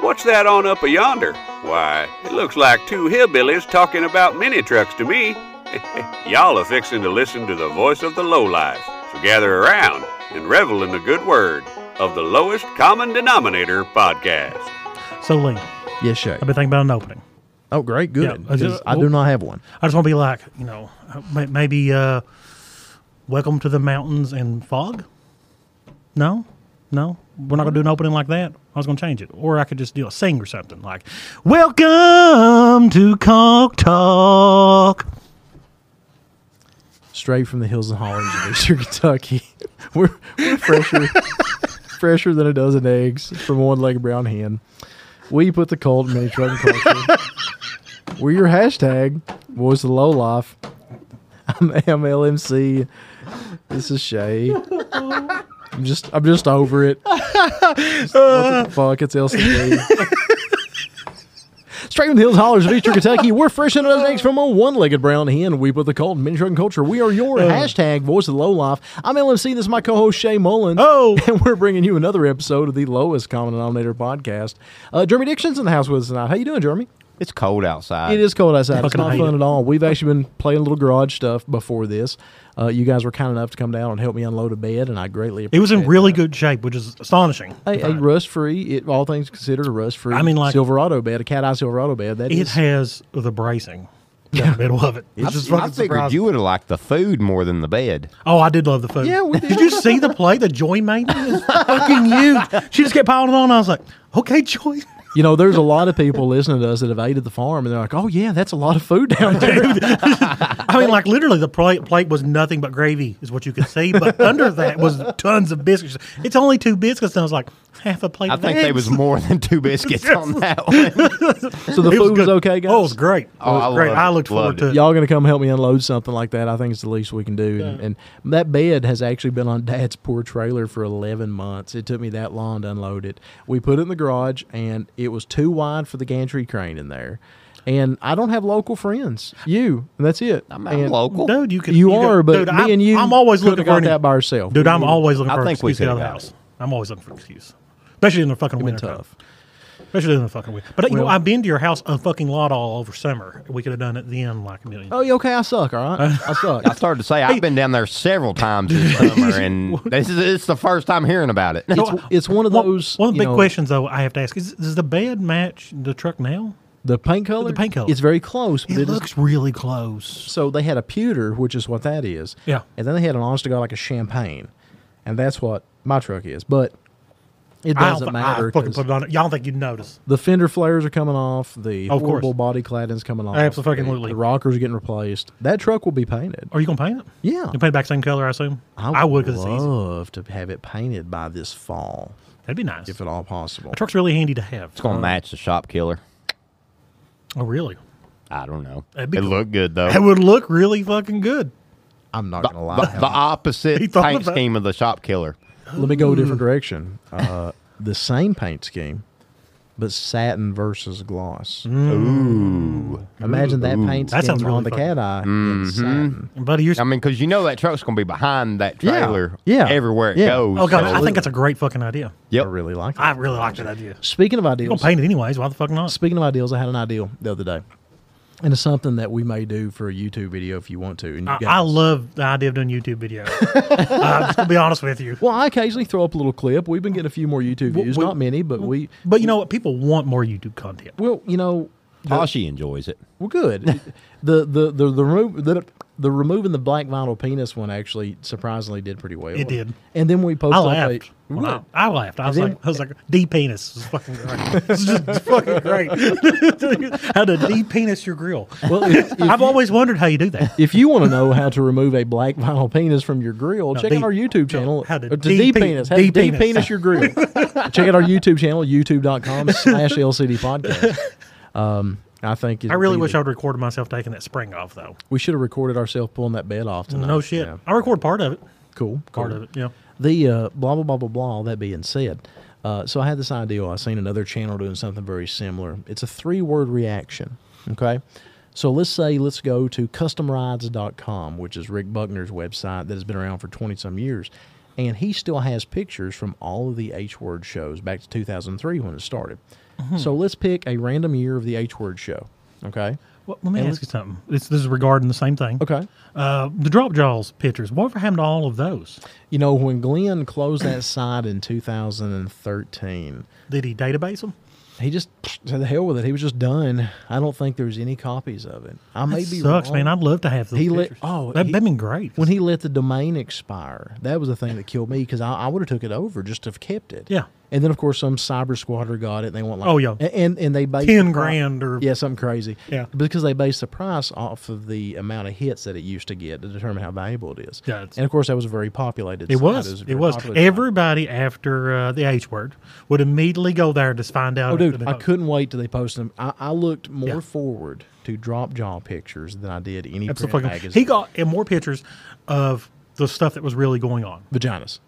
What's that on up a yonder? Why, it looks like two hillbillies talking about mini trucks to me. Y'all are fixing to listen to the voice of the lowlife, so gather around and revel in the good word of the Lowest Common Denominator podcast. So, Lee, Yes, Shay. I've been thinking about an opening. Oh, great, good. Yeah, I 'cause just- I do not have one. I just want to be like, you know, may- maybe uh, welcome to the mountains and fog. No, no, we're not gonna do an opening like that. I was gonna change it, or I could just do a sing or something like, "Welcome to Conk Talk." Straight from the hills and hollers of Eastern Kentucky. We're, we're fresher, fresher than a dozen eggs from one leg brown hen. We put the cold in mini truck and culture. We're your hashtag, voice of the low life. I'm MLMC. This is Shay. I'm just I'm just over it. Just, what the fuck? It's LCD. Straight from the hills, and hollers of Eastern Kentucky. We're fresh in those eggs from a one-legged brown hen. We put the cold in mini truck and culture. We are your hashtag voice of the low life. I'm LMC. This is my co-host Shay Mullen. Oh. and we're bringing you another episode of the lowest common denominator podcast. Uh, Jeremy Dixon's in the house with us tonight. How you doing, Jeremy? It's cold outside. It is cold outside. It's Fucking not hate fun it. at all. We've actually been playing a little garage stuff before this. Uh, you guys were kind enough to come down and help me unload a bed, and I greatly appreciate It was in really good shape, which is astonishing. A, a rust free, it all things considered, a rust free. I mean, like- Silverado bed, a cat eye Silverado bed. That is It has the bracing in the middle of it. It's just I fucking figured surprising. you would have liked the food more than the bed. Oh, I did love the food. Yeah, we did. you see the plate that Joy made? me? It was fucking huge. She just kept piling on. I was like, okay, Joy. you know, there's a lot of people listening to us that have ate at the farm, and they're like, "Oh yeah, that's a lot of food down there." I mean, like literally, the plate, plate was nothing but gravy, is what you could see. But under that was tons of biscuits. It's only two biscuits, and I was like, half a plate. I of think there eggs. was more than two biscuits on that one. so the It food was, good. okay, guys. Oh, it was great. Oh, it I was great. loved I it. looked forward Loved to it. Y'all gonna come help me unload something like that? I think it's the least we can do. And, and that bed has actually been on Dad's poor trailer for eleven months. It took me that long to unload it. We put it in the garage, and it was too wide for the gantry crane in there. And I don't have local friends. You, and that's it. I'm And local. Dude, you could. You could- are, but dude, me I'm, and you I'm always could've looking got for any- that by ourself. Dude, I'm always looking I for an think we excuse to get out of the could've got house. I'm always looking for an excuse, especially in the fucking winter. time. tough. Especially in the fucking winter. But you know, Well- I've been to your house a fucking lot all over summer. We could have done it then, like a million. Oh, you okay? I suck. All right, I suck. I started to say I've been down there several times this summer, and this is it's the first time hearing about it. It's, it's one of One- those. One of the you big know, questions, though, I have to ask is: Does the bed match the truck now? The paint color. paint color. It's very close, but It, it is looks really close. So they had a pewter, which is what that is. Yeah. And then they had an honest to God like a champagne, and that's what my truck is. But it I don't doesn't thi- matter. I fucking 'cause put it on. it. Y'all don't think you'd notice? the fender flares are coming off. The Of course. horrible body cladding's coming off. Absolutely. The rockers are getting replaced. That truck will be painted. Are you gonna paint it? Yeah. You paint it back same color, I assume. I would because it's easy. love to have it painted by this fall, That'd be nice. if at all possible. A truck's really handy to have. It's gonna match the shop killer. Oh, really? I don't know. That'd be It cool. looked good though. It would look really fucking good. I'm not the, gonna lie. the- the He opposite thought paint about- scheme of the shop killer. Let me go a Mm. different direction. Uh, the same paint scheme, but satin versus gloss. Ooh. Imagine that paint That scheme sounds really on the fun. cat eye in satin. Buddy, you're. I mean, because you know that truck's gonna be behind that Yeah, trailer. yeah, Everywhere it yeah. goes. oh god, so- I think that's a great fucking idea. Yep. I really like it. I really like that idea. Speaking of You're ideals, gonna paint it anyways. Why the fuck not? speaking of ideals, I had an ideal the other day, and it's something that we may do for a YouTube video if you want to. And you I, guys, I love the idea of doing YouTube videos. I'm just gonna be honest with you. well, I occasionally throw up a little clip. We've been getting a few more YouTube Well, views, we- not many, but we. But you know what? People want more YouTube content. Well, you know, Tashi enjoys it. Well, good. the the the the remo- the, the removing the black vinyl penis one actually surprisingly did pretty well. It did. And then we posted. I up a- laughed. When I, I laughed. I was then- like, I was like, D penis is fucking great. It's just fucking great. how to D penis your grill? well, if, if I've always wondered how you do that. if you want to know how to remove a black vinyl penis from your grill, check de- out our YouTube no, channel. how to or de- de-penis. How de- to penis. de-penis your grill. check out our YouTube channel, youtube.com slash LCD podcast. Um, I think I really wish I would recorded myself taking that spring off though. we should have recorded ourselves pulling that bed off tonight. No shit. Yeah. I record part of it. Cool. Part cool. of it. Yeah. the uh, blah blah blah blah blah. All that being said, uh, so I had this idea. I seen another channel doing something very similar. It's a three word reaction. Okay, so let's say let's go to customrides.com, which is Rick Buckner's website that has been around for twenty some years. and he still has pictures from all of the H Word shows back to 2003 when it started. So let's pick a random year of the H Word show. Okay. Well, let me And ask you something. This, this is regarding the same thing. Okay. Uh, the drop jaws pictures. Whatever happened to all of those? You know, when Glenn closed that site in 2013, Did he database them? he just to the hell with it. He was just done. I don't think there's any copies of it. I may be Sucks, wrong. man. I'd love to have those He let- pictures. oh, that, he- that'd been great. when he let the domain expire, that was the thing that killed me because I, I would have took it over just to have kept it. Yeah. And then of course some cyber squatter got it and they want like Oh, yeah. a- and and they based Ten the pri- grand or- yeah something crazy Yeah. because they based the price off of the amount of hits that it used to get to determine how valuable it is. Yeah, it's- And of course that was a very populated. It site. was. a It very was. popular site. Everybody after uh, the H word would immediately go there to find out. Oh, if dude, they- I couldn't wait till they posted them. I, I looked more Yeah. forward to drop jaw pictures than I did any print Absolutely. fucking- magazine. He got and more pictures of the stuff that was really going on. vaginas.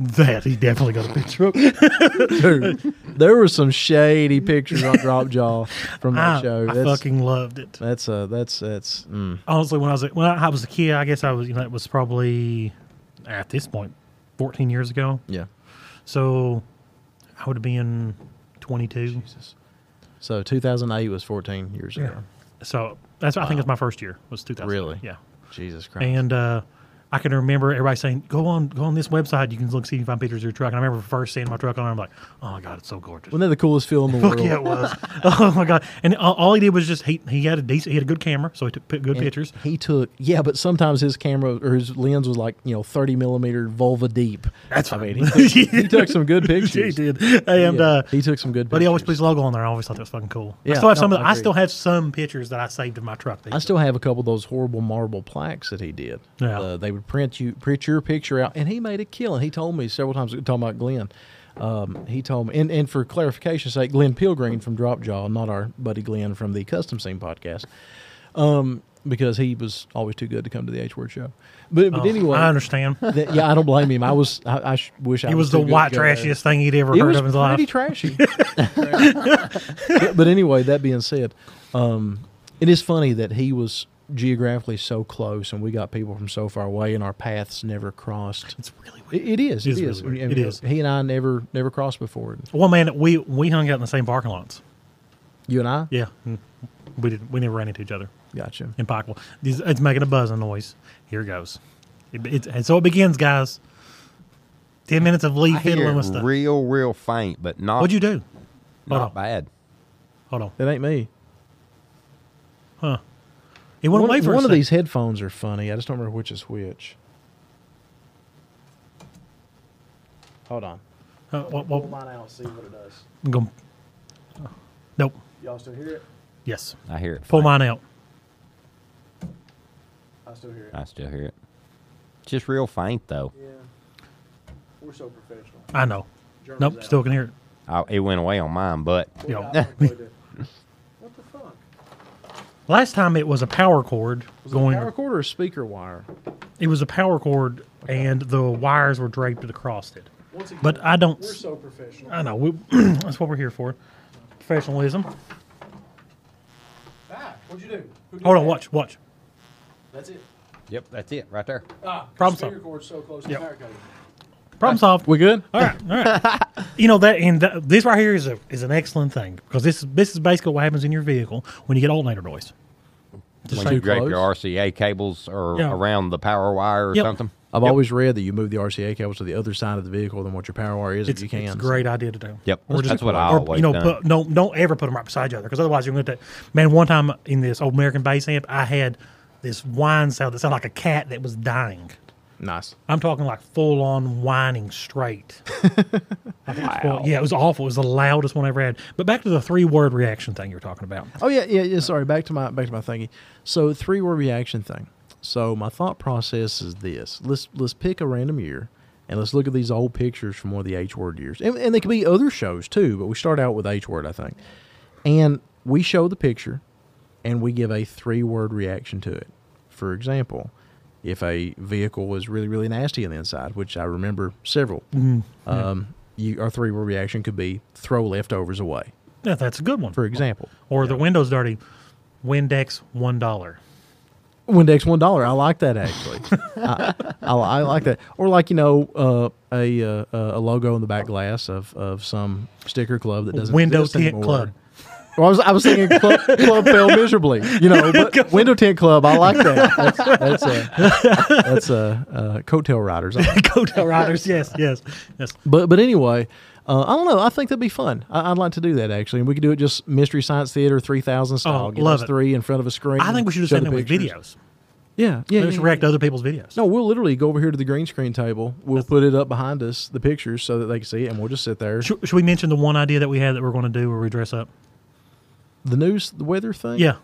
That he definitely got a picture of. Dude, there were some shady pictures on drop jaw from that I, show. Ah, I That's, fucking loved it. that's uh that's that's mm. Honestly, when I was a- when I was a kid, I guess I was you know it was probably at this point fourteen years ago. yeah. So I would have been twenty two. So 2008 was 14 years ago. So that's I think it's my first year was two thousand. Really? Yeah. Jesus Christ. And uh, I can remember everybody saying, "Go on, go on this website. You can look see if you find pictures of your truck." And I remember first seeing my truck on, there, I'm like, "Oh my god, it's so gorgeous." Wasn't that the coolest film in the Fuck world? yeah, it was. oh my god! And all, all he did was just he he had a decent, he had a good camera, so he took p- good And pictures. He took yeah, but sometimes his camera or his lens was like you know 30 millimeter vulva deep. That's I mean, he took, he took some good he pictures. did, and Yeah, uh, he took some good. but he always pictures. put his logo on there. I always thought that was fucking cool. Yeah, I still have no, some. Of the, I I still agree. have some pictures that I saved of my truck. that he I took. still have a couple of those horrible marble plaques that he did. Yeah. Uh, they would print you print your picture out, and he made a killing. He told me several times talking about Glenn. Um, he told me, and, and for clarification's sake, Glenn Pilgreen from Dropjaw, not our buddy Glenn from the Custom Scene podcast, um, because he was always too good to come to the H Word show. But but Oh, anyway, I understand. that- yeah, I don't blame him. I was I, I sh- wish I He was was the too good to white go there. trashiest thing he'd ever It heard was of in his life. pretty trashy. but, but anyway, that being said, um, it is funny that he was geographically so close, and we got people from so far away, and our paths never crossed. it's really weird. It, it is. It is It is. really weird. It And is. He and I never never crossed before. And Well, man, we we hung out in the same parking lots. You and I. Yeah, and we did. We never ran into each other. Gotcha. impeccable. These- It's making a buzzing noise. Here goes. It, it's and so it begins, guys. Ten minutes of Lee I hear fiddling it with stuff. real, real faint, but not What'd you do? not Hold on. bad. Hold on. That ain't me. It went One, away for a one of sec. these headphones are funny. I just don't remember which is which. Hold on. Uh, well, well, mine out. See what it does. I'm gonna- nope. Y'all still hear it? Yes. I hear it. Pull faint. mine out. I still hear it. I still hear it. Just real faint though. Yeah. We're so professional. I know. German's Nope. out. Still can hear it. I, it went away on mine, but Yeah. What the fuck? Last time it was a power cord going. Going power cord or a speaker wire? It was a power cord, and the wires were draped across it. Once again, But I don't. Uh, we're so professional. I know. We, that's what we're here for. Professionalism. ah, what'd you do? Who did Hold on. that? Watch. Watch. That's it. yep, that's it right there. Ah, Uh, Problem speaker solved. cord's so close to Yep. the power cable. Problem solved. We good? All right, all right. you know that, and that, this right here is a is an excellent thing because this this is basically what happens in your vehicle when you get alternator noise. When too you drape close. your RCA cables or Yeah. around the power wire or Yep. something. I've always read that you move the RCA cables to the other side of the vehicle than what your power wire is It's, if you can. it's a great idea to do. Yep, that's what I Or always you know, done. put, no, don't ever put them right beside each other because otherwise you're going to. Man, one time in this old American bass amp, I had this whine sound that sounded like a cat that was dying. Nice. I'm talking like full on whining straight. wow. Yeah, it was awful. It was the loudest one I ever had. But back to the three word reaction thing you were talking about. Oh yeah, yeah, yeah. Sorry, back to my back to my thingy. So three word reaction thing. So my thought process is this: let's let's pick a random year, and let's look at these old pictures from one of the H word years, and, and they could be other shows too. But we start out with H word, I think, and we show the picture, and we give a three word reaction to it. For example, if a vehicle was really really nasty on the inside, which I remember several, um, you, our three word reaction could be throw leftovers away. Yeah, that's a good one. For example. or the window's dirty. Windex one dollar. Windex one dollar. I like that actually. I, I, I like that. Or like you know uh, a uh, a logo on the back glass of, of some sticker club that doesn't Window exist tint anymore. club. Well, I was I was thinking club, club fell miserably. You know, but window tint club. I like that. That's that's uh, that's uh, uh, coattail riders. I like Coattail riders. Yes, yes, yes. But but anyway, uh, I don't know. I think that'd be fun. I, I'd like to do that actually. And we could do it just Mystery Science Theater three thousand style. Oh, Get love us it. three in front of a screen. I think we should have show done the that with videos. pictures. Yeah, yeah. Let's yeah, react yeah. to other people's videos. No, we'll literally go over here to the green screen table. We'll put it up behind us, the pictures, so that they can see it, and we'll just sit there. Should, should we mention the one idea that we had that we're going to do where we dress up? The news, the weather thing. Yeah.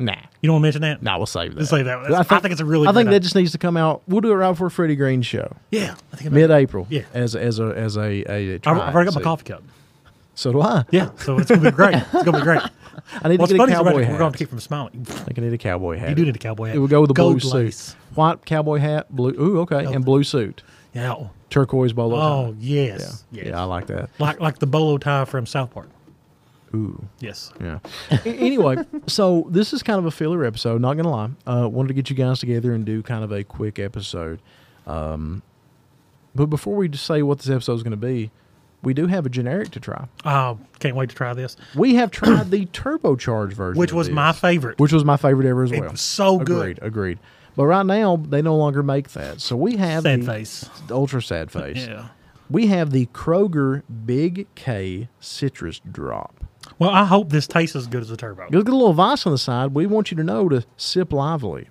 Nah. You don't want to mention that? Nah, we'll save that. Let's save that. That's- I think it's a really I great think that idea. just needs to come out. We'll do it right before Freddie Green's show, Yeah. I think about it. mid-April. Yeah. As as a as a, a I've, trial, I've already got my so- coffee cup. So do I. Yeah. So it's going to be great. It's going to be great. I need What's to get funny a is we're cowboy going hat. to keep from smiling. I think I need a cowboy hat. You do need a cowboy hat. It would go with a blue Gold suit. lace. White cowboy hat, blue. Ooh, okay, and blue suit. Yeah. Turquoise bolo. tie. Oh, yes. yeah, Yes. yeah, I like that. Like like the bolo tie from South Park. Ooh, Yes. yeah. A- anyway, so this is kind of a filler episode. Not gonna lie, uh, wanted to get you guys together and do kind of a quick episode. Um, but before we just say what this episode is going to be, we do have a generic to try. Oh, can't wait to try this, We have tried the turbocharged version, which of was this, my favorite. which was my favorite ever as well. was so good. Agreed, agreed. But right now they no longer make that, so we have Sad the- face. the ultra sad face. Yeah. We have the Kroger Big K citrus drop. Well, I hope this tastes as good as the turbo. You'll get a little vice on the side. We want you to know to sip lively.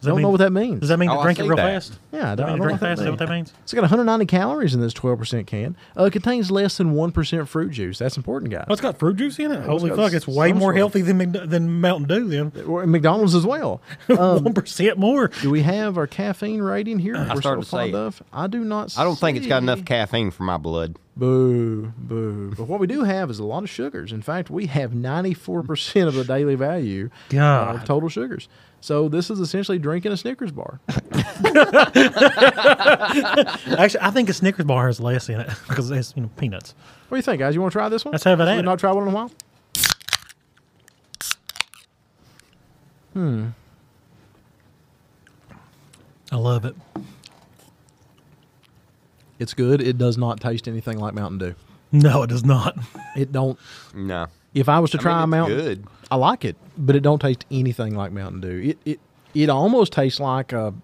Does that don't know mean- what that means. Does that mean Oh, to I drink it see real that. fast? Yeah, I Does that mean to don't- I don't drink know what fast? Is that that what that means? It's got 190 calories in this 12% can. Uh, it contains less than 1% fruit juice. That's important, guys. Oh, it's got fruit juice in it. Holy got fuck! It's way some more sort. healthy than Mc- than Mountain Dew. Then Or McDonald's as well. Um, one more. Do we have our caffeine rating here? I started to say it. of. I do not. I don't think it's got see. enough caffeine for my blood. Boo, boo. But what we do have is a lot of sugars. In fact, we have 94% of the daily value God. of total sugars. So this is essentially drinking a Snickers bar. Actually, I think a Snickers bar has less in it because it's you know peanuts. What do you think, guys? You want to try this one? Let's have it at We've it. not tried one in a while? I love it. It's good. It does not taste anything like Mountain Dew. No, it does not. It don't. No. If I was to I try mean, a it's Mountain good. I like it, but it don't taste anything like Mountain Dew. It it it almost tastes like a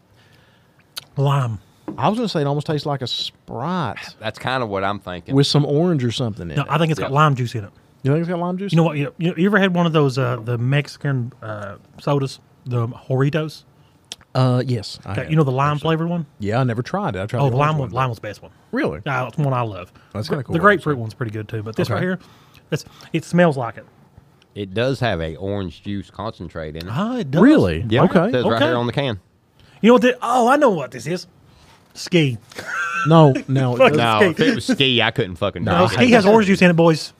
Lime. I was going to say it almost tastes like a Sprite That's kind of what I'm thinking. with some orange or something in No, it. I think it's got Yeah. lime juice in it. you think it's got lime juice? You know what? You, you, you ever had one of those uh, the Mexican uh, sodas, the Joritos? Uh, yes. I That- have. you know the lime flavored one? Yeah, I never tried it. I tried. Oh, the the orange lime one. one, lime was the best one. Really? Uh, it's one I love. That's Gr- kinda cool, The I grapefruit would say. one's pretty good too, but this Okay. right here, it's, it smells like it. It does have a orange juice concentrate in it. Ah, it does. Really? Yeah, It Okay. says right Okay. here on the can. You know what? thi- oh, I know what this is. Ski. No, no. it Fuck doesn't. No, ski. if it was ski, I couldn't fucking Oh, no, ski has orange juice in it, boys.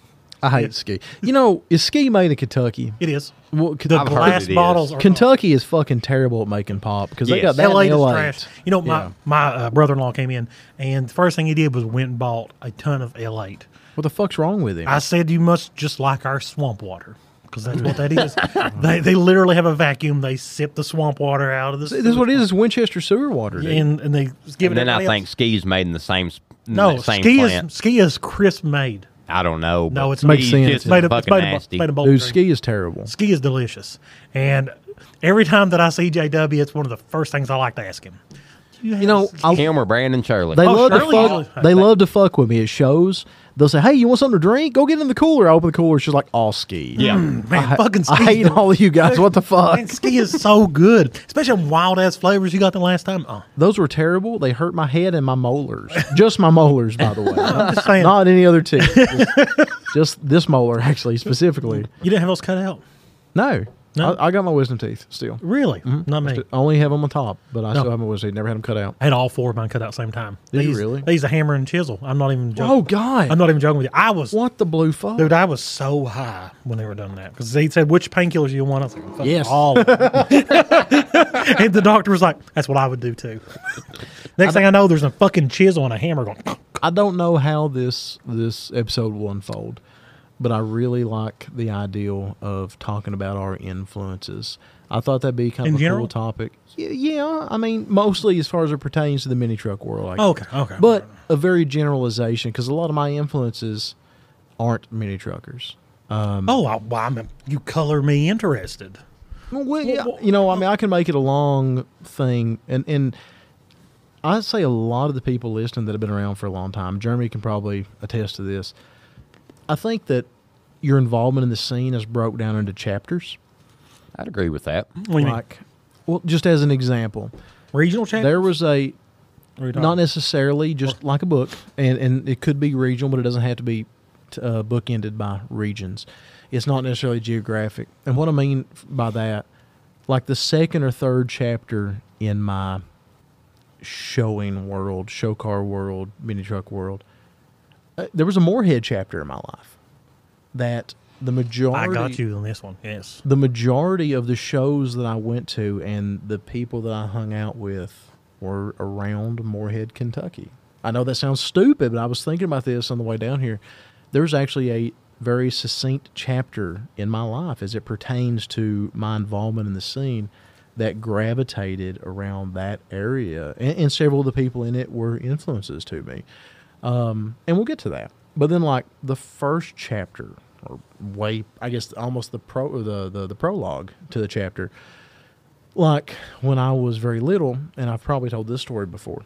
I hate ski. You know, is ski made in Kentucky? It is. Well, The I've heard- heard glass it is. bottles are Kentucky is fucking terrible at making pop because they got Yes. that LA in is LA. trash. You know, my Yeah. my uh, brother-in-law came in, and the first thing he did was went and bought a ton of L8. What the fuck's wrong with him? I said you must just like our swamp water because that's what that is. they they literally have a vacuum. They sip the swamp water out of the this is what it is. It's Winchester sewer water. dude. and and they give And it. then I everybody think ski's made in the same s- in else. the no same ski plant. is ski is crisp made. I don't know. No, but it's Makes ski's sense. just It's made as of it's fucking made of, nasty. made of both Dude, things. ski is terrible. Ski is delicious, and every time that I see JW, it's one of the first things I like to ask him. You know, I, Him or Brandon Shirley. they Oh, love Shirley to usually- fuck. They love to fuck with me. It shows. They'll say, "Hey, you want something to drink? Go get in the cooler." I open the cooler. She's like, "All ski." yeah. Man, fucking I ski, hate all you guys. What the fuck? man, ski is so good, especially them wild ass flavors you got the last time. Oh, Those were terrible. They hurt my head and my molars. Just my molars, by the way. I'm just saying, Not any other teeth. Just, just this molar, actually, specifically. you didn't have those cut out, No. No? I, I got my wisdom teeth still. really? Mm-hmm. Not me. I only have them on top, but I No. still have my wisdom teeth. Never had them cut out. I had all four of mine cut out same time. Did you These- really? These a hammer and chisel. I'm not even joking. Oh, God. I'm not even joking with you. I was, What the blue fuck? dude, I was so high when they were done that because they said which painkillers you want. I was like, fuck Yes. all. of them." and the doctor was like, that's what I would do too. Next thing I know, there's a fucking chisel and a hammer going. I don't know how this this episode will unfold, but I really like the ideal of talking about our influences. I thought that'd be kind In of a general? cool topic. Yeah, yeah, I mean, mostly as far as it pertains to the mini truck world. I Okay, okay. but a very generalization because a lot of my influences aren't mini truckers. Um, oh, I, well, I'm, you color me interested. Well, well, yeah, you know, I mean, I can make it a long thing, and and I say a lot of the people listening that have been around for a long time. Jeremy can probably attest to this. I think that your involvement in the scene is broke down into chapters. I'd agree with that. What do you mean? Like, well, just as an example, regional chapters. there was a What are you talking not about? necessarily just like a book, and and it could be regional, but it doesn't have to be t- uh, bookended by regions. It's not necessarily geographic. And what I mean f- by that, like the second or third chapter in my showing world, show car world, mini truck world, uh, there was a Moorhead chapter in my life that the I majority got you on this one. Yes. the majority of the shows that I went to and the people that I hung out with were around Moorhead, Kentucky. I know that sounds stupid, but I was thinking about this on the way down here. There's actually a very succinct chapter in my life as it pertains to my involvement in the scene that gravitated around that area. And, and several of the people in it were influences to me and we'll get to that. But then, like the first chapter, or way, I guess almost the pro, or the the, the prologue to the chapter. Like when I was very little, and I've probably told this story before,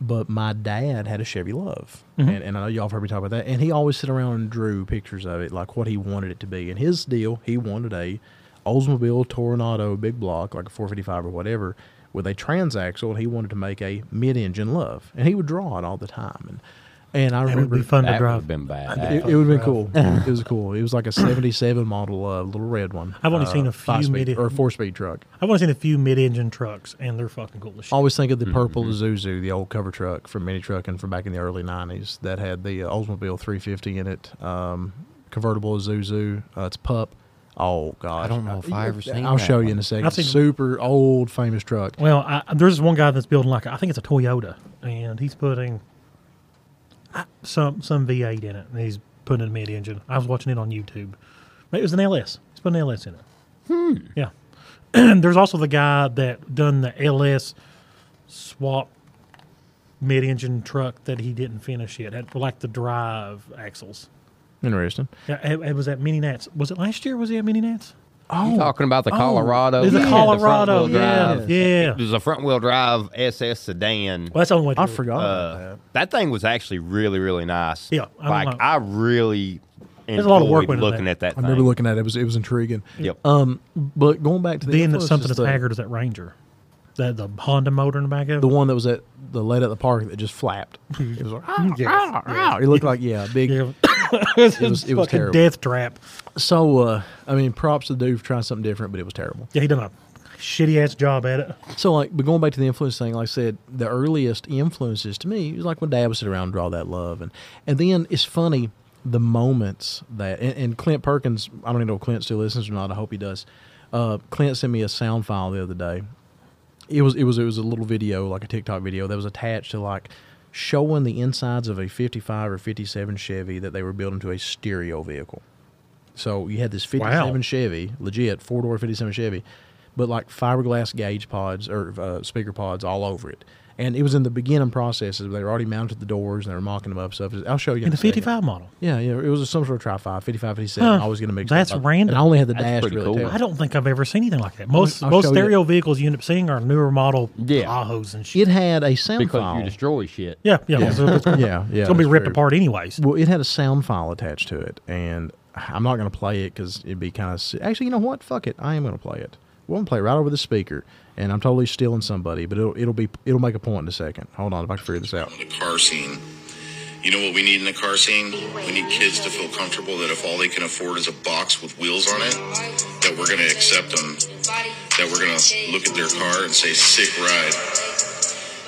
but my dad had a Chevy Love, Mm-hmm. and, and I know y'all have heard me talk about that. And he always sit around and drew pictures of it, like what he wanted it to be. And his deal, he wanted a Oldsmobile Toronado big block, like a 455 or whatever, with a transaxle, and he wanted to make a mid-engine Love, and he would draw it all the time. And and I That would remember be fun to That would drive. have been it, bad. it would have been cool. it was cool. It was like a '77 model, uh, little red one. I've only uh, seen a few five-speed mid- or four-speed truck. I've only seen a few mid-engine trucks, and they're fucking cool as shit. Always think of the Mm-hmm. purple Isuzu, the old cover truck from mini trucking from back in the early '90s that had the uh, Oldsmobile 350 in it, um, convertible Isuzu. Uh, it's pup. Oh God, I don't know if I ever seen I'll that show you one. in a second. I've seen- Super old, famous truck. Well, I, there's this one guy that's building like I think it's a Toyota, and he's putting uh, some some V8 in it, and he's putting a mid-engine. I was watching it on YouTube. It was an LS. He's putting an LS in it. Hmm. Yeah. there's also the guy that done the LS swap mid-engine truck that he didn't finish yet. Had like the drive axles. Interesting. Yeah, it, it was at Mini Nats. Was it last year? Was he at Mini Nats? Oh, You talking about the Colorado? It's a Uh, yeah, the front-wheel Colorado. yeah, drive. yeah. It was a front wheel drive SS sedan. Well, that's the only way. To I do it. forgot. about Uh, that thing was actually really, really nice. Yeah, I don't like know. I really enjoyed a lot of work went into looking that. at that. I Thing. remember looking at it. It was it was intriguing. Yep. Um, but going back to the being that influences something as thing, haggard as that Ranger, that the Honda motor in the back of the it. one that was at the late at the park that just flapped. It was like, ah, Yes, ah, ah. It looked like yeah, big. Yeah. it was- it was fucking terrible. death trap. So uh, I mean, props to Dude for trying something different, but it was terrible. Yeah, he done a shitty ass job at it. So like, but going back to the influence thing, like I said, the earliest influences to me was like when Dad would sit around and draw that love, and and then it's funny the moments that and, and Clint Perkins. I don't even know if Clint still listens or not. I hope he does. Uh, Clint sent me a sound file the other day. It was it was it was a little video like a TikTok video that was attached to like showing the insides of a 55 or 57 Chevy that they were building to a stereo vehicle. So you had this 57 Chevy, legit four door 57 Chevy, but like fiberglass gauge pods or uh, speaker pods all over it. And it was in the beginning processes. They were already mounted the doors and they were mocking them up. Stuff. I'll show you. In the a second. 55 model. Yeah, yeah. It was some sort of tri five, 55, 57. Huh. I was going to mix That's it up. random. And I only had the That's dash. pretty really cool. too. I don't think I've ever seen anything like that. Most I'll most show you. stereo vehicles you end up seeing are newer model Yeah. Tahoes and shit. It had a sound because file. you destroy shit. yeah, yeah. so it's, yeah, it's yeah. gonna be that's ripped true. apart anyways. Well, it had a sound file attached to it, and I'm not going to play it because it'd be kind of. Actually, you know what? Fuck it. I am going to play it. We're going to play it right over the speaker, and I'm totally stealing somebody, but it'll it'll be it'll make a point in a second. Hold on, if I can figure this out. the car scene. You know what we need in the car scene? We need kids to feel comfortable that if all they can afford is a box with wheels on it, that we're going to accept them, that we're going to look at their car and say, sick ride.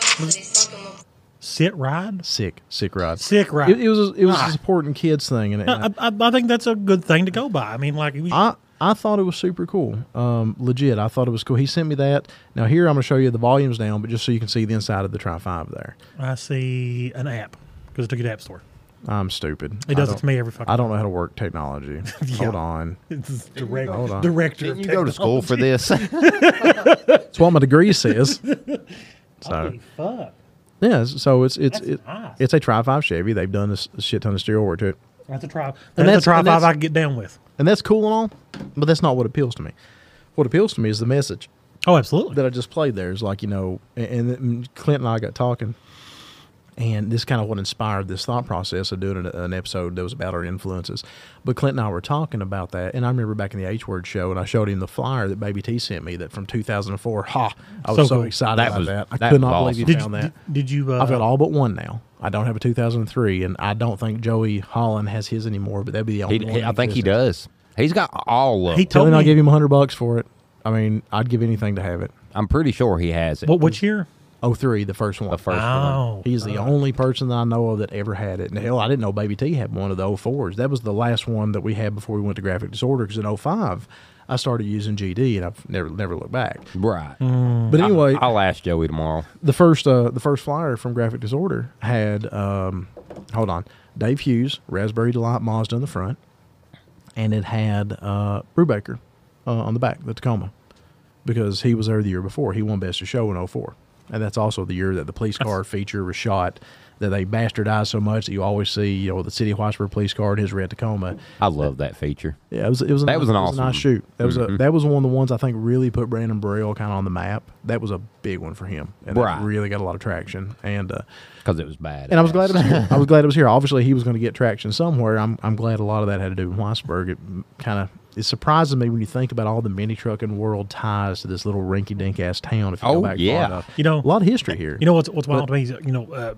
Sit ride. Sick, sick ride. Sick ride. It, it was it was Ah. a supporting kids thing, and, and I, I, I think that's a good thing to go by. I mean, like, we- I I thought it was super cool. Um, legit, I thought it was cool. He sent me that. Now here I'm going to show you the volumes down, but just so you can see the inside of the Tri Five there. I see an app because I took it to the App Store. I'm stupid. It does it to me every fucking I don't know how to work technology. Hold on. It's this direct, Hold on. director. Didn't of you go to school for this? That's what my degree says. so technology. Fuck. yeah, so it's it's That's it, nice. it's a tri five Chevy. They've done a s- a shit ton of steel work to it, That's a try. That's, And a that's- try and five that's- I can get down with. and that's cool and all, but that's not what appeals to me. What appeals to me is the message. Oh, absolutely. that I just played there is like you know, and, and Clint and I got talking, and this kind of what inspired this thought process of doing an, an episode that was about our influences. But Clint and I were talking about that, and I remember back in the H Word show, and I showed him the flyer that Baby T sent me that from 2004. Ha! I was So so, cool. excited That about was- that. I that could was not awesome. believe you did found you, that. Did, did you? Uh, I've got Uh-huh. all but one now. I don't have a 2003, and I don't think Joey Holland has his anymore. But that'd be the only He- one. he- I in think he existence. does. He's got all of He them. Tell told him me. I'll give him 100 bucks for it. I mean, I'd give anything to have it. I'm pretty sure he has it. what? What year? 03, the first one. the first one. Oh, He's the only person that I know of that ever had it. And hell, I didn't know Baby T had one of the 04s. That was the last one that we had before we went to graphic disorder because in 05, I started using GD and I've never never looked back. Right. But anyway, I'll ask Joey tomorrow. the first uh, the first flyer from graphic disorder had um, hold on, Dave Hughes, Raspberry Delight Mazda on the front, and it had uh, Brubaker uh, on the back, the Tacoma, because he was there the year before. He won Best of Show in 04. And that's also the year that the police car feature was shot, that they bastardized so much that you always see, you know, the city of Whitesburg police car and his red Tacoma. I love that feature. Yeah, it was it was That a, was an it a nice awesome- Mm-hmm. shoot. That was a that was one of the ones I think really put Brandon Braille kind of on the map. That was a big one for him, and that Right. really got a lot of traction. And uh, because it was bad. and I was glad it was here. I was glad it was here. Obviously, he was going to get traction somewhere. I'm I'm glad a lot of that had to do with Weisberg. It kind of it surprises me when you think about all the mini trucking world ties to this little rinky dink ass town. If you Oh, go back yeah. far enough, You know- a lot of history here. You know what's what's wild to me is you know uh,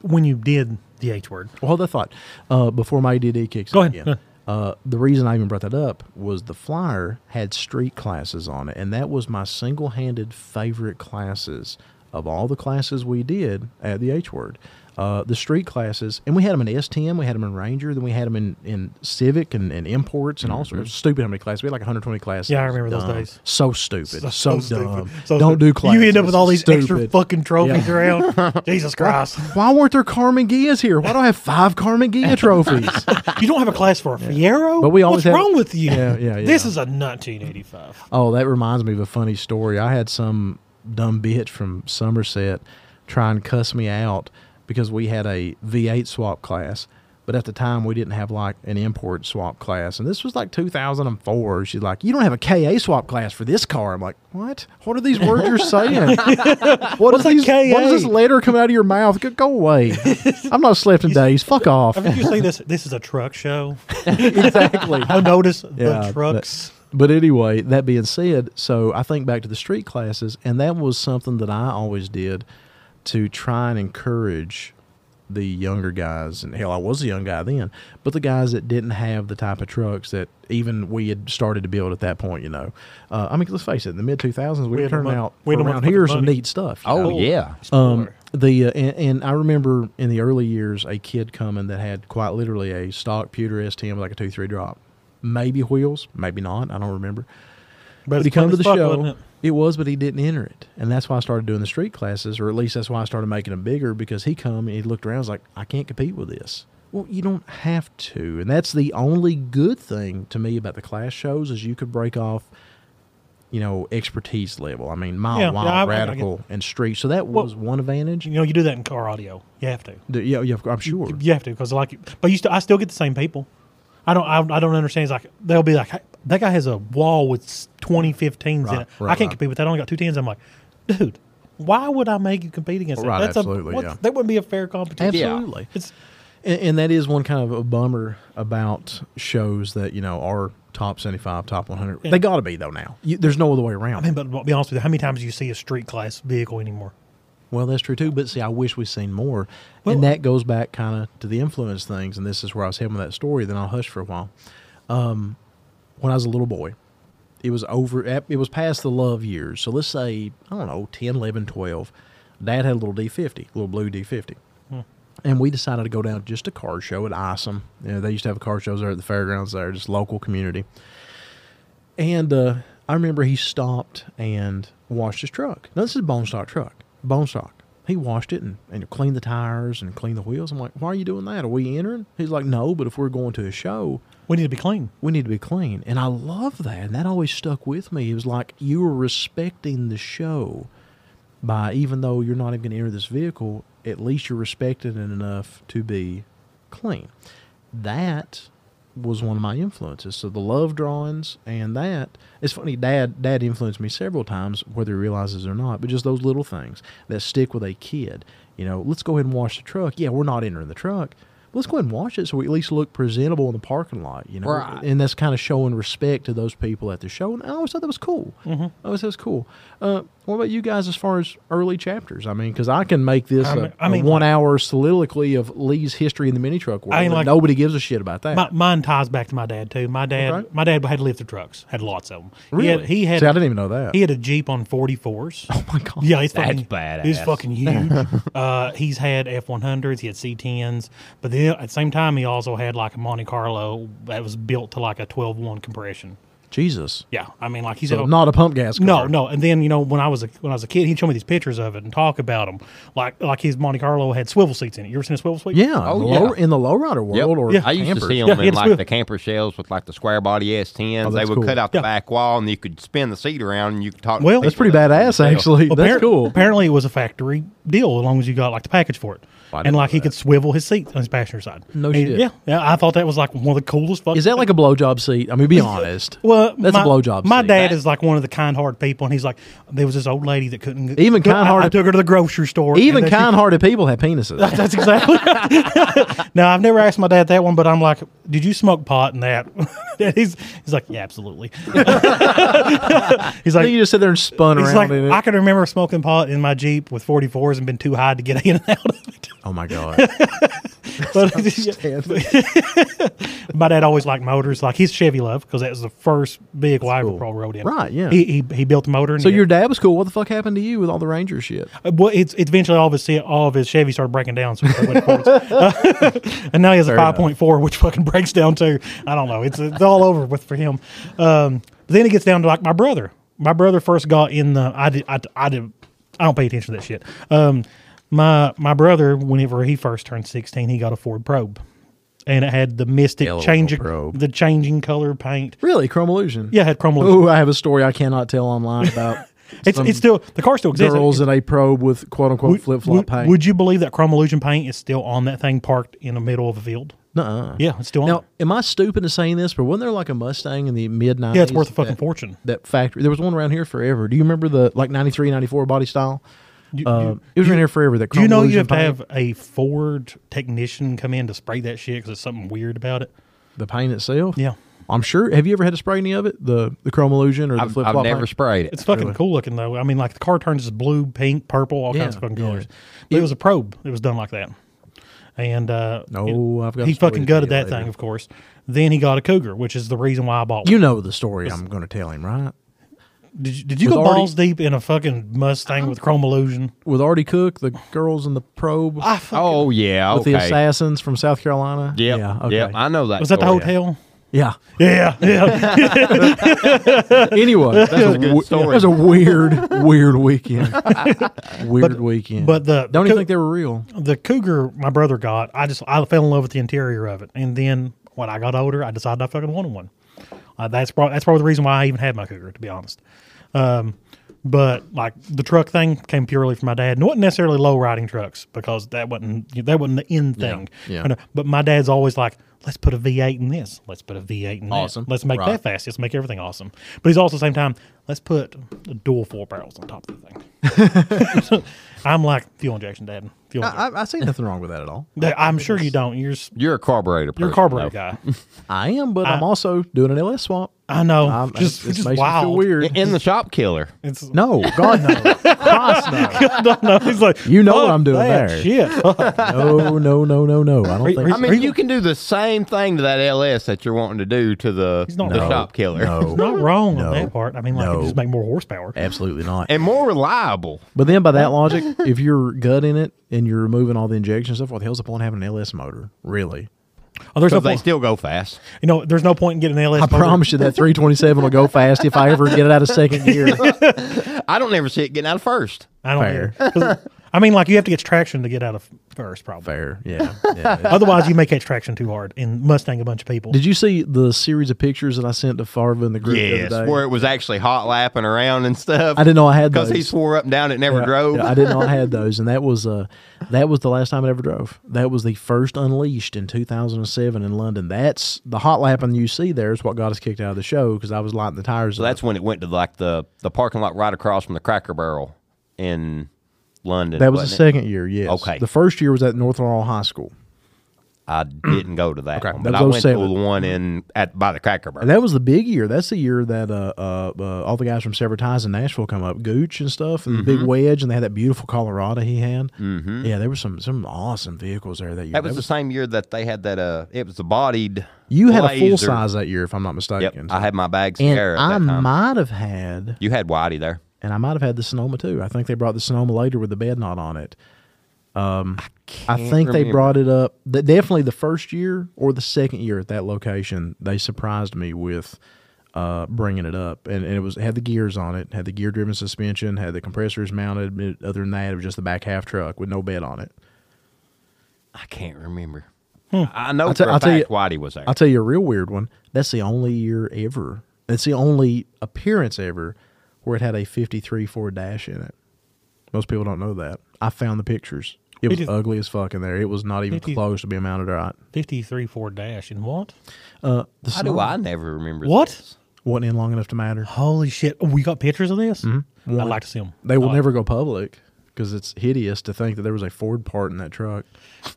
when you did the H word. Well, hold that thought. Uh, before my ADD kicks Go in ahead. again, uh, the reason I even brought that up was the flyer had street classes on it, and that was my single-handed favorite classes of all the classes we did at the H Word. Uh, the street classes, and we had them in S10, we had them in Ranger, then we had them in, in Civic and, and Imports and all sorts. Stupid how many classes. We had like 120 classes. Mm-hmm. Yeah, I remember those Dumb. days. So stupid. So, stupid. dumb. So Don't stupid. do classes. You end up with all these extra Stupid. fucking trophies around. Jesus Christ! Why weren't there Carmen Gias here? Why do I have five Carmen Gia trophies? you don't have a class for a Fiero. But we always what's have- wrong with you? Yeah, yeah, This yeah. is a 1985. Oh, that reminds me of a funny story. I had some dumb bitch from Somerset try and cuss me out because we had a V8 swap class, but at the time we didn't have like an import swap class. And this was like 2004. She's like, You don't have a KA swap class for this car. I'm like, What? What are these words you're saying? what, is a these, what is this KA? letter coming out of your mouth? Go, go away. I'm not slept in days. Fuck off. Haven't you seen this? This is a truck show. exactly. I notice the Yeah, trucks. But anyway, that being said, so I think back to the street classes, and that was something that I always did to try and encourage the younger guys. And hell, I was a young guy then, but the guys that didn't have the type of trucks that even we had started to build at that point, you know. Uh, I mean, let's face it, in the mid 2000s, we, We were had the turning mon- out we had the around motherfucking here some money. neat stuff. you know? Oh yeah. Um, the uh, and, and I remember in the early years a kid coming that had quite literally a stock pewter S10 with like a two three drop, maybe wheels, maybe not. I don't remember. But he fun come to as the fuck, show. wasn't It? was, but he didn't enter it, and that's why I started doing the street classes, or at least that's why I started making them bigger because he come and he looked around, and was like, I can't compete with this. Well, you don't have to, and that's the only good thing to me about the class shows is you could break off. You know, expertise level. I mean, mile Yeah, wide, yeah, I- I- I get- radical, and street. So that was one advantage. You know, you do that in car audio. You have to. The- yeah, yeah, of cour- I'm sure. You have to because like, but you still, I still get the same people. I don't. I, I don't understand. It's like they'll be like, "Hey, that guy has a wall with s- 2015s in Right, it. right, I can't right. compete with that. I only got two tens. I'm like, dude, why would I make you compete against that? Right, That's absolutely, A, what- yeah. That wouldn't be a fair competition. Absolutely. It's And, and that is one kind of a bummer about shows that, you know, are top 75, top 100. They got to be, though, now. You, there's no other way around. I mean, but, but be honest with you, how many times do you see a street class vehicle anymore? well, that's true, too. But see, I wish we'd seen more. Well- and that goes back kind of to the influence things. And this is where I was heading with that story. Then I'll hush for a while. Um, when I was a little boy, it was over, at- it was past the love years. So let's say, I don't know, 10, 11, 12. Dad had a little D50, a little blue D50. and we decided to go down just a car show at Isom. You know, they used to have car shows there at the fairgrounds there, just local community. And uh, I remember he stopped and washed his truck. Now this is a bone stock truck, bone stock. he washed it and, and cleaned the tires and cleaned the wheels. I'm like, why are you doing that? Are we entering? He's like, no, but if we're going to a show, We need to be clean. we need to be clean. And I love that. And that always stuck with me. It was like you were respecting the show by even though you're not even going to enter this vehicle, at least you're respecting it enough to be clean. That was one of my influences. So the love drawings and that it's funny, dad dad influenced me several times, whether he realizes it or not, but just those little things that stick with a kid. You know, let's go ahead and wash the truck. Yeah, we're not entering the truck. But let's go ahead and wash it so we at least look presentable in the parking lot, you know. Right. And that's kind of showing respect to those people at the show. And I always thought that was cool. Mm-hmm. I always thought that was cool. Uh, what about you guys as far as early chapters? I mean, because I can make this I a mean- I a mean, like- one-hour soliloquy of Lee's history in the mini truck world. I ain't and like- nobody gives a shit about that. My, mine ties back to my dad too. My dad, Okay. my dad had lifter trucks, had lots of them. Really? He had, See, he I had, didn't even know that. he had a Jeep on 44s. oh my god. Yeah, he's That's fucking He's badass. fucking huge. uh, he's had F one hundreds. He had C tens, but then at the same time, he also had like a Monte Carlo that was built to like a 12-1 compression. Jesus. Yeah, I mean, like he's So a- not a pump gas. Car. no, no. And then you know when I was a, when I was a kid, he'd show me these pictures of it and talk about them. Like like his Monte Carlo had swivel seats in it. You ever seen a swivel seat? Yeah. Oh, yeah. in the lowrider world or Yeah. I used camper. to see them Yeah, he in had a like swivel. the camper shells with like the square body S10s. Oh, they that's would cool. cut out the Yeah. back wall and you could spin the seat around and you could talk. to Well, that's That's pretty people that- badass, actually. Appar- That's cool. Apparently, it was a factory deal as long as you got like the package for it. I didn't and like know he that. could swivel his seat on his passenger side. No And- shit. Yeah, yeah. I thought that was like one of the coolest. Fucking Is that like a blowjob seat? I mean, be honest. Well, that's my, a blowjob. My seat. dad is like one of the kind-hearted people, and he's like, there was this old lady that couldn't Even I- I, kind-hearted- took her to the grocery store. and Even that she- kind-hearted people have penises. that's exactly. now I've never asked my dad that one, but I'm like, did you smoke pot and that? and he's he's like, yeah, absolutely. he's like. you just sit there and spun He's around like, in it. I can remember smoking pot in my Jeep with 44s and been too high to get in and out of it. oh my god. But my dad always liked motors. Like he's Chevy love because that was the first vehicle I ever cool. pro rode in. Right, yeah. He he, he built a motor. And so he- your dad was cool. What the fuck happened to you with all the Ranger shit? Uh, Well, it's it's eventually all of his all of his Chevy started breaking down, so he went forwards. Uh, and now he has a five point four, which fucking breaks down too. I don't know. It's it's all over with for him. Um, but then it gets down to like my brother. My brother first got in the. I did. I, I did. I don't pay attention to that shit. Um, my my brother, whenever he first turned sixteen, he got a Ford Probe, and it had the Mystic Hell of a changing Probe. the changing color paint. Really, Chrome Illusion. Yeah, it had chrome. Oh, I have a story I cannot tell online about it's it's still the car still exists. girls in a probe with quote unquote Would- flip would- flop paint. Would you believe that Chrome Illusion paint is still on that thing parked in the middle of a field? Nuh-uh. Yeah, it's still on. Now, am I stupid in saying this? But wasn't there like a Mustang in the mid nineties? yeah, it's worth a fucking fortune. That factory. There was one around here forever. Do you remember the like 93, 94 body style? Uh, it was around here forever. That Do you chrome know you illusion have to paint. have a Ford technician come in to spray that shit because there's something weird about it? the paint itself? Yeah. I'm sure. Have you ever had to spray any of it? The the chrome illusion or the I've, flip I've flop? never paint? sprayed it. It's fucking cool looking though. I mean, like the car turns blue, pink, purple, all kinds Yeah, of fucking yeah. colors. But it was a probe. It was done like that. And uh, No, it- I've got a he story fucking to tell gutted you that later. thing, of course. Then he got a cougar, which is the reason why I bought one. You know the story I'm going to tell him, right? Did you, did you was go already- balls deep in a fucking Mustang with Chrome Illusion? With Artie Cook, the girls in the probe I fucking Oh, yeah. with Okay. the assassins from South Carolina. Yep, Yeah. Okay. yep, I know that. Was that the story. hotel? Yeah. Yeah, yeah. Anyway, that's, a, good we- story. that's a weird, weird weekend. weird weekend. but the- don't even co- think they were real. the cougar my brother got, I just I fell in love with the interior of it, and then when I got older, I decided I fucking wanted one. Uh, that's probably that's probably the reason why I even had my cougar, to be honest. Um, but like the truck thing came purely from my dad, and it wasn't necessarily low riding trucks because that wasn't that wasn't the end thing. yeah. I know, But my dad's always like, let's put a V8 in this, let's put a V8 in Awesome. that, let's make Right. that fast, let's make everything awesome. But he's also at the same time, let's put a dual four barrels on top of the thing. I'm like fuel injection, dad. Fuel injection. I, I, I see nothing wrong with that at all. That- I'm sure you don't. You're s- You're a carburetor person. you're a carburetor though. guy. I am, but I, am also doing an LS swap. I know. I'm, just Um, it just makes me feel wild. weird. In- In the shop killer. It's no. No, God no, Christ no. He's like, You know what "Fuck I'm doing that there." Shit. no, no, no, no, no. I don't you- think. are I so. mean, you can do the same thing to that LS that you're wanting to do to the, not the wrong. shop killer. No, Not wrong No. on that part. I mean, like, No. Eh, it just make more horsepower. absolutely not. And more reliable. But then, by that logic, if you're gutting it and you're removing all the injection stuff, what the hell's the point of having an LS motor? Really? Oh, there's no Because they point. still go fast. you know, there's no point in getting an LS. I motor. promise you that 327 will go fast if I ever get it out of second gear. I don't ever see it getting out of first. I don't Fair. care. 'Cause I mean, like you have to get traction to get out of first, probably. Fair. Yeah. yeah. Otherwise, you may catch traction too hard and Mustang a bunch of people. Did you see the series of pictures that I sent to Farva in the group Yes, the other day? where it was actually hot lapping around and stuff. I didn't know I had those. because he swore up and down it never Yeah, drove. yeah, I didn't know I had those, and that was uh, that was the last time I ever drove. That was the first Unleashed in 2007 in London. That's the hot lapping you see there is what got us kicked out of the show because I was lighting the tires. So that's when it went to like the the parking lot right across from the Cracker Barrel in London. that was the wasn't it? second year. Yes. Okay. The first year was at North Laurel High School. I didn't go to that Okay, one, that but I was went to the 07. one in at by the Cracker Barrel. And that was the big year. That's the year that uh, uh, uh, all the guys from Severed Ties in Nashville come up, Gooch and stuff, and Mm-hmm. the big wedge, and they had that beautiful Colorado he had. Mm-hmm. Yeah, there were some some awesome vehicles there that year. That was the same year that they had that. Uh, it was the bodied. you had a full Blazer. size that year, if I'm not mistaken. Yep, I had my bags and there at I that time. might have had, you had Whitey there. and I might have had the Sonoma too. I think they brought the Sonoma later with the bed knot on it. Um, I Can't think they remember. brought it up. th- Definitely the first year or the second year at that location, they surprised me with uh, bringing it up, and, and it was had the gears on it, had the gear driven suspension, had the compressors mounted. It- Other than that, it was just the back half truck with no bed on it. I can't remember. I know Hmm. I'll tell- for a I'll tell you- fact Whitey was there. I'll tell you a real weird one. That's the only year ever. That's the only appearance ever where it had a fifty-three Ford Dash in it. Most people don't know that. I found the pictures. It was It is- ugly as fuck in there. It was not even It is- close to being mounted right. 53 Ford Dash and what? Uh, the How do I never remember? What? this? wasn't in long enough to matter. Holy shit. We got pictures of this? Mm-hmm. I'd like to see them. They will never go public because it's hideous to think that there was a Ford part in that truck.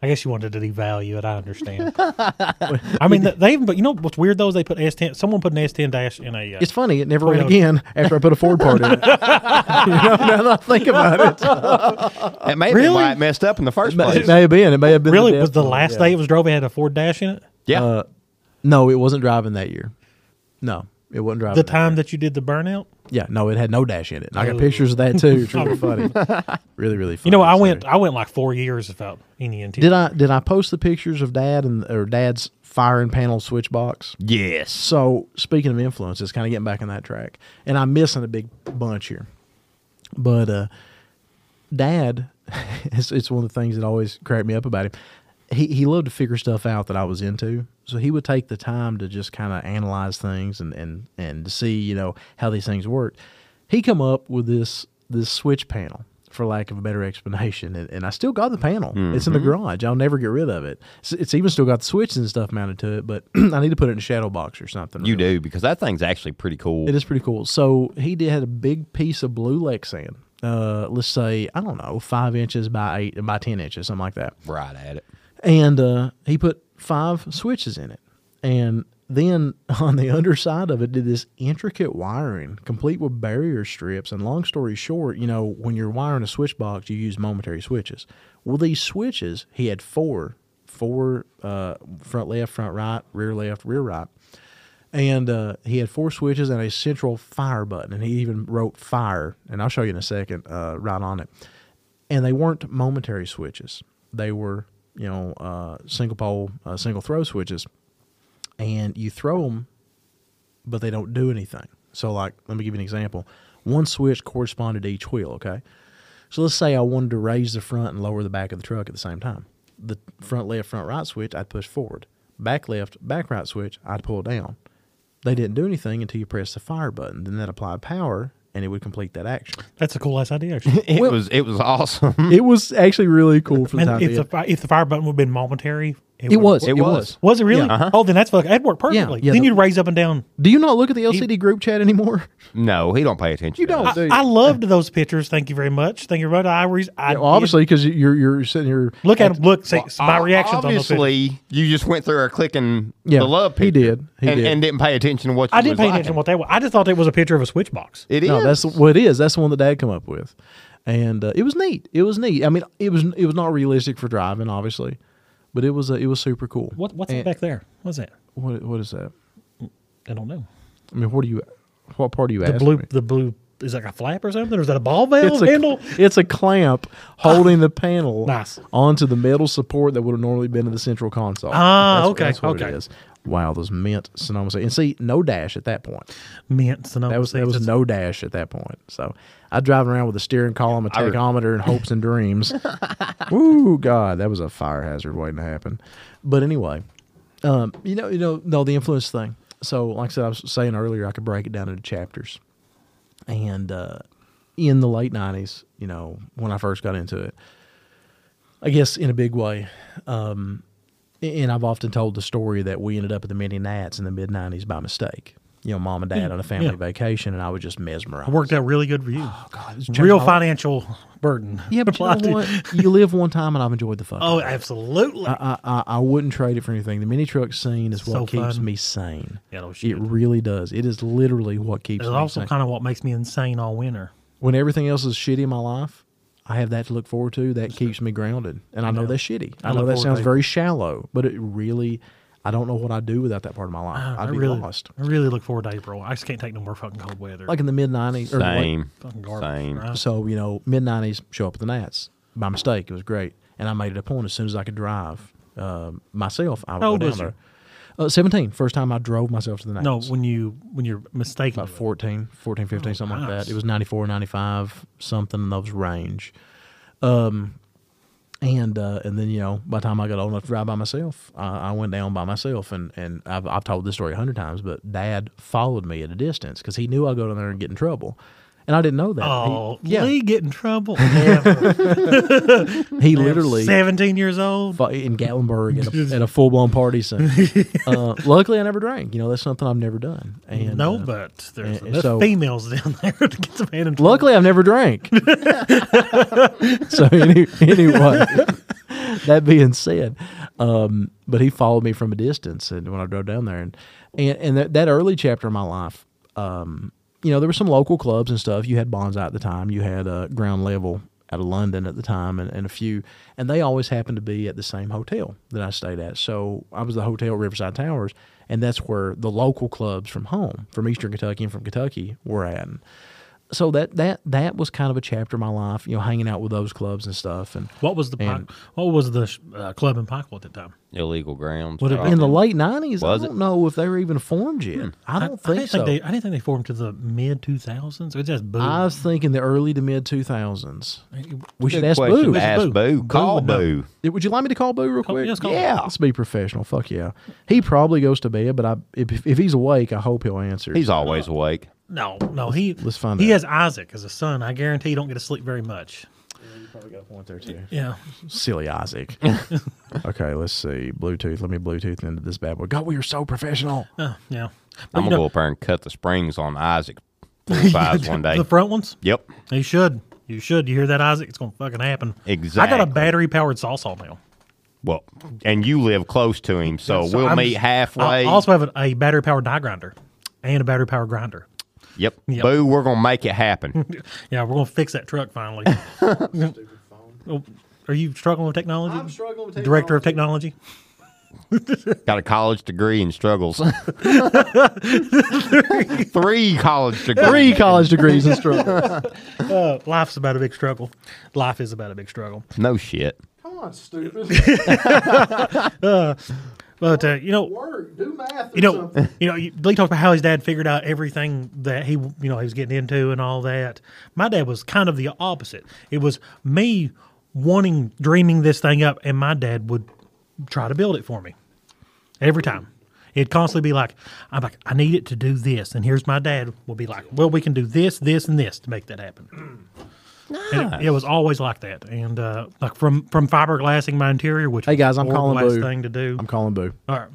I guess you wanted to devalue it. I understand. I mean, th- they even, but you know what's weird though is they put S10, someone put an S10 Dash in a. Uh, It's funny, it never ran Toyota. again after I put a Ford part in it. you know, now that I think about it, It may be Really? why it messed up in the first it place. may have been. It may have been. really? death Was the knell, last yeah. day it was drove, it had a Ford Dash in it? yeah, Uh, no, it wasn't driving that year. No, it wasn't driving. The that- time that you did the burnout? Yeah, no, it had no dash in it. And I got Ooh. pictures of that too. It's really funny. Really, really funny. You know, I So- went I went like four years without any interior. Did I did I post the pictures of Dad and or Dad's firing panel switch box? yes. So speaking of influences, kind of getting back on that track, and I'm missing a big bunch here, but uh, Dad, it's, it's one of the things that always cracked me up about him. He he loved to figure stuff out that I was into, so he would take the time to just kind of analyze things and and and to see you know how these things worked. He come up with this this switch panel. For lack of a better explanation, and, and I still got the panel. It's in the garage. I'll never get rid of it. It's, it's even still got the switches and stuff mounted to it, but I need to put it in a shadow box or something. You do because that thing's actually pretty cool. It is pretty cool. So he did had a big piece of blue Lexan. Uh, let's say I don't know five inches by eight by ten inches, something like that. right at it. And uh, he put five switches in it, and then on the underside of it did this intricate wiring, complete with barrier strips. And long story short, you know when you're wiring a switch box, you use momentary switches. Well, these switches he had four, four uh, front left, front right, rear left, rear right and uh, he had four switches and a central fire button, and he even wrote fire, and I'll show you in a second, uh, right on it. And they weren't momentary switches; they were, you know, uh, single pole, uh, single throw switches, and you throw them, but they don't do anything. So, like, let me give you an example: one switch corresponded to each wheel. Okay, so let's say I wanted to raise the front and lower the back of the truck at the same time. The front left, front right switch, I'd push forward. Back left, back right switch, I'd pull down. They didn't do anything until you pressed the fire button. Then that applied power and it would complete that action. That's a cool ass idea, actually. It was it was awesome. it was actually really cool for the Man, time. if, being. the, fi- if the fire button would have been momentary, It was. It was. Was it really? Yeah. uh-huh. Oh, then that's fuck. That'd work Yeah, perfectly. yeah, then the- you'd raise up and down. Do you not look at the LCD group chat anymore? No, he don't pay attention. You to don't, us. do you? I loved those pictures. Thank you very much. Thank you very much. I, re- I Yeah, well, obviously, because you're you're sitting here. did- look at them. Look, see, my Ob- reactions on those pictures. Obviously, you just went through a clicking Yeah, the love he picture. did. He and, did. and didn't pay attention to what you I didn't was pay liking. attention to what they were. I just thought it was a picture of a switch box. It no, is. that's what it is. That's the one that Dad come up with, and uh, it was neat. It was neat. I mean, it was it was not realistic for driving, obviously, but it was uh, it was super cool. What What's And- that back there? What's that? What what is that? I don't know. I mean, what do you? What part are you The asking blue. me? The blue. Is that a flap or something? Or is that a ball valve It's a handle? Ah, it's a clamp holding the panel Nice. onto the metal support that would have normally been in the central console. Ah, That's- okay, that's what it okay. is. Wow, those mint Sonoma. And see, no dash at that point. Mint. Sonoma That was that Six. was no dash at that point. So I drive around with a steering column, a I re- tachometer, and hopes and dreams. Woo, God, that was a fire hazard waiting to happen. But anyway, um, you know, you know, no, the influence thing. So, like I said, I was saying earlier, I could break it down into chapters. And uh, in the late '90s, you know, when I first got into it, I guess in a big way, um, and I've often told the story that we ended up at the Mini Nats in the mid '90s by mistake. You know, mom and dad on a family Mm, yeah. vacation, and I was just mesmerized. It worked out really good for you. God, it's changed Real my life. financial burden. Oh, Yeah, but you, applied know to- what? you live one time, and I've enjoyed the fuck. out Oh, of it. absolutely. I, I, I wouldn't trade it for anything. The mini truck scene is what So keeps fun. me sane. Yeah, no it shit. really does. It is literally what keeps It's me also sane. kind of what makes me insane all winter. when everything else is shitty in my life, I have that to look forward to. That keeps me grounded. And I know that's shitty. I, I know look that forward sounds to- very shallow, but it really, I don't know what I'd do without that part of my life. Ah, I I'd be really, lost. I really look forward to April. I just can't take no more fucking cold weather. Like in the mid 90s. or late- Same. fucking garbage. Same. right? So, you know, mid 90s, show up at the Nats by mistake. It was great. And I made it a point as soon as I could drive uh, myself, I would How go old down was you? there. Uh, 17, first time I drove myself to the Nats. No, when you when you're mistaken, about 14, 14, 15, something like Oh, nice. that. It was 94, 95, something in those range. Um, and uh, and then you know, by the time I got old enough to drive by myself, I, I went down by myself. And and I've, I've told this story a hundred times, but Dad followed me at a distance because he knew I'd go down there and get in trouble, and I didn't know that. He- oh, yeah, Lee get in trouble. Never. he literally seventeen years old. fu- in Gatlinburg at a, at a full blown party scene. uh, luckily, I never drank. You know, that's something I've never done. And no, uh, but there's and- and enough so- females down there to get some man in trouble. Luckily, I've never drank. so any, anyway, that being said, um, but he followed me from a distance, and when I drove down there, and and, and that, that early chapter of my life, um, you know, there were some local clubs and stuff. You had Bonsai at the time. You had uh, Ground Level out of London at the time, and, and a few, and they always happened to be at the same hotel that I stayed at. So I was the hotel at Riverside Towers, and that's where the local clubs from home, from Eastern Kentucky and from Kentucky, were at. And, so that that that was kind of a chapter of my life, you know, hanging out with those clubs and stuff. And What was the And- Pike- what was the sh- uh, club in Pikeville at that time? Illegal grounds. Would it be probably. in the late nineties, I Was don't it? know if they were even formed yet. I don't think didn't so. Think they, I didn't think they formed to the mid two thousands. It just boom. I was thinking the early to mid two thousands. We should Good ask question Boo. to Ask Boo. Boo. Boo Call would know. Boo. Would you like me to call Boo real Call- quick? yes, call him. Yeah. Let's be professional. Fuck yeah. He probably goes to bed, but I if, if he's awake, I hope he'll answer. He's always awake. no, no, he let's find he out. has Isaac as a son. I guarantee you don't get to sleep very much. point there too. Yeah, Silly Isaac. okay, let's see. Bluetooth. Let me Bluetooth into this bad boy. God, we are so professional. uh, yeah. But I'm you gonna know, go up there and cut the springs on Isaac full size one day. The front ones. Yep. You should. You should. You hear that, Isaac? It's gonna fucking happen. I got a Exactly. battery powered sawsaw now. Well, and you live close to him, so, So we'll I'm- meet halfway. I also have a, a battery powered die grinder and a battery powered grinder. yep. Yep. Boo, we're gonna make it happen. Yeah, we're gonna fix that truck finally. Oh, Are you struggling with technology? I'm struggling with Director of technology. Got a college degree and struggles. Three college degrees. Three college degrees and struggle. Uh, life's about a big struggle. Life is about a big struggle. No shit. Come on, stupid. But uh, you know, Work. Do math. you know, you know, you- Lee talked about how his dad figured out everything that he, you know, he was getting into and all that. My dad was kind of the opposite. It was me wanting, dreaming this thing up, and my dad would try to build it for me every time. It'd constantly be like, I'm like, I need it to do this, and here's my dad will be like, well, we can do this, this, and this to make that happen. And it, it was always like that, and uh, like from from fiberglassing my interior, which Hey, guys, I'm was the calling last Boo. thing to do. I'm calling Boo. All right,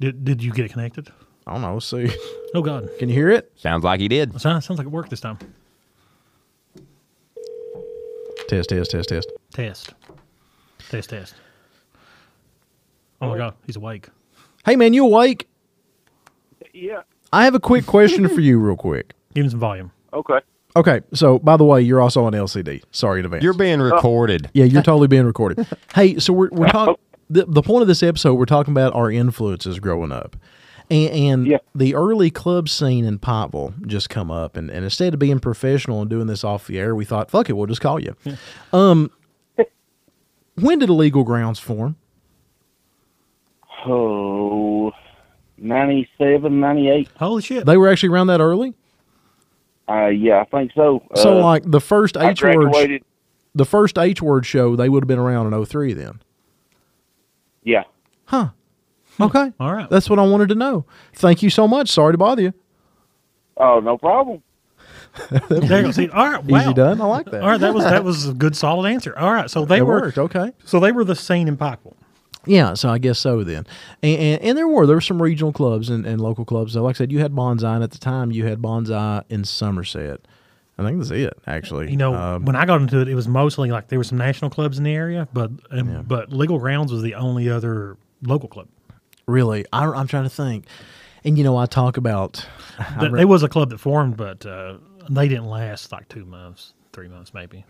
did did you get it connected? I don't know. Let's see. Oh God, Can you hear it? Sounds like he did. sounds, sounds like it worked this time. Test, test, test, test. Test, test, test. Oh my God, he's awake. Hey, man, you awake? Yeah. I have a quick question for you, real quick. Give him some volume. Okay. Okay, so by the way, you're also on LCD. Sorry in advance. You're being recorded. yeah, you're totally being recorded. hey, so we're, we're talking. Oh. The, the point of this episode, we're talking about our influences growing up. And, and Yeah. the early club scene in Pikeville just come up. And, and instead of being professional and doing this off the air, we thought, fuck it, we'll just call you. um, when did Illegal Grounds form? Oh, 97, 98. Holy shit! Oh, They were actually around that early? Uh, yeah, I think so. So uh, like the first I H word, sh- graduated. the first H word show, they would have been around in 03 then. Yeah. Huh. Okay. All right. That's what I wanted to know. Thank you so much. Sorry to bother you. Oh, no problem. There you go. See, all right. Wow. Easy done. I like that. All right. That was that was a good solid answer. All right. So they It were worked. Okay. so they were the scene in Pikeville. Yeah, so I guess so then. And, and, and there were there were some regional clubs and, and local clubs. So like I said, you had Bonsai, and at the time you had Bonsai in Somerset. I think that's it, actually. You know, Um, when I got into it, it was mostly like there were some national clubs in the area, but um, but Legal Grounds was the only other local club. really, I, I'm trying to think. And you know, I talk about I Th- re- They was a club that formed, but uh, they didn't last like two months, three months maybe.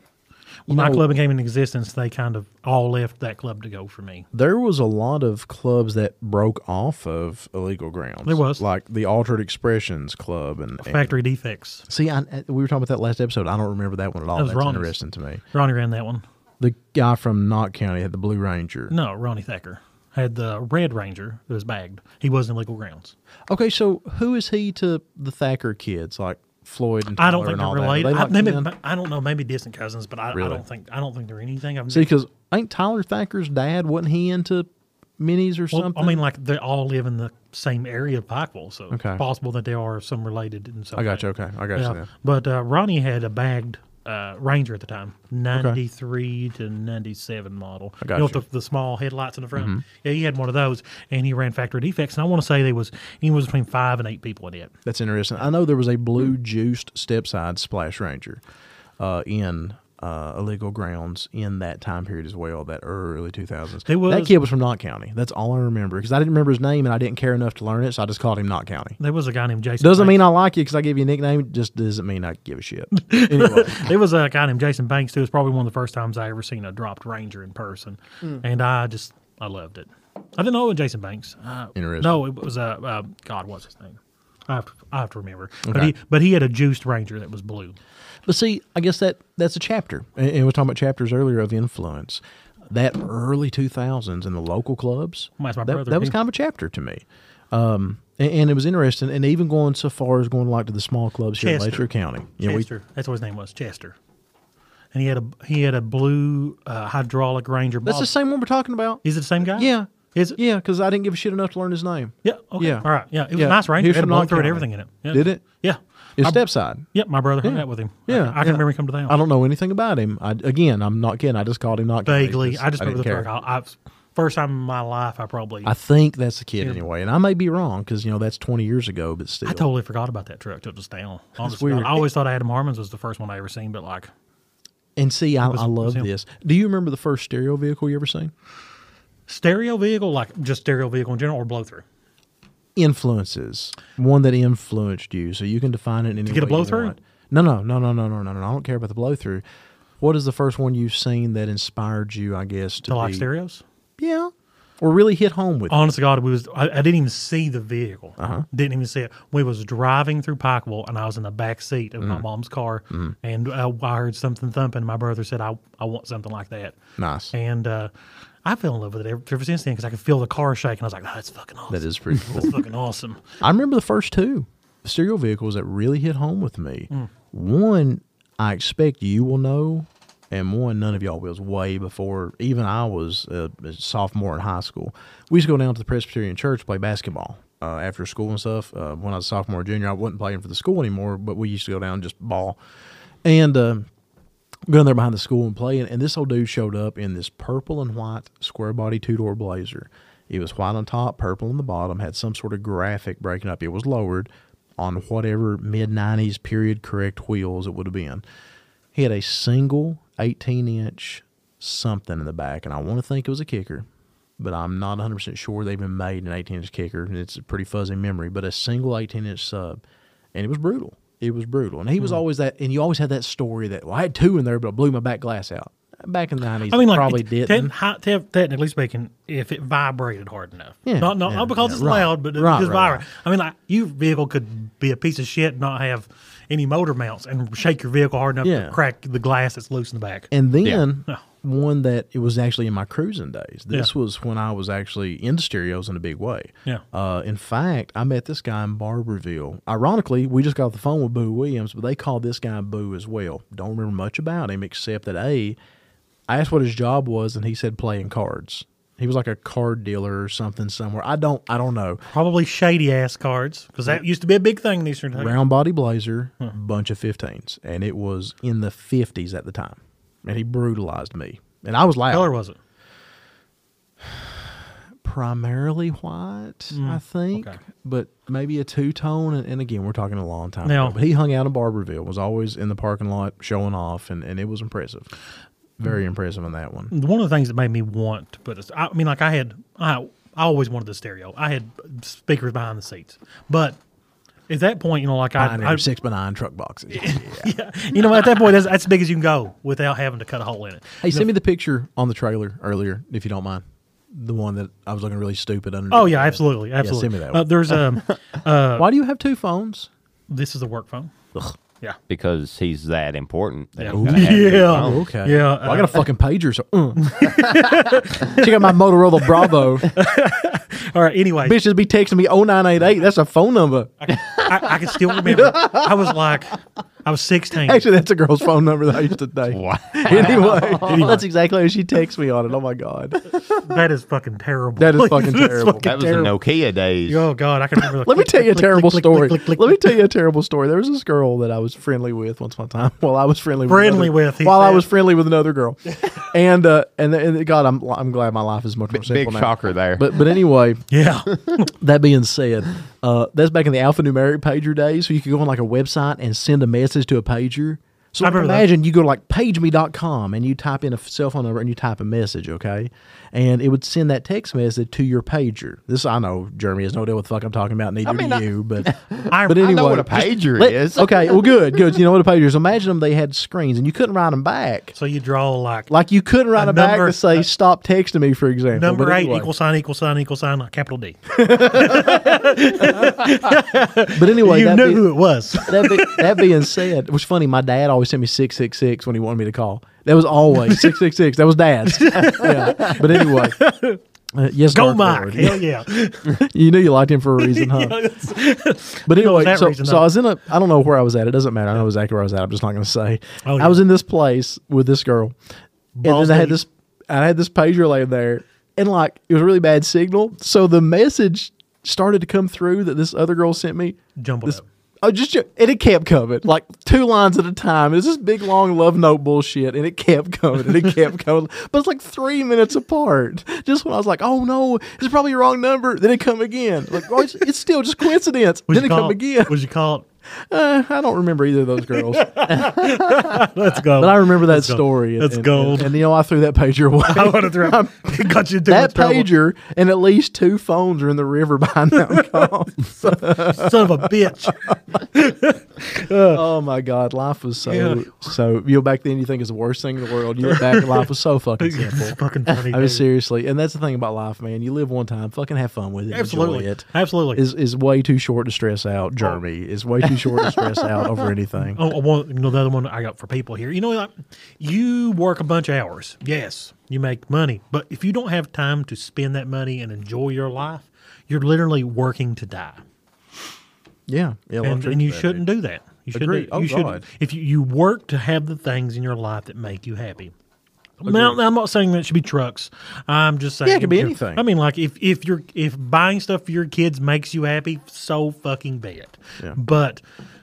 When my know- club came into existence, they kind of all left that club to go for me. there was a lot of clubs that broke off of illegal grounds. There was. like the Altered Expressions Club and, and- Factory defects. see, I, I- we were talking about that last episode. I don't remember that one at all. That was that's Ronnie's. interesting to me. Ronnie ran that one. The guy from Knott County had the Blue Ranger. No, Ronnie Thacker had the Red Ranger that was bagged. He wasn't in legal grounds. Okay, so who is he to the Thacker kids, like Floyd and Tyler I don't think and they're all that? Are related. They I, like maybe- kin? I don't know. Maybe distant cousins, but I, I Really? don't think I don't think they're anything. I've See, because ain't Tyler Thacker's dad wasn't he into minis or Well, something? I mean, like they all live in the same area of Pikeville, so Okay. it's possible that they are some related in some. I got way. you. Okay, I got Yeah. you. Then. But uh, Ronnie had a bagged uh, Ranger at the time, ninety three to ninety seven model. got you know, with you. The, the small headlights in the front. Mm-hmm. Yeah, he had one of those, and he ran factory defects. And I want to say they was he was between five and eight people in it. That's interesting. I know there was a blue juiced stepside Splash Ranger uh, in uh, illegal grounds in that time period as well, that early 2000s. There that was- kid was from Knott County. That's all I remember because I didn't remember his name and I didn't care enough to learn it, so I just called him Knott County. There was a guy named Jason. Doesn't Banks. mean I like you because I give you a nickname. It just doesn't mean I give a shit. Anyway. there was a guy named Jason Banks who was probably one of the first times I ever seen a dropped Ranger in person, and I just I loved it. I didn't know it was Jason Banks. Uh, Interesting. No, it was uh, uh, God, what's his name? I have to, I have to remember. But Okay. he but he had a juiced Ranger that was blue. But see, I guess that that's a chapter, and, and we are talking about chapters earlier of influence. That early two thousands in the local clubs, That's my that, brother, that was he- kind of a chapter to me, um, and, and it was interesting. And even going so far as going like to the small clubs here in Chester. Latrobe County, you know, we, Chester. that's what his name was, Chester. And he had a he had a blue uh, hydraulic Ranger. that's bob- the same one we're talking about. Is it the same guy? Yeah, Is it? yeah, because I didn't give a shit enough to learn his name. Yeah. Okay. Yeah. All right. Yeah. It was Yeah. a nice Ranger. He was It had a from blowtorch Knott and County. everything in it. Yeah. Did it? Yeah. It's I- stepside. Yep. My brother hung out with him. I- Yeah, I, can yeah. remember him come to the house. I don't know anything about him. I, again, I'm not kidding. I just called him not kidding Vaguely, because I just remember didn't the care. truck. I, I first time in my life, I probably I I, think that's the kid anyway, and I may be wrong because you know that's 20 years ago, but still. totally forgot about that truck till just now. Honestly, weird. I always thought Adam Harmon's was the first one I ever seen, but like And see, I, I was love him. this. Do you remember the first stereo vehicle you ever seen? stereo vehicle, like just stereo vehicle in general, or blow through. Influences. One that influenced you. So you can define it in any you get a way you blow-through? want. No, no, no, no, no, no, no, no. I don't care about the blow through. What is the first one you've seen that inspired you, I guess, to The Oh. like be- stereos. Yeah. Or really hit home with it? Honest to God, we was I, I didn't even see the vehicle. Uh-huh. Didn't even see it. We was driving through Pikeville, and I was in the back seat of Mm-hmm. my mom's car, and uh, I heard something thumping. My brother said, "I I want something like that." Nice. And uh, I fell in love with it ever, ever since then because I could feel the car shaking. I was like, oh, "That's fucking awesome." That is pretty cool. fucking awesome. I remember the first two stereo vehicles that really hit home with me. One, I expect you will know, and one, none of y'all will. It was way before even I was a a sophomore in high school. We used to go down to the Presbyterian Church to play basketball uh, after school and stuff. Uh, when I was a sophomore, junior, I wasn't playing for the school anymore, but we used to go down and just ball. And uh, going there behind the school and playing. And this old dude showed up in this purple and white square body two door blazer. It was white on top, purple on the bottom, had some sort of graphic breaking up. It was lowered on whatever mid 90s period correct wheels it would have been. He had a single 18 inch something in the back, and I want to think it was a kicker, but I'm not 100% sure they even made an 18 inch kicker. and It's a pretty fuzzy memory, but a single 18 inch sub, and it was brutal. It was brutal. And he Hmm. was always that, and you always had that story that, well, I had two in there, but I blew my back glass out. Back in the 90s, I mean, it like probably it- didn't. Te- hi- te- technically speaking, if it vibrated hard enough, Yeah, not not, yeah, not because yeah, it's right, loud, but it right, just right, vibrate. right. I mean, like your vehicle could be a piece of shit, and not have any motor mounts, and shake your vehicle hard enough Yeah. to crack the glass that's loose in the back. And then Yeah. one that it was actually in my cruising days. This Yeah. was when I was actually into stereos in a big way. Yeah. Uh, in fact, I met this guy in Barberville. Ironically, we just got off the phone with Boo Williams, but they called this guy Boo as well. Don't remember much about him except that a, I asked what his job was, and he said playing cards. He was like a card dealer or something somewhere. I don't, I don't know. Probably shady ass cards because that used to be a big thing in Eastern Kentucky. round body blazer, bunch of 15s, and it was in the 50s at the time. And he brutalized me. And I was What loud. color was it? primarily white, I think, Mm. okay. but maybe a two tone. And, and again, we're talking a long time. Now- ago. But he hung out in Barberville, was always in the parking lot showing off, and, and it was impressive. Very Mm. impressive on that one. One of the things that made me want to put this, I mean, like I had, I, I always wanted the stereo. I had speakers behind the seats, but at that point, you know, like I, Pioneer I six by nine truck boxes. yeah, you know, at that point, that's, that's as big as you can go without having to cut a hole in it. Hey, send me the picture on the trailer earlier, if you don't mind. The one that I was looking really stupid under. Oh yeah, absolutely, absolutely. me that Uh, one. there's um, Why do you have two phones? this is a work phone. Yeah, because he's that important. that Yeah. he's gonna have to be Yeah. on. Oh, Okay. Oh. Yeah, Well, I got a fucking pager. So uh. check out my Motorola Bravo. All right. Anyway, Bitches be texting me 0988. That's a phone number. I, I can still remember. I was like, I was 16. Actually, that's a girl's phone number that I used to date. Anyway, Oh, that's exactly how she texts me on it. Oh my god, that is fucking terrible. that is Like, fucking that's terrible. fucking That was terrible. the Nokia days. Oh God, I can remember. the Let me click, tell you a click, click, terrible click, story. click, click, Let me click, tell you a terrible story. There was this girl that I was friendly with once upon a time. While I was friendly, with Friendly another- with, he while I said. was friendly with another girl, and uh, and, and God, I'm I'm glad my life is much more simple Big now. shocker there. But but anyway, click. Yeah. That being said, uh, that's back in the alphanumeric pager days. So you could go on like a website and send a message to a pager. So I like, remember that. imagine you go to like pageme.com and you type in a f- cell phone number and you type a message, okay? And it would send that text message to your pager. This, I know, Jeremy has no idea what the fuck I'm talking about, neither mean, do I- you, but, I- but I know anyway. I know what a just pager let- is. Okay, well, good, good. You know what a pager is. Imagine them, they had screens and you couldn't write them back. So you draw like, Like you couldn't write A them back number- to say, stop texting me, for example. number But eight anyway. equal sign equal sign equal sign like capital D. But anyway, you that knew be- who it was. that, be, that being said, it was funny. My dad always sent me six six six when he wanted me to call. That was always six six six. That was dad's. yeah. But anyway, uh, yes, Go Darth Mike. Lord. Hell yeah. You knew you liked him for a reason, huh? But know, it was anyway, that so, reason, so though. I was in a, I don't know where I was at. It doesn't matter. I know exactly where I was at. I'm just not going to say. Oh, yeah. I was in this place with this girl. and Balls then I had deep. this, I had this pager laying there and like, it was a really bad signal. So the message started to come through that this other girl sent me. Jumbled This, up. oh, just, ju- and it kept coming like two lines at a time. It's this big, long love note bullshit. And it kept coming and it kept coming, but it's like three minutes apart. Just when I was like, oh no, it's probably the wrong number. Then it come again. Like, oh, it's, it's still just coincidence. Would then you it call come it- again. Would you call it? Uh, I don't remember either of those girls, but Let's go. I remember that go. story. and- That's and- gold. And, you know, I threw that pager away. I want to throw. Got you in too that much trouble. pager and at least two phones are in the river behind that call. Son of a bitch. oh my God, life was so Yeah. so. You know, back then you think it's the worst thing in the world. You look back, life was so fucking simple. fucking funny. I mean, dude. seriously, and that's the thing about life, man. You live one time, fucking have fun with it. Absolutely. enjoy it. Absolutely. Is is way too short to stress out, Jeremy. Is way too short to stress out over anything. Oh, I want- you know, the other one I got for people here. You know, like, you work a bunch of hours. Yes, you make money, but if you don't have time to spend that money and enjoy your life, you're literally working to die, Yeah, yeah. a lot of and, truth and to you that, shouldn't dude. do that. You shouldn't. Agreed. do- Oh, you shouldn't- God. If you, you work to have the things in your life that make you happy. Now, I'm not saying that should be trucks. I'm just saying Yeah, it could be if- anything. I mean, like if if you're if buying stuff for your kids makes you happy, so fucking be it. But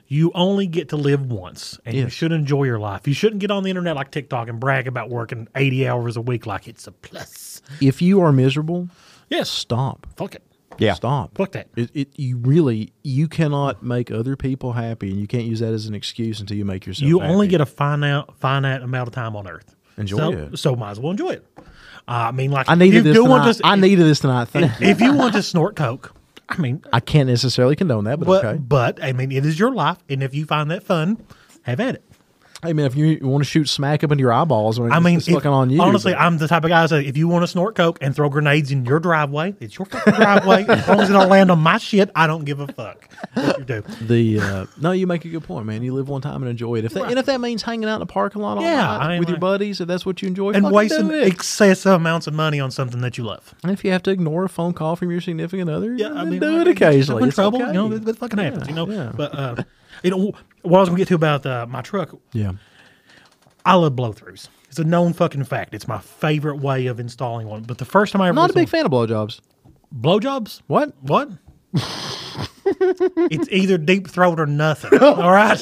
you only get to live once, and you Yes. should enjoy your life. You shouldn't get on the internet like TikTok and brag about working 80 hours a week like it's a plus. If you are miserable, Yes, stop. fuck it, yeah. Stop. fuck that. It, it, you really, you cannot make other people happy, and you can't use that as an excuse until you make yourself. you only happy. get a finite finite amount of time on Earth. Enjoy so, it. So might as well enjoy it. Uh, I mean, like I needed if this you do tonight. want to, I needed this tonight. Thank you. if you want to snort coke, I mean, I can't necessarily condone that, but, But okay. but I mean, it is your life, and if you find that fun, have at it. Hey man, if you, you want to shoot smack up into your eyeballs, when I mean, it's if- fucking on you. honestly, but- I'm the type of guy that say, if you want to snort coke and throw grenades in your driveway, it's your fucking driveway. as long as it don't land on my shit, I don't give a fuck. What you do? the uh, no, you make a good point, man. You live one time and enjoy it. If that, and if that means hanging out in the parking lot all Yeah, night I mean, with your like- buddies, if that's what you enjoy, And fucking wasting do it. excessive amounts of money on something that you love. And if you have to ignore a phone call from your significant other, yeah, I mean, do like, it occasionally. I'm in It's trouble, okay. you know, it, it fucking happens. You know, yeah. but uh, you know what I was gonna get to about uh, my truck. yeah, I love blow throughs. It's a known fucking fact. It's my favorite way of installing one. But the first time I ever I'm not a big was fan of blowjobs. on- blowjobs. What? What? it's either deep throat or nothing. All right.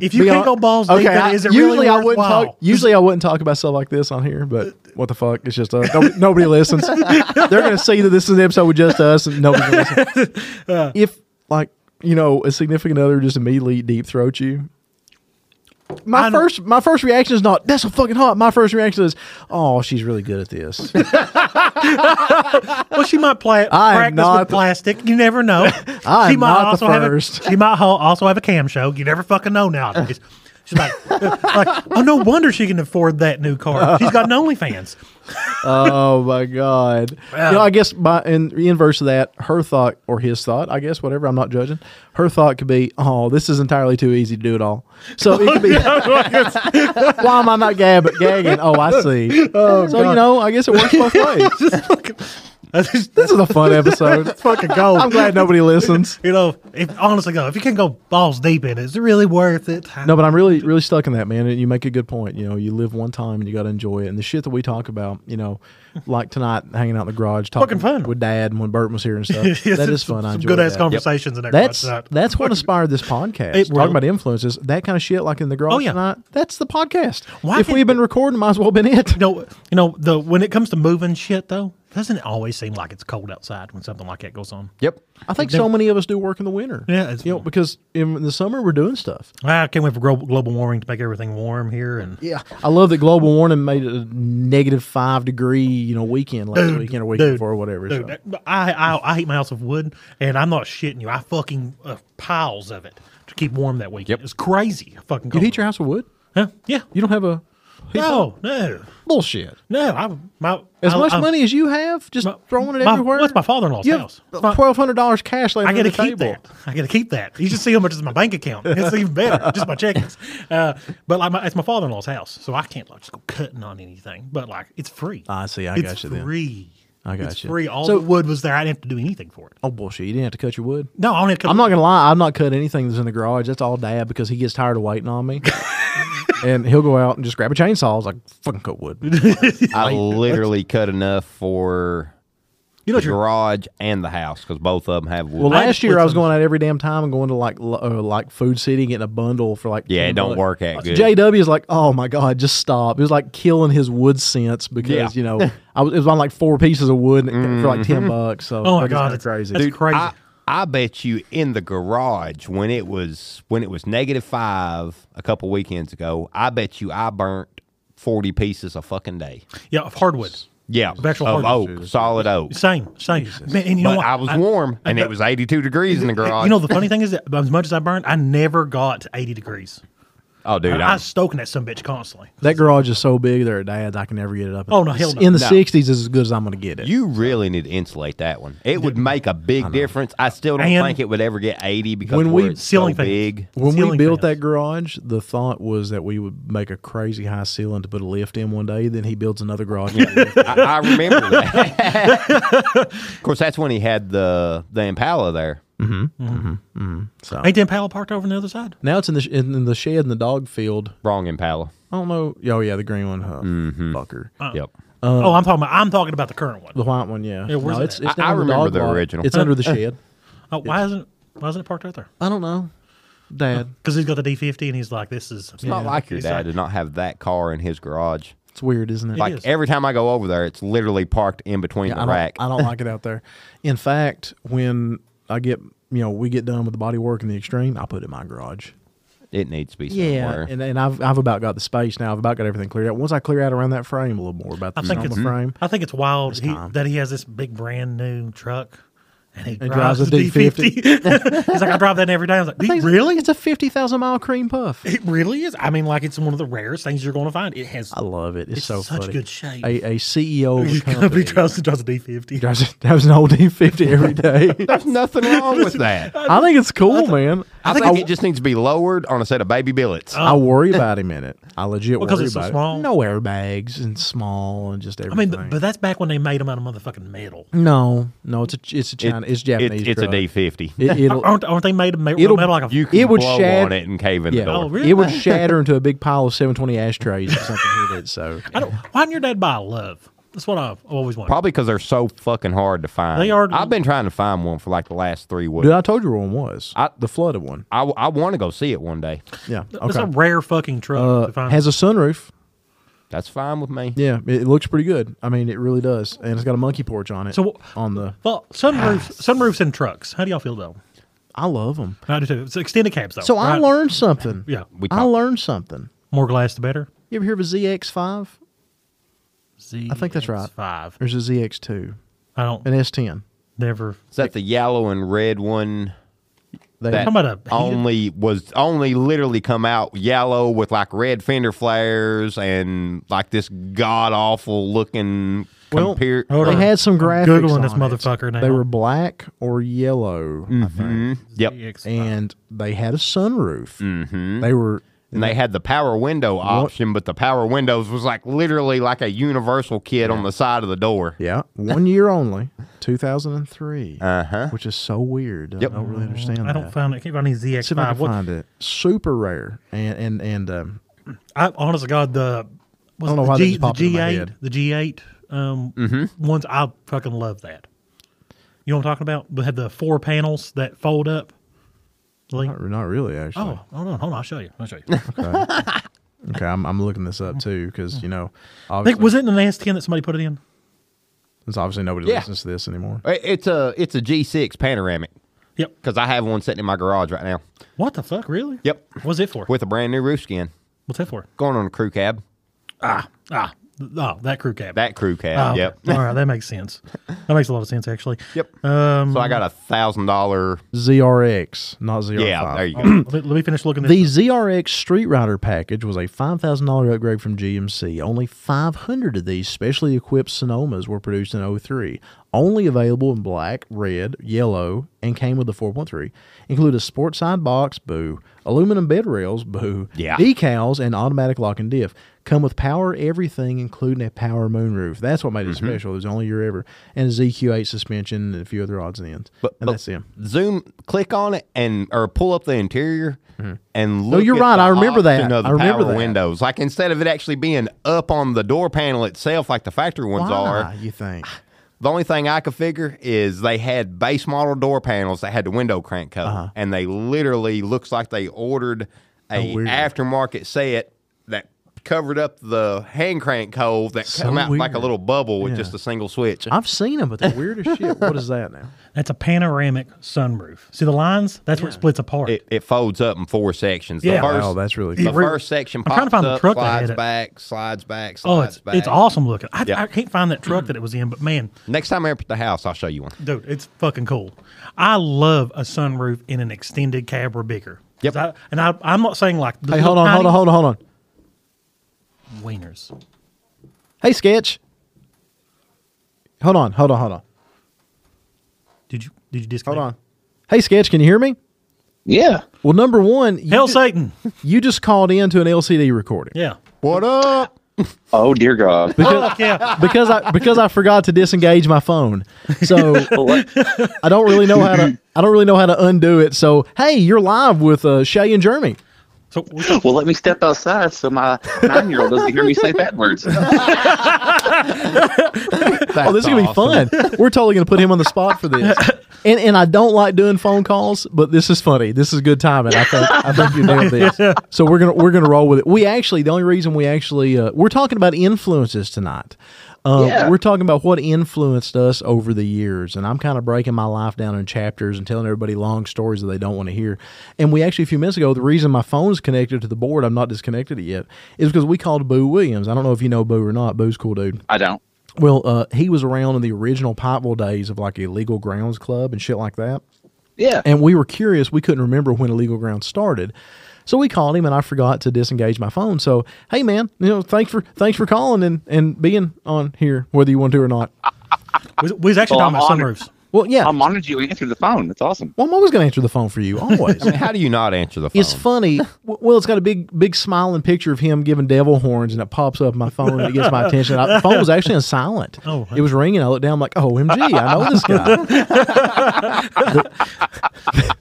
if you Be can't hon- go balls deep, I- then is it usually really I wouldn't worthwhile? talk. Usually I wouldn't talk about stuff like this on here, but what the fuck? It's just us. No, nobody listens. They're gonna see that this is an episode with just us, and nobody's gonna listen. Uh. if like you know a significant other just immediately deep throat you. My I don't- first, my first reaction is not that's so fucking hot. My first reaction is, oh, she's really good at this. Well, she might play I am practice not with the- plastic. You never know. I am she might not also the first. Have a, she might ho- also have a cam show. You never fucking know nowadays. She's like, like, oh, no wonder she can afford that new car. She's got an OnlyFans. oh my god! you know, I guess by in the inverse of that, her thought or his thought, I guess whatever. I'm not judging. Her thought could be, "Oh, this is entirely too easy to do it all." So it could be, "Why am I not gab- gagging?" Oh, I see. Oh, so you know, I guess it works both ways. That's just- this is a fun episode. It's fucking gold. I'm glad nobody listens. you know, if, honestly, though, if you can't go balls deep in it, is it really worth it? No, but I'm really, really stuck in that, man. And you make a good point. You know, you live one time and you got to enjoy it. And the shit that we talk about, you know, like tonight, hanging out in the garage, talking Fucking fun. with dad and when Bert was here and stuff. Yes, that is some- fun. I Some enjoy good ass that. conversations and everything. That's like that. that's what inspired this podcast. It Talking really- about influences, that kind of shit, like in the garage Oh, yeah. tonight. That's the podcast. Why if did- we've been recording, might as well been it. You know, you know the when it comes to moving shit though, doesn't it always seem like it's cold outside when something like that goes on? Yep. I think so many of us do work in the winter. Yeah, it's- you know, because in the summer we're doing stuff. I Ah, can't wait for glo- global warming to make everything warm here and Yeah, I love that global warming made it a negative five degree, you know, weekend last weekend or weekend dude, before or whatever. so. Dude, that- I, I I heat my house with wood, and I'm not shitting you. I fucking uh, piles of it to keep warm that weekend. Yep. It's crazy. I fucking You cold. heat your house with wood? huh? Yeah. You don't have a No, no, bullshit. no. I my As I- much I- money as you have, just throwing it my- everywhere. What's my father-in-law's You have house? twelve hundred dollars cash laying I on gotta the keep table. that. I gotta keep that. You should see how much is in my bank account. It's even better. Just my checkings. Uh, but like, my, it's my father-in-law's house, so I can't like just go cutting on anything. But like, it's free. I see. I it's got you then. free. I got it's you. free. All So- the wood was there. I didn't have to do anything for it. Oh bullshit! You didn't have to cut your wood. No, I only had to cut I'm not gonna lie. I'm not cutting anything that's in the garage. That's all Dad because he gets tired of waiting on me, and he'll go out and just grab a chainsaw. I was like, "Fucking cut wood." I literally cut enough for You know the what you're garage and the house because both of them have wood. Well, last just year put I was some- going out every damn time and going to like lo- uh, like Food City getting a bundle for like yeah, 10 it don't bucks. work that good. JW is like, oh my god, just stop. It was like killing his wood sense because Yeah. Mm-hmm. you know I was, it was on like four pieces of wood for like ten bucks. So Oh my it's God, kinda it's- crazy. that's Dude, crazy. I, I bet you in the garage when it was when it was negative five a couple weekends ago. I bet you I burnt forty pieces a fucking day. yeah, of hardwood. Yeah, Of actual of hardwood. oak, solid oak. Same, same. Man, and you know But what? I was warm, and I- it was eighty-two degrees in the garage. You know the funny thing is that as much as I burned, I never got to 80 degrees. oh, dude, I I'm, was stoking that some bitch constantly. that garage is so big there at Dad's, I can never get it up. Oh, no, hell no. In the No. '60s is as good as I'm gonna get it. you really need to insulate that one. It would make a big difference. I still don't And- think it would ever get eighty because When when we- we Ceiling ceiling so fans. big. When we Ceiling built fans. that garage, the thought was that we would make a crazy high ceiling to put a lift in one day. Then he builds another garage. with a lift. I, I remember that. of course, that's when he had the the Impala there. Ain't Dan Powell parked over on the other side? Now it's in the sh- in, in the shed in the dog field. Wrong Impala. I don't know. Oh yeah, the green one, huh? Mm-hmm. Fucker. Yep. Uh, oh, I'm talking about. I'm talking about the current one. The white one, yeah. Yeah, where's no, it it's, at? it's I- down I in remember dog the lot. original. It's under the shed. Oh, why isn't why isn't it parked out there? I don't know. Dad, Because he's got the D50 and he's like, this is It's not like your dad to not have that car in his garage. it's weird, isn't it? Like is. every time I go over there, it's literally parked in between I the don't, rack. I don't like it out there. In fact, when I get you know we get done with the body work and the extreme, I put it in my garage. It needs to be Yeah, somewhere. and, and I've I've about got the space now. I've about got everything cleared out. Once I clear out around that frame a little more about the I think summer it's frame. I think it's wild he, that he has this big brand new truck And he drives a the D50. D50. He's like, I drive that every day. I was like, "Do you really? It's a 50,000 mile cream puff. It really is. I mean, like, it's one of the rarest things you're going to find. It has I love it. It's, it's so such funny. good shape. A, a CEO of a He company drives, drives a D50. drives, a- drives an old D50 every day. There's nothing wrong with that. I think it's cool, man. I think it just needs to be lowered on a set of baby billets. Uh, I worry about him in it. I legit Because worry it's so about small. it. No airbags and small and just I everything. mean, but, but that's back when they made them out of motherfucking metal. no, no, it's a it's a China, it's Japanese. It, it's truck. a D fifty. It, it'll, Aren't, aren't they made of ma- It'll- metal like a You can It would blow shed- on it and cave in yeah, the door. Oh, really? it would shatter into a big pile of 720 ashtrays or something with it. So I don't. Why didn't your dad buy a love? That's what I've always wanted. Probably because they're so fucking hard to find. They are- I've been trying to find one for like the last three weeks. dude, I told you where one was. I- the flooded one. I, I want to go see it one day. Yeah, It's a okay. rare fucking truck. Uh, to find. has a sunroof. That's fine with me. Yeah, it looks pretty good. I mean, it really does, and it's got a monkey porch on it. So- on the, well, sunroofs, sunroofs and trucks. How do y'all feel though? I love them. I do too. It's extended cabs though. So I right? learned something. Yeah. Oh, We I talked- learned something. More glass, the better. You ever hear of a ZX5? Z. I think that's right. Five. There's a ZX2, I don't. an S10. never. Is that the yellow and red one They, that How about a heated- only was only literally come out yellow with like red fender flares and like this god awful looking Well, compar- hold they on. had some I'm graphics. Googling on this it. motherfucker now. They were black or yellow, I think, Mhm. Yep. ZX5. and they had a sunroof. Mm. Mm-hmm. They were And they had the power window option, but the power windows was like literally like a universal kit on the side of the door. yeah one year only, 2003, Uh huh. which is so weird. Yep. I don't really understand. I don't that. find it. Can't find any See if I ZX5. can What, find it. Super rare, and and and um, I honest to God, the was I don't know it why the, that G, just the popped into my G8, head. the G8 um, Mm-hmm. ones. I fucking love that. You know what I'm talking about? They had the four panels that fold up. Lee? not, not really actually. Oh, hold on, hold on. I'll show you. I'll show you. I Okay, I'm, I'm looking this up too because you know, think obviously, was it in an S10 that somebody put it in? since obviously nobody Yeah. listens to this anymore. It's a it's a G6 panoramic Yep. because I have one sitting in my garage right now What the fuck? Really? Yep. What's it for? with a brand new roof skin What's it for? going on a crew cab. Ah, th- oh, that crew cab. That crew cab. Oh, okay. yep. All right, that makes sense. That makes a lot of sense actually. Yep. Um, so I got a thousand dollar. ZRX, not ZR5. Yeah, there you Oh. go. let, me, let me finish looking. This The ZRX Street Rider package was a $5,000 upgrade from GMC. Only 500 of these specially equipped Sonomas were produced in 03. Only available in black, red, yellow, and came with the 4.3. Include a sports side box, boo. Aluminum bed rails, boo. Yeah. Decals and automatic lock and diff. Come with power everything, including a power moonroof. That's what made Mm-hmm. it special. It was the only year ever. And a ZQ8 suspension and a few other odds and ends. But, and but that's it. Zoom, click on it, and or pull up the interior and look. you're at right. the I remember that. option Of the I remember power that. windows. Like instead of it actually being up on the door panel itself, like the factory ones Why, are. you think? The only thing I could figure is they had base model door panels that had the window crank cover, and they literally looks like they ordered a Uh-huh. How weird. aftermarket set that covered up the hand crank cove that So come out like a weird. little bubble with Yeah. just a single switch. I've seen them, but the weirdest shit. What is that now? That's a panoramic sunroof. See the lines? That's where it splits apart. it, it folds up in four sections. The Yeah. first, Wow, Oh, that's really the cool. first section pops I'm trying to find the up, truck that had slides it. back, slides back, slides oh, it's back. it's awesome looking. I, Yeah. I can't find that truck that it was in, but man, Next time I'm up at the house, I'll show you one. dude, it's fucking cool. I love a sunroof in an extended cab or bigger. 'Cause Yep. I, and I, I'm not saying like the Hey, hold on, hold on, hold on, hold on. on. wieners. Hey, sketch. Hold on, hold on, hold on, Did you did you disconnect? hold on. Hey, sketch. Can you hear me? Yeah. Well, number one, you, Hell, ju- Satan. you just called in to an LCD recording Yeah. What up? Oh dear God. Fuck yeah. because I because I forgot to disengage my phone. So I don't really know how to I don't really know how to undo it. So hey, you're live with uh, Shay and Jeremy. So we- Well, let me step outside so my nine-year-old doesn't hear me say bad words. Oh, this is gonna be fun. We're totally gonna put him on the spot for this. And and I don't like doing phone calls, but this is funny. This is good timing. I think I think you nailed this. So we're gonna we're gonna roll with it. We actually the only reason we actually uh, we're talking about influences tonight. Uh, Yeah. We're talking about what influenced us over the years, and I'm kind of breaking my life down in chapters and telling everybody long stories that they don't want to hear. And we actually a few minutes ago, the reason my phone's connected to the board, I'm not disconnected it yet, is because we called Boo Williams. I don't know if you know Boo or not. Boo's a cool dude. I don't. Well, uh, he was around in the original Pikeville days of like Illegal Grounds Club and shit like that. Yeah. And we were curious. We couldn't remember when Illegal Grounds started. So we called him and I forgot to disengage my phone. So, hey man, you know, thanks for thanks for calling and, and being on here, whether you want to or not. We, we was actually Well, talking about I'm honored. sunroofs. Well, yeah. I honored you answered the phone. That's awesome. well, I'm always gonna answer the phone for you, always. I mean, how do you not answer the phone? It's funny. W- Well, it's got a big, big smiling picture of him giving devil horns, and it pops up on my phone and it gets my attention. I, the phone was actually on silent. Oh, wow. it was ringing. I looked down. I'm like, OMG, I know this guy.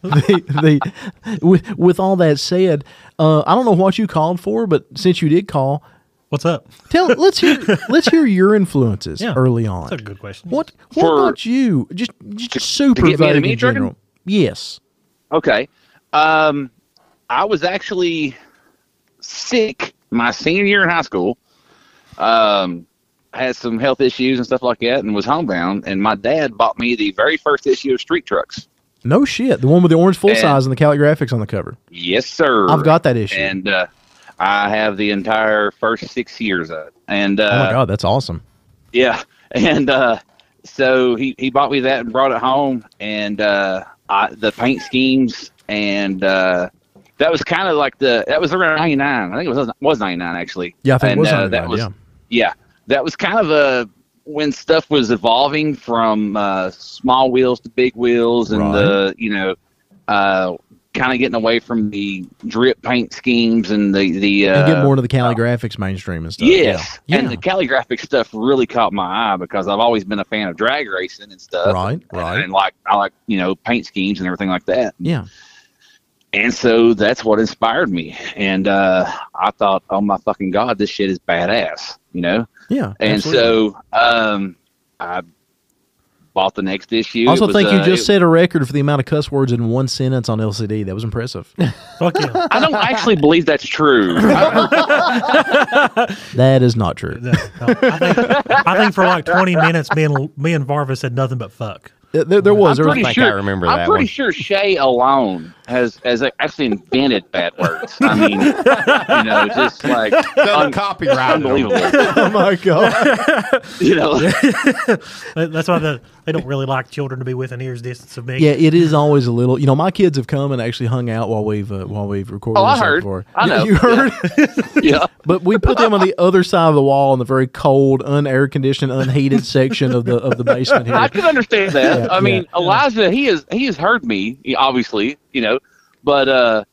the, the, with, with all that said, uh, I don't know what you called for, but since you did call, What's up? tell let's hear let's hear your influences Yeah. early on. That's a good question. What what For- about you? Just, just super get me into vague meat in jerking? general. Yes. Okay. Um, I was actually sick my senior year in high school. Um, I had some health issues and stuff like that, and was homebound. And my dad bought me the very first issue of Street Trucks. No shit. The one with the orange full And- size and the Cali graphics on the cover. Yes, sir. I've got that issue. and uh, I have the entire first six years of it. And uh, oh my god, that's awesome. Yeah, and uh, so he he bought me that and brought it home, and uh, I, the paint schemes, and uh, that was kind of like the that was around ninety nine. I think it was was ninety nine actually. Yeah, I think it and, was uh, 99, that was yeah. yeah, that was kind of a when stuff was evolving from uh, small wheels to big wheels, and the you know. Uh, kind of getting away from the drip paint schemes and the the uh, and get more into the Cali graphics mainstream and stuff. Yes, Yeah. and Yeah. the calligraphic stuff really caught my eye because I've always been a fan of drag racing and stuff. Right, and, right. And like I like you know paint schemes and everything like that. Yeah. And so that's what inspired me. And uh, I thought, oh my fucking god, this shit is badass, you know. Yeah. And absolutely. so um, I bought the next issue. also It was, think uh, you just it- set a record for the amount of cuss words in one sentence on LCD. That was impressive. Fuck yeah. I don't actually believe that's true. I don't- that is not true. No, no. I, think, I think for like 20 minutes, me and, me and Varva said nothing but fuck. There, there- there was. I'm There was pretty think sure. I remember I'm that pretty one. sure Shay alone has has actually invented bad words. I mean, you know, just like un- copyright. unbelievable. oh my god. you know, That- That's why the, they don't really like children to be within ears distance of me. yeah, it is always a little. You know, my kids have come and actually hung out while we've uh, while we've recorded. Oh, I this up heard. Before. I You- know. You heard. yeah. But we put them on the other side of the wall in the very cold, unair conditioned, unheated section of the of the basement here. I can understand that. Yeah, I mean, Elijah, he has he has heard me, he- obviously, you know, but uh,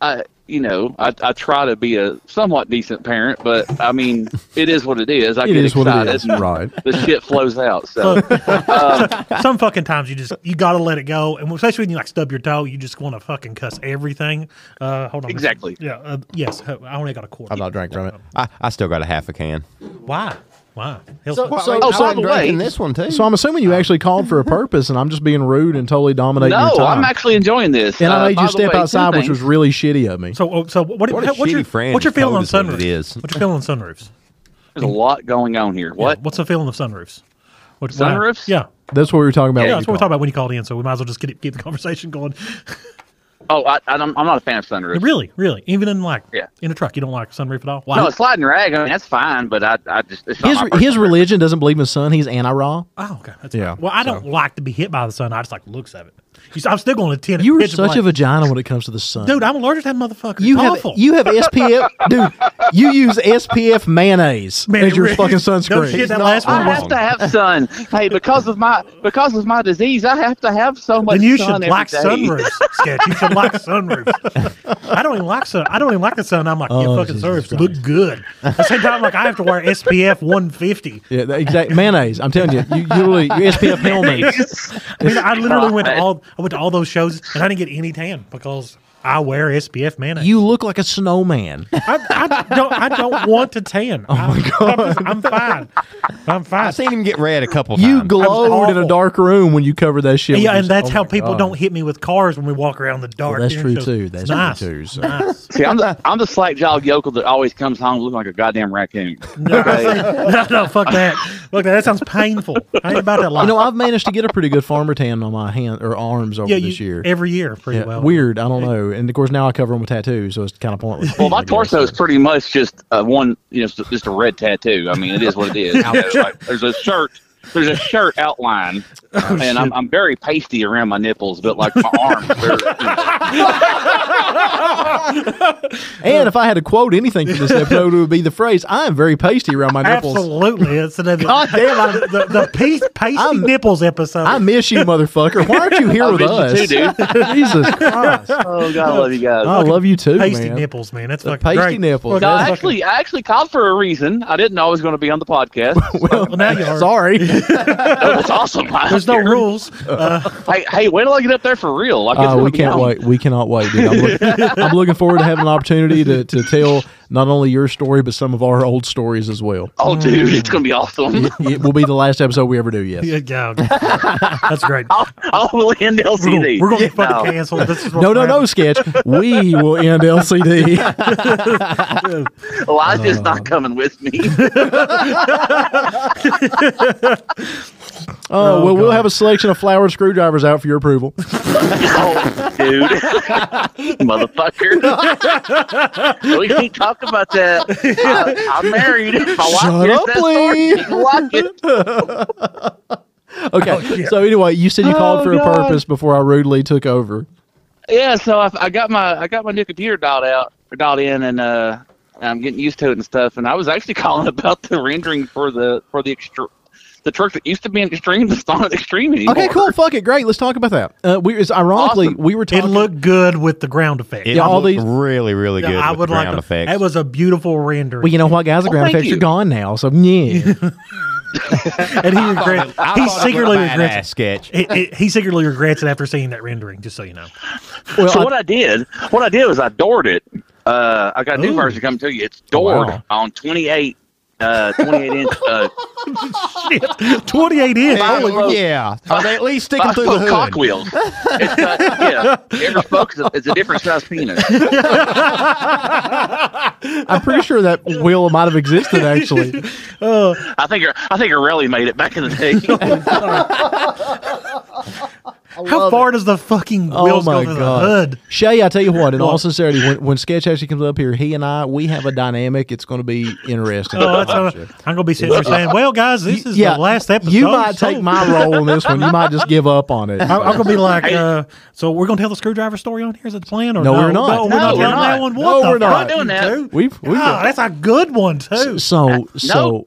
I you know, I, I try to be a somewhat decent parent, but I mean, it is what it is. I It get is what excited, it is. and Right. The shit flows out. So Fuck. Some fucking times you just you gotta let it go, and especially when you like stub your toe, you just want to fucking cuss everything. Uh, hold on, Exactly. Yeah, uh, yes. I only got a quarter. I'm not drinking from it. I, I still got a half a can. Why? Why? Hell, So- fuck. so- oh, by the way- this one too. So I'm assuming you actually called for a purpose, and I'm just being rude and totally dominating Uh, no, your time. I'm actually enjoying this. and Uh, I made by you the step way, two outside, which things. was really shitty of me. so, oh, so what, What a what's your shitty friend what's your told feeling on us what it sunroofs? is. What's your feeling on sunroofs? There's a lot going on here. What? Yeah, what's the feeling of sunroofs? What, why- Sunroofs? Yeah, That's what we were talking about. yeah. when That's you what we're called. talking about when you called in. So we might as well just get it, keep the conversation going. Oh, I, I don't, I'm not a fan of sunroofs. really, really, even in like Yeah. in a truck, you don't like sunroof at all. Why? No, a sliding rag. I mean, that's fine, but I, I just it's not my His, personal his religion doesn't believe in sun. He's anti-raw. oh, okay. That's Yeah, yeah. Well, I don't like to be hit by the sun. I just like the looks of it. You s- I'm still going to ten. You are such a vagina when it comes to the sun, dude. I'm allergic to that motherfucker. You it's have awful. you have SPF, dude. You use SPF mayonnaise Man, as it your really- fucking no sunscreen. shit, that No, last I one was have to have sun. Hey, because of my because of my disease, I have to have so much. Then you sun should every like day. sunroofs, sketch. You should like sunroofs. I don't even like sun. I don't even like the sun. I'm like, yeah, Oh, fucking Jesus sunroofs Christ. look good. At the same time, like I have to wear SPF 150. Yeah, that exact mayonnaise. I'm telling you, you, you really your SPF mayonnaise. I mean, I literally went to all I went to all those shows and I didn't get any tan because I wear SPF mayonnaise. You look like a snowman. I, I don't. I don't want to tan. Oh my god, I'm, fine. I'm fine. I've seen him get red a couple You times. glowed in a awful. dark room when you covered that shit. with yeah, your- and that's oh how my people God. don't hit me with cars when we walk around the dark. that's It true, shows- too. it's That's true, nice. too, so. Nice. See, I'm the I'm the slack jawed yokel that always comes home looking like a goddamn raccoon. No, no, no, fuck that. Fuck that. That sounds painful. I ain't about that life. You know, I've managed to get a pretty good farmer tan on my hand or arms over yeah, this you, year. every year, pretty Yeah, well. Weird. I don't know. And of course, now I cover them with tattoos, so it's kind of pointless. Well, my I guess. torso is pretty much just uh, one, you know, just just a red tattoo. I mean, it is what it is. You know, like, there's a shirt, there's a shirt outline, Oh, and I'm, I'm very pasty around my nipples, but like my arms, they're, And if I had to quote anything for this episode, it would be the phrase, I am very pasty around my nipples. Absolutely. It's another, God damn, I- the, the piece, pasty I'm- nipples episode. I miss you, motherfucker. Why aren't you here with us? miss you too, Jesus Christ. oh god, I love you guys. I love you too, pasty man. nipples, man. That's The fucking pasty great. nipples. Look, No, I that's actually, I actually called for a reason. I didn't know I was going to be on the podcast. Well, Well, now you are. sorry. That was awesome. I There's was no scared. rules. Uh, Hey, hey, wait till I get up there for real. Like, it's Uh, gonna we be can't on. wait. We cannot wait, dude. I'm, look, I'm looking forward to having an opportunity to, to tell not only your story, but some of our old stories as well. Oh, dude, it's going to be awesome. It will be the last episode we ever do, yes. yeah, yeah, that's great. I'll, I'll end We're gonna, LCD. we're gonna be No. fucking canceled. This is what No, no, we're no, Sketch. We will end LCD. Uh. Elijah's not coming with me. Oh, well, we'll God. have a selection of flower screwdrivers out for your approval. oh, dude. Motherfucker. we can't talk about that. I, I'm married. My wife Shut hears up, that story, Lee. she's gonna like it. Okay. yeah. So anyway, you said you called Oh, for a God. purpose before I rudely took over. Yeah, so I, I got my I got my new computer dialed out, or dialed in, and uh, I'm getting used to it and stuff. And I was actually calling about the rendering for the for the extra. The truck that used to be in extreme that's not in extreme anymore. Okay, cool. Fuck it. Great. Let's talk about that. Uh, we, it's ironically Awesome. we were It talking. looked good with the ground effect. It Yeah, all all these- these really, really good. I with would the like. ground to- effects. That was a beautiful rendering. Well, you know what, guys? The Oh, ground thank effects are you. gone now, so yeah. and he regrets. I He thought it secretly looked badass regrets. sketch. It, it, he secretly regrets it after seeing that rendering. Just so you know. well, So I- what I did, what I did was I doored it. Uh, I got a new version coming to you. It's doored Wow. on 28, uh, 28 inch. Uh, Twenty-eight inch. Yeah, Holy well, yeah. Are they at least sticking five through the foot hood? cock wheels. It's, uh, yeah, every spoke is a, is a different size penis. I'm pretty sure that wheel might have existed actually. I think I think Arelli made it back in the day. How far does the fucking Oh wheels my go to god, the hood? Shay! I tell you what. In all sincerity, when, when Sketch actually comes up here, he and I we have a dynamic. It's going to be interesting. Oh, that's all right. I'm gonna be sitting there saying, "Well, guys, this is the last episode." You might so- take my role in this one. You might just give up on it. I'm, I'm gonna be like, uh, "So we're gonna tell the screwdriver story on here? Is it the plan?" Or No, we're not. No, we're No, not we're telling that not. one. No, What the we're not. fuck, We're not doing you two? We've we've God, that's a good one too. so Uh, so.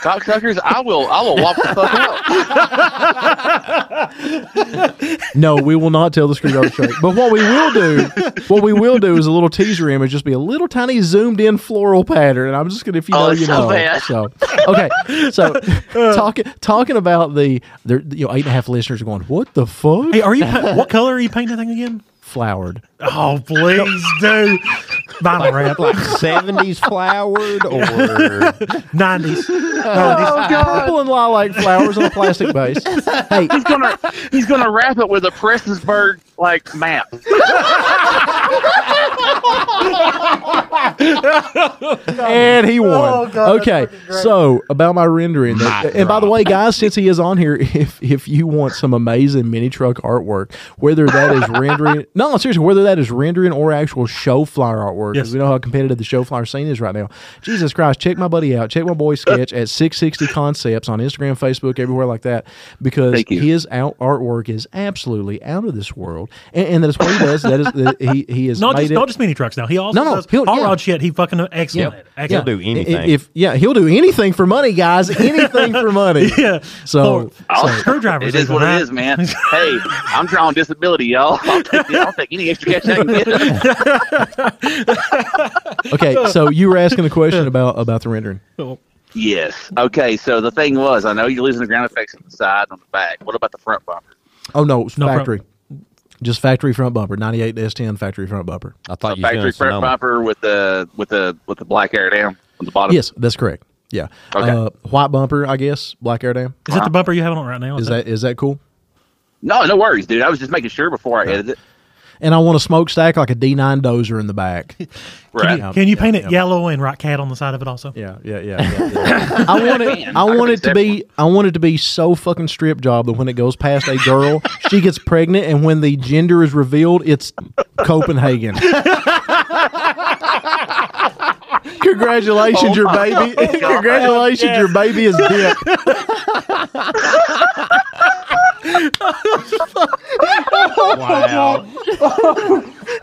Cocksuckers, I will I will walk the fuck out. No, we will not tell the screwdriver story. But what we will do, what we will do, is a little teaser image, just be a little tiny zoomed in floral pattern. And I'm just gonna, if you Oh, know, it's you so know. bad. So okay, so Uh. talking talking about the there, you know, eight and a half listeners are going, what the fuck? Hey, are you? pa- what color are you painting the thing again? Flowered. Oh, please do. Vinyl wrap. Like 70s flowered or 90s. Oh god. Purple and lilac flowers on a plastic base. Hey, He's gonna he's gonna wrap it with a Prestonsburg like map. and he won. Oh, God, okay, so about my rendering, and by the way, guys, since he is on here, if if you want some amazing mini truck artwork, whether that is rendering, no, seriously, whether that is rendering or actual show flyer artwork, 'cause Yes. we know how competitive the show flyer scene is right now. Jesus Christ, check my buddy out, check my boy Sketch at Six Sixty Concepts on Instagram, Facebook, everywhere like that, because Thank you. his out artwork is absolutely out of this world, and, and that's what he does. That is that he he is Not just, not just mini trucks now. He also No, no, does he'll- hot yeah. rod shit. He fucking excellent. Yeah. at it. Yeah. Excellent. do anything. If yeah, he'll do anything for money, guys. Anything for money. Yeah. So I'll- screwdrivers Oh. It is isn't what that- it is, man. hey, I'm drawing disability, y'all. I'll take, I'll take any extra cash I can get. okay, so you were asking a question about about the rendering. yes. Okay. So the thing was, I know you're losing the ground effects on the side and on the back. What about the front bumper? Oh no, it's No, front- factory. Just factory front bumper, ninety eight S10 factory front bumper. I thought you Factory was front going to bumper with the with the with the black air down on the bottom. Yes, that's correct. Yeah. Okay. Uh, white bumper, I guess. Black air dam. Is that the bumper you have on right now? Is that is that cool? No, no worries, dude. I was just making sure before I edited it. and I want a smokestack like a D9 dozer in the back. Right. Yeah. Can you paint it yeah. yellow and write cat on the side of it also? Yeah, yeah, yeah. yeah, yeah. I want it. Man, I I could want it to accept be. I want it to be so fucking strip job that when it goes past a girl, she gets pregnant, and when the gender is revealed, it's Copenhagen. Congratulations, your baby. Congratulations, your baby is dip. Wow.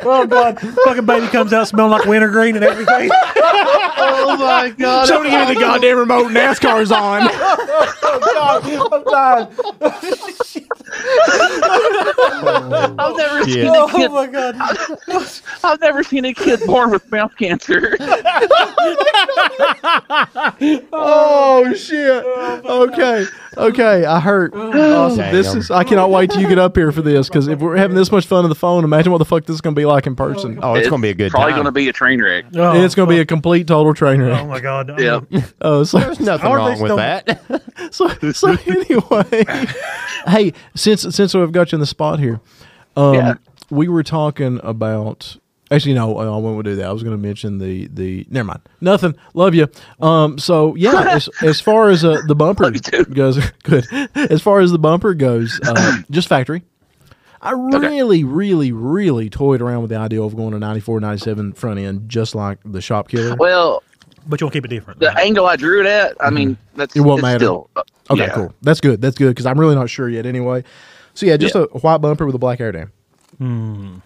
Oh god, fucking baby comes out smelling like wintergreen and everything. Oh my god! Somebody give me the goddamn remote. NASCAR's on. I've never seen Yeah. a kid. my god. Oh I've never seen a kid born with mouth cancer. Oh shit! okay, okay. I hurt. Awesome. This Damn. is. I cannot wait till you get up here for this because if we're having this much fun on the phone, imagine what the fuck this is gonna be like in person. Oh, it's, gonna be a good Probably time. gonna be a train wreck. Oh, it's gonna be a complete total train Oh wreck. my god. Yeah. Oh, so, There's nothing How are wrong they with still- that. so so anyway. hey, since since we've got you in the spot here, um, Yeah. we were talking about. Actually, no, I won't do that. I was going to mention the the. Never mind. Nothing. Love you. Um. So yeah, as, as far as uh, the bumper goes, good. As far as the bumper goes, uh, just factory. I really, really, really toyed around with the idea of going to 94, 97 front end, just like the shop killer. Well, But you'll keep it different. the angle I drew it at, I mean, that's It Mm-hmm. won't it's matter. Still, uh, Okay, yeah. cool. That's good. That's good because I'm really not sure yet. Anyway, so yeah, just Yeah. a white bumper with a black air dam,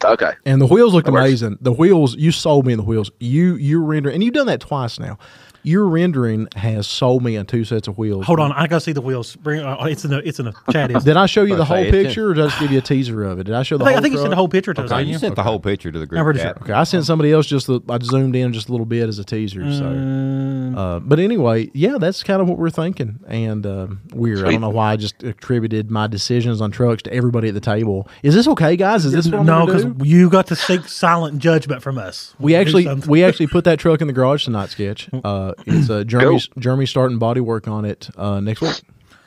Okay. and the wheels looked That works. amazing. The wheels you sold me in the wheels. You you're rendering, and you've done that twice now. Your rendering has sold me on two sets of wheels. Hold on, I gotta see the wheels. Bring uh, it's in the it's in the chat. Is Did I show you the I'll say whole it then. picture, or did I just give you a teaser of it? Did I show the I think, whole? I think you truck? sent the whole picture to us. Okay, didn't you you? sent the whole picture to the group. I'm pretty chat. sure. Okay, I sent somebody else just the, I zoomed in just a little bit as a teaser. Mm. So, uh, but anyway, yeah, that's kind of what we're thinking, and um, weird. I don't know why I just attributed my decisions on trucks to everybody at the table. Is this okay, guys? Is this what I'm No, gonna because do? you got to seek silent judgment from us. we Do actually something. we actually put that truck in the garage tonight. Sketch. Uh, it's uh, Jeremy's Jeremy starting body work on it uh, next week,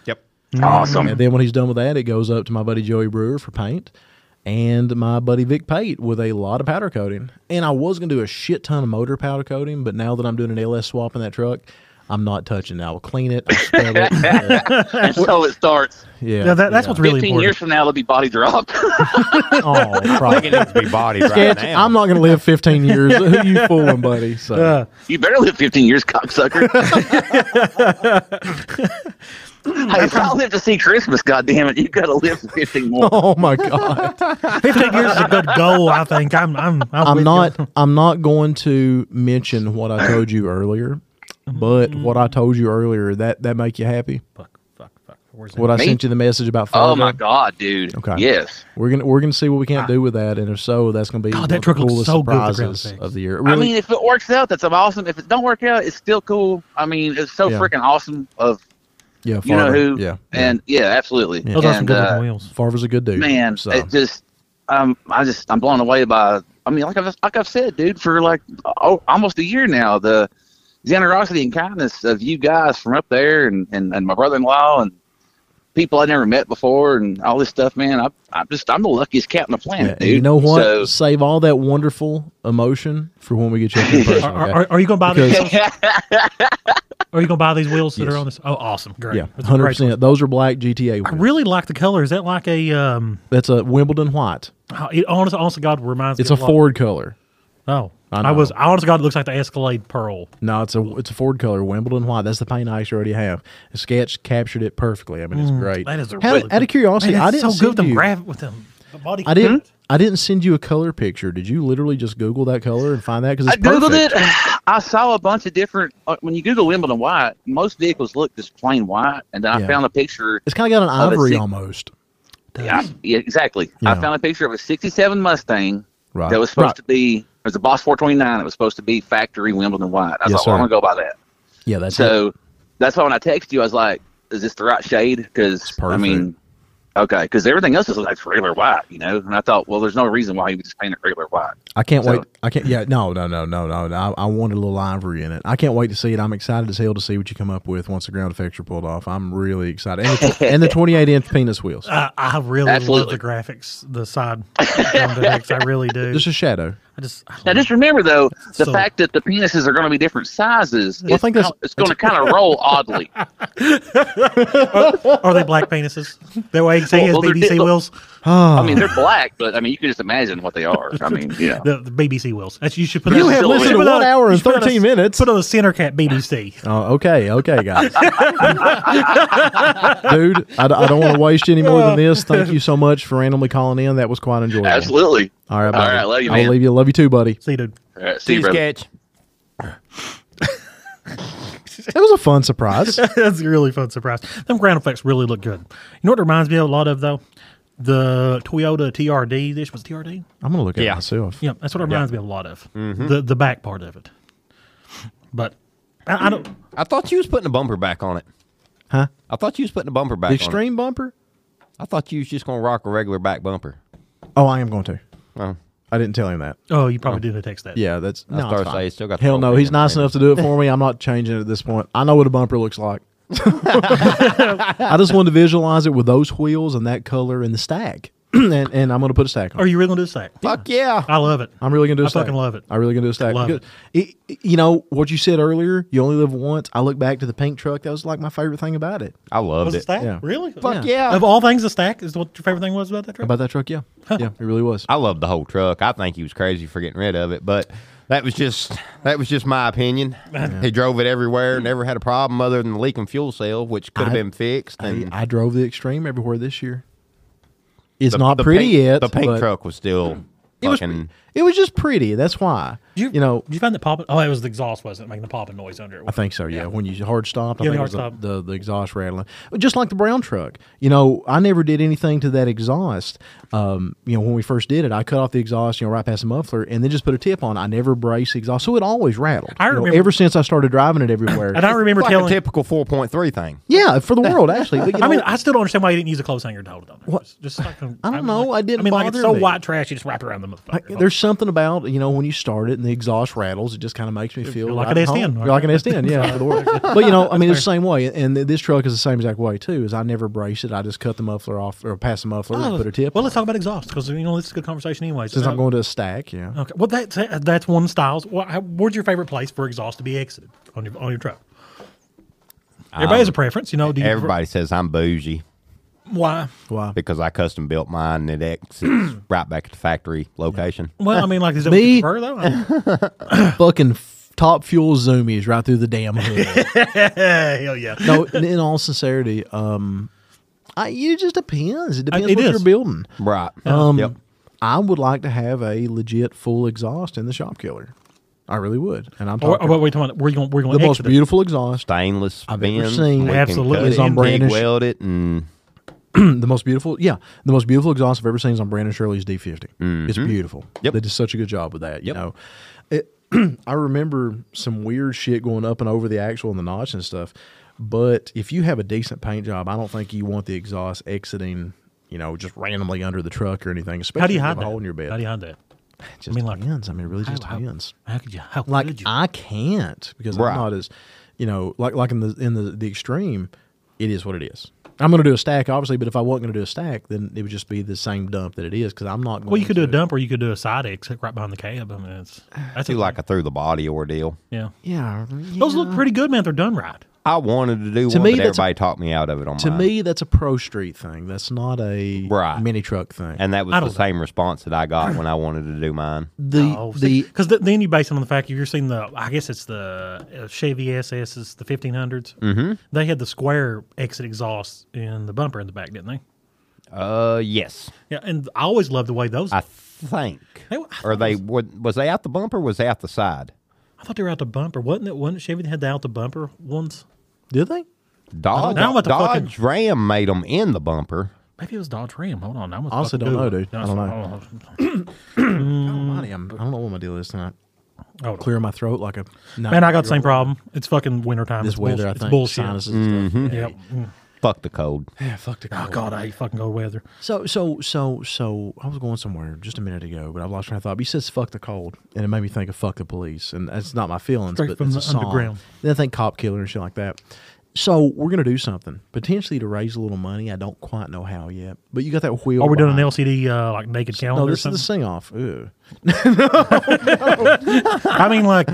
Yep. Mm-hmm. Awesome. and then when he's done with that, it goes up to my buddy Joey Brewer for paint. And my buddy Vic Pate with a lot of powder coating. And I was gonna do a shit ton of motor powder coating, but now that I'm doing an LS swap in that truck, I'm not touching it. I will clean it. I'll scrub it. Uh, And so it starts. yeah, Yeah, that, that's what's really 15 important. years from now, it'll be body dropped. oh, I think probably. it needs to be bodied right Sketch, now. I'm not gonna live 15 years. Who you fooling, buddy? So Uh, you better live 15 years, cocksucker. hey, if I live to see Christmas, goddammit, you got to live 15 more. oh my god. Fifteen years is a good goal, I think. I'm I'm I'm, with I'm you. not. I'm not going to mention what I told you earlier, but what I told you earlier that that make you happy. Fuck, fuck, fuck. Where's that? What I Me? sent you the message about. Fargo, Oh, my God, dude. Okay. Yes. We're gonna we're gonna see what we can't do with that, and if so, that's gonna be Ah. God, one that of the truck looks coolest so good with ground surprises stakes. of the year. I Really, mean, if it works out, that's awesome. If it don't work out, it's still cool. I mean, it's so Yeah. freaking awesome of yeah, you know Fargo. who. Yeah, And yeah, absolutely. Yeah. Those are some And, good uh, looking wheels. Farver's a good dude. man, so it just um, I just I'm blown away by. I mean, like I've like I've said, dude, for like oh, almost a year now, the generosity and kindness of you guys from up there, and and, and my brother-in-law, and people I never met before, and all this stuff, man. I I'm just I'm the luckiest cat on the yeah, planet, and dude. you know what? So, Save all that wonderful emotion for when we get you up in person. Are, are, okay? are- are you gonna buy these? Because- Are you gonna buy these wheels that Yes. are on this? Oh, awesome, great. yeah, That's a hundred great choice. percent. Those are black GTA. I wheels. really like the color. Is that like a um? That's a Wimbledon white. oh, It honest, honest to God reminds It's me a of lot- Ford color. Oh, I I, know. was. Honest to God, it looks like the Escalade Pearl. No, it's a it's a Ford color, Wimbledon white. That's the paint I actually already have. The sketch captured it perfectly. I mean, it's great. Mm, That is a How- really out of good- curiosity. Man, I it's didn't so good with send them you. graph with them. the Body I didn't. Hmm? I didn't send you a color picture. Did you literally just Google that color and find that? Because I googled it. I saw a bunch of different. Uh, when you Google Wimbledon white, most vehicles look just plain white, and then Yeah. I found a picture It's kind of got an Oh, that's ivory sick. almost. Hmm? Yeah, yeah exactly. I Yeah. found a picture of a 67 Mustang Right. that was supposed Right. to be, it was a Boss 429 that was supposed to be factory Wimbledon white. I Yes, was like, well, sir. I'm going to go by that. Yeah, that's it. so that's why when I text you, I was like, is this the right shade? Because, I perfect. mean, okay, because everything else is like regular white, you know? And I thought, well, there's no reason why you would just paint it regular white. I can't so- wait. I can't. Yeah, no, no, no, no, no. no. I, I want a little ivory in it. I can't wait to see it. I'm excited as hell to see what you come up with once the ground effects are pulled off. I'm really excited, and the, and the 28 inch penis wheels. I, I really love Absolutely. the graphics, the side ground effects. I really do. Just a shadow. I just, I Now, love just remember though, the So- fact that the penises are going to be different sizes. I it's think that's- kinda- it's going to kind of roll oddly. it. Are they black penises? That way, see Well, his well, they're BBC di- wheels. Oh, I mean, they're black, but I mean, you can just imagine what they are. I mean, you know. The, the BBC wheels. That's, you should put. You that- have should listened put to that- one hour you and should put that 13 on- minutes. Put on the center cat BBC. Oh, okay, okay, guys. Dude, I, d- I don't want to waste any more than this. Thank you so much for randomly calling in. That was quite enjoyable. Absolutely. All right, All buddy. right, love you, I'll man. leave you. Love you too, buddy. See, dude. All right, see See you, you, brother. sketch. That was a fun surprise. That's a really fun surprise. Them ground effects really look good. You know what it reminds me of a lot of though? The Toyota TRD. This was TRD. I'm gonna look at Yeah. it myself. Yeah, that's what it reminds me of a lot of. The the back part of it. But I, I don't. I thought you was putting a bumper back on it. Huh? I thought you was putting a bumper back The on it. extreme bumper? I thought you was just gonna rock a regular back bumper. Oh, I am going to. Oh. I didn't tell him that. Oh, you probably didn't text that. Yeah, that's no, started it's to say, fine. he's still got the Hell no, program he's nice thing. enough to do it for me. I'm not changing it at this point. I know what a bumper looks like. I just wanted to visualize it with those wheels and that color and the stack. and, and I'm gonna put a stack on. Are you really gonna do that? Fuck yeah. I love it. I'm really gonna do. a I stack. fucking love it. I really gonna do a stack. Love Because it- it- you know what you said earlier? You only live once. I look back to the pink truck. That was like my favorite thing about it. I loved Was it it. stack? Yeah. Really? Fuck yeah. Of all things, the stack is what your favorite thing was about that truck. About that truck, yeah, yeah, it really was. I loved the whole truck. I think he was crazy for getting rid of it, but that was just that was just my opinion. He drove it everywhere, never had a problem other than the leaking fuel cell, which could have I- been fixed. And I, I drove the extreme everywhere this year. It's the- not the pretty pink, yet. The pink but truck was still It was, fucking. it was just pretty. That's why. Did You, know, did you find that popping? Oh, it was the exhaust, wasn't it, making the popping noise under it? I think so. Yeah, when you hard stopped, Yeah, the I think it was hard The, the the exhaust rattling, just like the brown truck. You know, I never did anything to that exhaust. Um, you know, when we first did it, I cut off the exhaust, you know, right past the muffler, and then just put a tip on. I never braced the exhaust, so it always rattled. I You know, remember- ever since I started driving it everywhere. And I remember like a telling. typical 4.3 thing. yeah, for the world actually. But, you I mean, know, I still don't understand why you didn't use a clothes hanger to hold it on. there. It's Just like a- I don't know. I didn't I mean, like it's bother so me. white trash, you just wrap it around the motherfucker. there's something about you know when you start it and the exhaust rattles, it just kind of makes me feel like right an at home. S10, You're right? like an S10, yeah. for the world. but you know, I mean, it's the same way, and th- this truck is the same exact way too. Is I never braced it, I just cut the muffler off or pass the muffler and Oh, put a tip. Well, uh, Well, let's talk about exhaust because you know this is a good conversation anyway. since So- I'm going to a stack, yeah. okay. Well, that's that's one styles. Well, how- where's your favorite place for exhaust to be exited on your on your truck? Everybody Um, has a preference, you know. Do you prefer- Everybody says I'm bougie why? Why? because I custom built mine and it exits right back at the factory location. Well, I mean, like, is that what Me? you prefer though? I mean, Fucking f- top fuel zoomies right through the damn hood. hell yeah. no, in, in all sincerity, um, I, it just depends. It depends it what is. you're building. Right. Um, yep. I would like to have a legit full exhaust in the shop killer. I really would, and I'm Or, talking or what are we talking about? Where you going? Where you the going? most beautiful exhaust, Stainless I've ever bins. seen. we can Absolutely. cut It's it, on and brand TIG as- weld it and Mm, the most beautiful. Yeah, the most beautiful exhaust I've ever seen is on Brandon Shirley's D50. It's beautiful. Yep. they did such a good job with that. You Yep. know, it, I remember some weird shit going up and over the axle and the notch and stuff. But if you have a decent paint job, I don't think you want the exhaust exiting. You know, just randomly under the truck or anything. Especially How do you if hide have a that? hole in your bed. How do you hide that? It just mean, like- depends. I mean, it really just depends. How could you? How like could you? I can't because Right. I'm not as you know like like in the in the the extreme, it is what it is. I'm going to do a stack obviously, but if I wasn't going to do a stack, then it would just be the same dump that it is because I'm not. Going well, you could do a to- dump, or you could do a side exit right behind the cab. I mean, it's that's do like a through the body ordeal. yeah. Yeah, Those look pretty good, man. if They're done right. I wanted to do To one, me, but that's a- everybody talked me out of it on to mine. me that's a pro street thing. That's not a Right. mini truck thing. and that was I the don't know. same response that I got when I wanted to do mine. the Oh, the because then you base it on the fact you're seeing the I guess it's the uh, Chevy SS's the 1500s. Mm-hmm. They had the square exit exhaust in the bumper in the back, didn't they? Uh, yes, Yeah, and I always loved the way those. I I, think. They were- I Or they wa- was they out the bumper? Was they out the side? thought they were out the bumper, wasn't it? Wasn't it Chevy that had the out the bumper ones? did they? Dodge, know what the Dodge Ram made them in the bumper. Maybe it was Dodge Ram. Hold on, I I honestly don't know, dude. I don't know. Mm. Almighty, Oh, I'm, I don't know what my deal is tonight. Hold on. Clear my throat like a Man, I got the same problem. It's fucking wintertime. this it's bullshit. weather. I It's think bullshit. sinuses and stuff. Yep. Mm. Fuck the cold. Yeah, fuck the Oh cold. God, I hate fucking cold weather. So so so so I was going somewhere just a minute ago, but I lost my thought. But you says "fuck the cold," and it made me think of "fuck the police," and that's not my feelings, Straight but from it's the a song. underground. Then I think "cop killer" and shit like that. So we're gonna do something potentially to raise a little money. I don't quite know how yet, but you got that wheel. Are we doing an behind- LCD uh, like naked calendar? No, or this is the something? sing off. Ew. I mean, like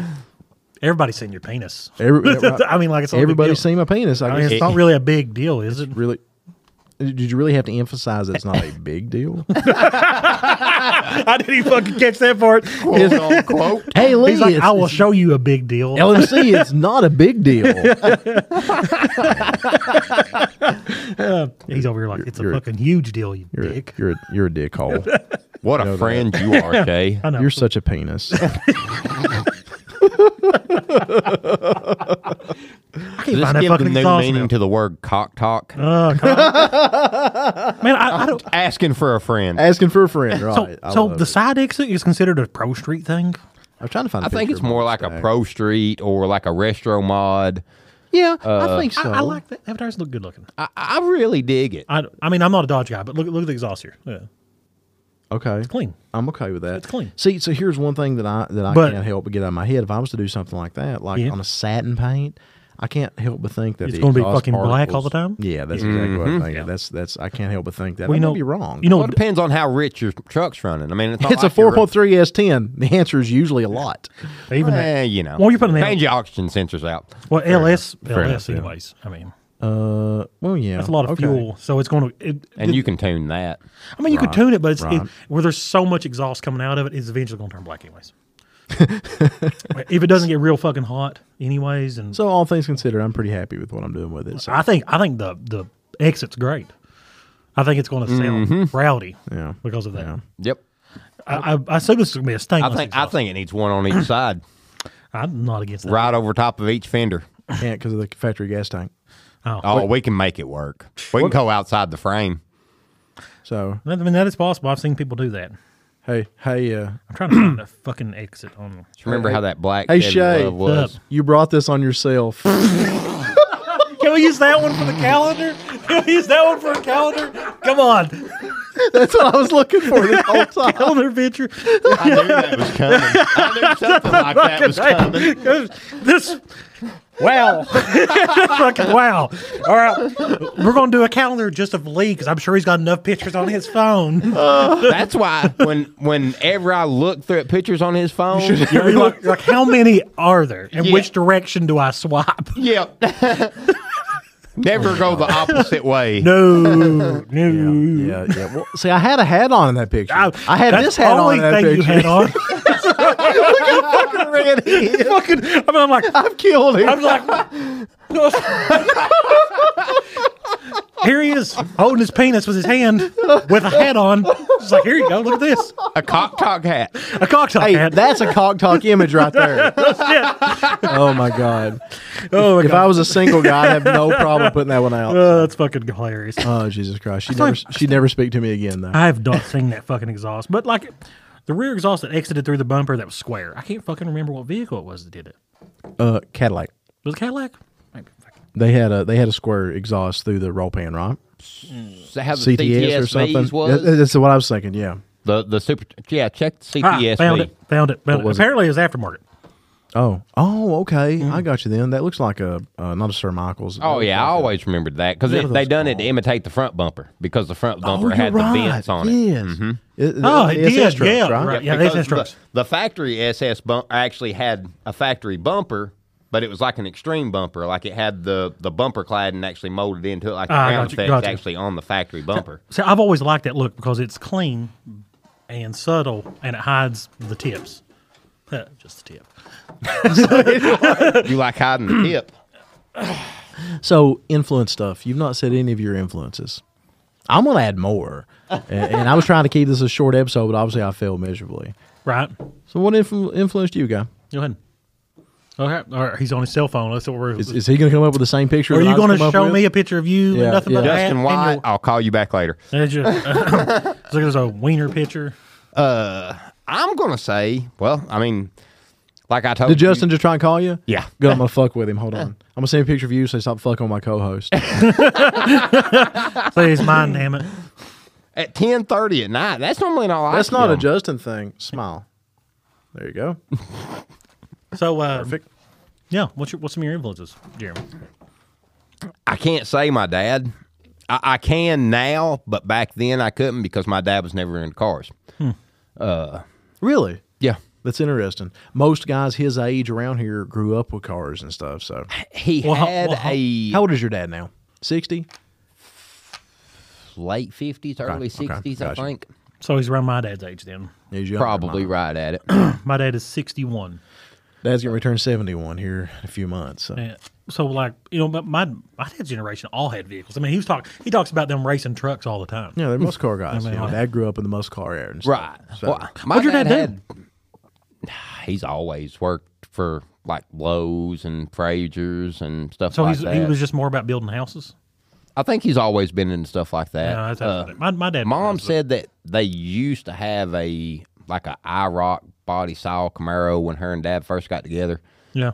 everybody's seen your penis. Every- yeah, right. I mean, like it's not a big Everybody's deal. seen my penis. I I mean, guess it's not really a big deal, is it? really. Did you really have to emphasize that it's not a big deal? I didn't even fucking catch that part. Quote unquote. hey, Lee, He's like, it's- I will show you a big deal. LMC, it's not a big deal. He's over here like it's a you're- fucking huge deal, you You're dick. A, you're a, you're a dickhole. What a friend you are, Jay. I know. You're such a penis. I can't Let's find that give the fucking new song. meaning to the word cock talk. Man, I, I don't. Asking for a friend. Asking for a friend, right? So, I so love the it. side exit is considered a pro street thing. I'm trying to find. a I think picture it's of more my like a stack. pro street or like a restro mod. Yeah, I think so. I, I like that. Avatars look good looking. I, I really dig it. I, I mean, I'm not a Dodge guy, but look look at the exhaust here. Yeah, Okay, clean. I'm okay with that. It's clean. See, so here's one thing that I that I But- can't help but get out of my head. If I was to do something like that, like Yeah. on a satin paint, I can't help but think that It's the gonna be exhaust fucking black all particles- the time? Yeah, that's exactly what I'm Mm-hmm. thinking. That's that's I can't help but think that. Well, I you may know- be wrong. You Well, know, it depends on how rich your truck's running. I mean, it's, not it's a like you're- oh 4.3 S10. The answer is usually a lot. even that- Eh, you know. Well, you're putting the- change your oxygen sensors out. well, LS Fair LS enough, yeah. anyways. I mean, Uh, well, yeah, that's a lot of okay. fuel, so it's going to. It, And you can tune that. I mean, you could tune it, but it's it- right. where there's so much exhaust coming out of it, it's eventually going to turn black, anyways. if it doesn't get real fucking hot, anyways, and So all things considered, I'm pretty happy with what I'm doing with it. So, I think I think the the exit's great. I think it's going to sound rowdy Mm-hmm. Yeah. because of that. Yep. I, I, I assume this is going to be a stainless. I think I exhaust. think it needs one on each side, I'm not against that. right over top of each fender. can't because of the factory gas tank. Oh, we can make it work. We can go outside the frame. So I mean, that is possible. I've seen people do that. hey, hey, uh, I'm trying to find a fucking exit on. Just remember how that black Hey, Debbie Shay. Love was. Up. you brought this on yourself. Can we use that one for the calendar? Can we use that one for a calendar? Come on, That's what I was looking for this whole time. calendar picture. I knew that was coming. I knew something like that was coming. this wow fucking wow all right we're gonna do a calendar just of lee because i'm sure he's got enough pictures on his phone Uh-huh. That's why when whenever I look through at pictures on his phone, You're like, like, how many are there and Yeah. which direction do i swipe yeah, never go the opposite way. no no Yeah, yeah. Well, see, I had a hat on in that picture. I, had Ah, That's this the hat on only in that thing picture. you had on. Randy, fucking, I mean, I'm like, I've killed him. I'm like, here he is holding his penis with his hand with a hat on. It's like, here you go, look at this, A cock talk hat. a cocktail hey, hat. that's a cock talk image right there. Yeah. Oh my god! Oh my If god. I was a single guy, I'd have no problem putting that one out. Oh, that's fucking hilarious. Oh Jesus Christ! She never she never speak to me again though. I have not seen that fucking exhaust, but like the rear exhaust that exited through the bumper that was square. I can't fucking remember what vehicle it was that did it. Uh, Cadillac. Was it Cadillac? Maybe. Fucking- They had a they had a square exhaust through the roll pan, right? Does that have the CTS or something. Was? That- That's what I was thinking. Yeah. the the super yeah. Check the Ah, CTSV. found it. Found it. Found it. was it? Apparently, it was aftermarket. Oh, oh, okay. Mm-hmm. I got you then. That looks like a uh, not a Sir Michaels. uh, Oh yeah, I always remembered that because Yeah, they those done it to imitate the front bumper because the front bumper had the vents on it. Oh, Mm-hmm. Yes. It- uh, Oh, the it SS did, trucks, yeah, right? right. Yeah, they because said the, strokes. the factory SS bump actually had a factory bumper, but it was like an extreme bumper. Like it had the the bumper clad and actually molded into it, like the Ah, ground gotcha, effects gotcha. actually on the factory bumper. See, I've always liked that look because it's clean and subtle, and it hides the tips. Huh, Just the tip. you like hiding the tip? So influence stuff. You've not said any of your influences. I'm gonna add more, and, and I was trying to keep this a short episode, but obviously I failed miserably. Right. So what influ- influenced you, guy? Go ahead. Okay. All right. He's on his cell phone. That's what we're. Is, is he gonna come up with the same picture? are that you I just going come to up show with? me a picture of you Yeah, and nothing but yeah. a hat Justin and White, your- I'll call you back later. There's your- it's like there's a wiener picture. I'm gonna say, well, I mean, Like I told Did you. Justin just try and call you? Yeah. Good. I'm gonna fuck with him. Hold on. I'm gonna send a picture of you. Say stop fucking with my co-host. Please, mine, damn it. At ten thirty at night. That's normally not. Like That's not a him. Justin thing. Smile. There you go. So, uh, Perfect. yeah, what's, your, what's some of your influences, Jeremy? I can't say my dad. I, I can now, but back then I couldn't because my dad was never into cars. Really? Yeah. That's interesting. Most guys his age around here grew up with cars and stuff. So, He Well, how- had well, how- a how old is your dad now? Sixty. late fifties, early okay, sixties, gotcha. I think. So he's around my dad's age then. He's younger than Probably mine. right at it. My dad is 61. Dad's gonna return seventy-one here in a few months. So. Yeah. So like you know, but my my dad's generation all had vehicles. I mean, he was talking. He talks about them racing trucks all the time. Yeah, they're most car guys. I mean, you know, I- dad grew up in the most car era. And stuff. Right. So- Well, my What'd your dad, dad had- he's always worked for like Lowe's and Frasers and stuff So like he's, that. he was just more about building houses. I think he's always been into stuff like that. Yeah, that's Uh, my my dad. Mom was, but- said that they used to have a like a IROC body saw Camaro when her and dad first got together, "Yeah,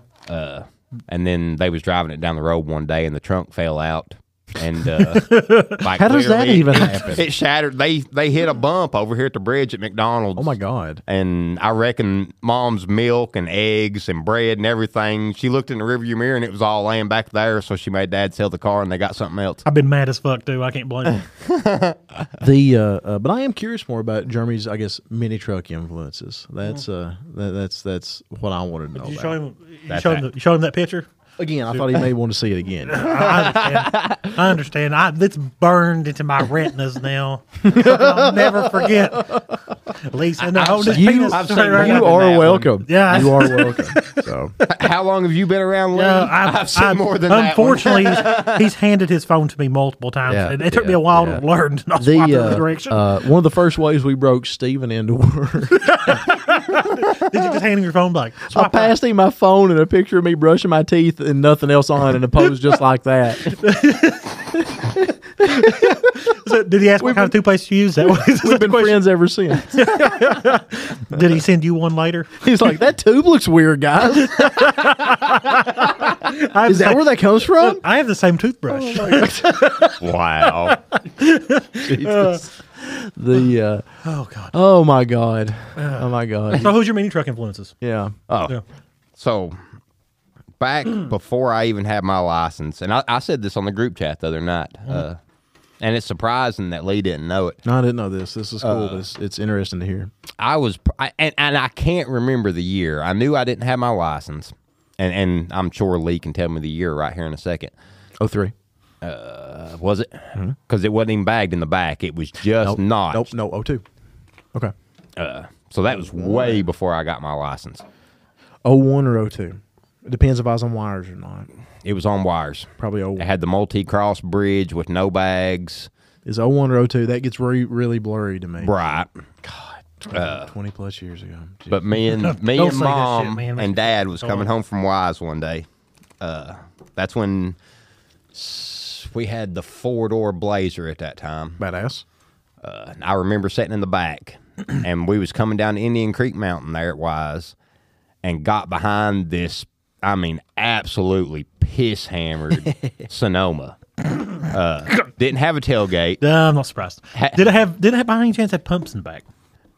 and then they was driving it down the road one day and the trunk fell out. And uh, like How does that literally, even it- happen? It shattered. They they hit a bump over here at the bridge at McDonald's. Oh my god. And I reckon mom's milk and eggs and bread and everything. She looked in the rearview mirror and it was all laying back there. So she made dad sell the car and they got something else. I've been mad as fuck too. I can't blame him. The uh, uh, but I am curious more about Jeremy's, I guess, mini truck influences. That's uh, that, that's that's what I wanted to know. Did you about. show him? You That's showed him, right. the- you showed him that picture. again. I thought he may want to see it again. I understand. I understand. I that's burned into my retinas now. I'll never forget. Lisa, no, hold this seen- penis. I've seen straight right now. more you than that are one. welcome. Yeah. you are welcome. So How long have you been around, Lee? Yeah, I've, seen I've- more than that one. unfortunately, he's, he's handed his phone to me multiple times, Yeah, and it took yeah, me a while yeah. to learn to not the swipe the other uh, direction. uh, one of the first ways we broke Steven into work, Did you just hand him your phone back? I Swipe passed him my phone and a picture of me brushing my teeth and nothing else on, and a pose just like that. right. So did he ask what kind of toothpaste you use? That was is We've that the been question? friends ever since. Did he send you one later? He's like, that tube looks weird, guys. I have Is the that same- where that comes from? I have the same toothbrush. Wow. Jesus. The uh, oh God. oh my god, oh my god. So who's your mini truck influences? Yeah. Oh. Yeah. So back before I even had my license, and I, I said this on the group chat the other night, uh, and it's surprising that Lee didn't know it. No, I didn't know this. This is cool. but it's, it's interesting to hear. I was, pr- I, and, and I can't remember the year. I knew I didn't have my license, and, and I'm sure Lee can tell me the year right here in a second. Oh three. Uh, was it? Because it wasn't even bagged in the back. It was just not. Nope. No. Oh two. Okay. So that was way before I got my license. Oh one or oh two. It depends if I was on wires or not. It was on wires. Probably oh It one. had the multi cross bridge with no bags. Is oh one or oh two? That gets re- really blurry to me. Right. Twenty plus years ago. Gee. uh, But me and me Don't and say that mom shit, man. and dad was coming home from Wise one day. Uh, that's when s- we had the four door Blazer at that time. badass. And I remember sitting in the back, and we was coming down Indian Creek Mountain there at Wise, and got behind this. I mean, absolutely piss hammered Sonoma. Uh, didn't have a tailgate. Uh, I'm not surprised. Ha- did I have? Did I have by any chance have pumps in the back?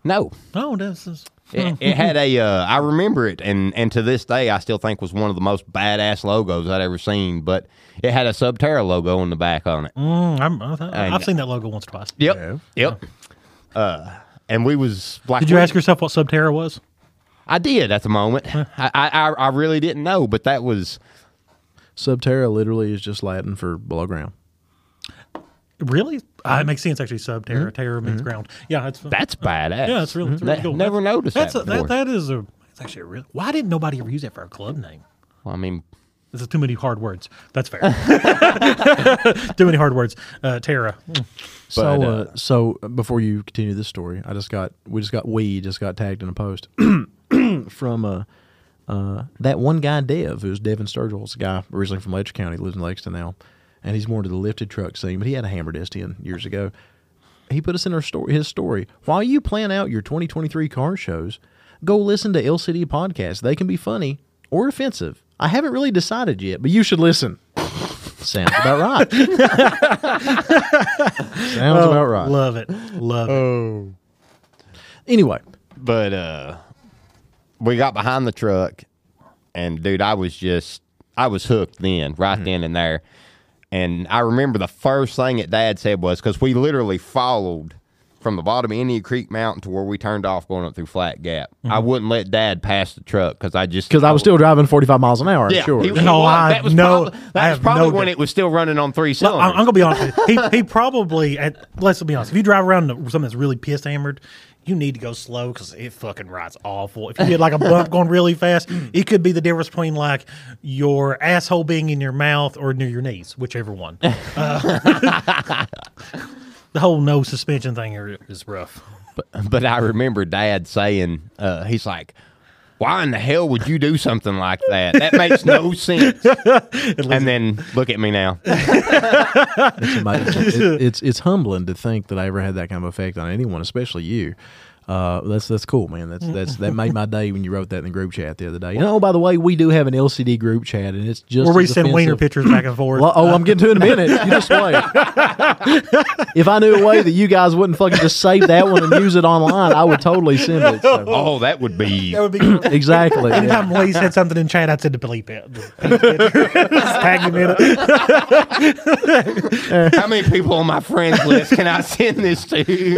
No, No, this is. It, it had a. Uh, I remember it, and and to this day, I still think was one of the most badass logos I'd ever seen. But it had a Subterra logo on the back on it. Mm, I'm, I, And- have seen that logo once or twice. Yep, Yeah. yep. Uh, and we was like, Did you we- ask yourself what Subterra was? I did at the moment. I, I I- I really didn't know, but that was Subterra literally is just Latin for below ground. Really? Ah, it makes sense actually. Subterra, terra means ground. Yeah, that's Mm-hmm. that's badass. Yeah, it's really, it's really Ne- cool. Never That's- noticed that's that. a, that. before. That is a. It's actually a real. Why didn't nobody ever use that for a club name? Well, I mean, This is too many hard words. That's fair. too many hard words. Uh, Tara. Mm. So, But, uh, uh, so before you continue this story, I just got we just got we just got tagged in a post from uh, uh, that one guy Dev, who's Devin Sturgill's guy originally from Ledger County, lives in Lexington now, and he's more into the lifted truck scene. But he had a hammered S10 years ago. He put us in our story, his story. While you plan out your 2023 car shows, go listen to LCD podcasts. They can be funny or offensive. I haven't really decided yet, but you should listen. Sounds about right. Sounds about right. Oh. Love it. Love it. Anyway, but uh we got behind the truck and dude i was just i was hooked then right Mm-hmm. then and there and i remember the first thing that dad said was because we literally followed from the bottom of indian creek mountain to where we turned off going up through flat gap i Mm-hmm. wouldn't let dad pass the truck because i just because I was still driving 45 miles an hour, yeah, sure. he- he No, was. I that was know- I probably, that was have probably no when doubt. it was still running on three Look, I'm, cylinders. I'm gonna be honest. With you. He he probably at, let's be honest. If you drive around to something that's really pissed hammered, you need to go slow because it fucking rides awful. If you get like a bump going really fast, it could be the difference between like your asshole being in your mouth or near your knees, whichever one. Uh, the whole no suspension thing here is rough. but I remember Dad saying, uh, he's like, "Why in the hell would you do something like that? That makes no sense." and then look at me now. It's amazing. It- it's it's humbling to think that I ever had that kind of effect on anyone, especially you. Uh, that's that's cool, man. That's that's that made my day when you wrote that in the group chat the other day. And oh, by the way, we do have an LCD group chat, and it's just Where we as send wiener offensive- pictures back and forth. Well, oh, I'm getting to it in a minute. You just wait. if I knew a way that you guys wouldn't fucking just save that one and use it online, I would totally send it. So. Oh, that would be. that would be. Exactly. yeah. Anytime Lee said something in chat, I said to delete it. Just Tag him in it. How many people on my friends list can I send this to?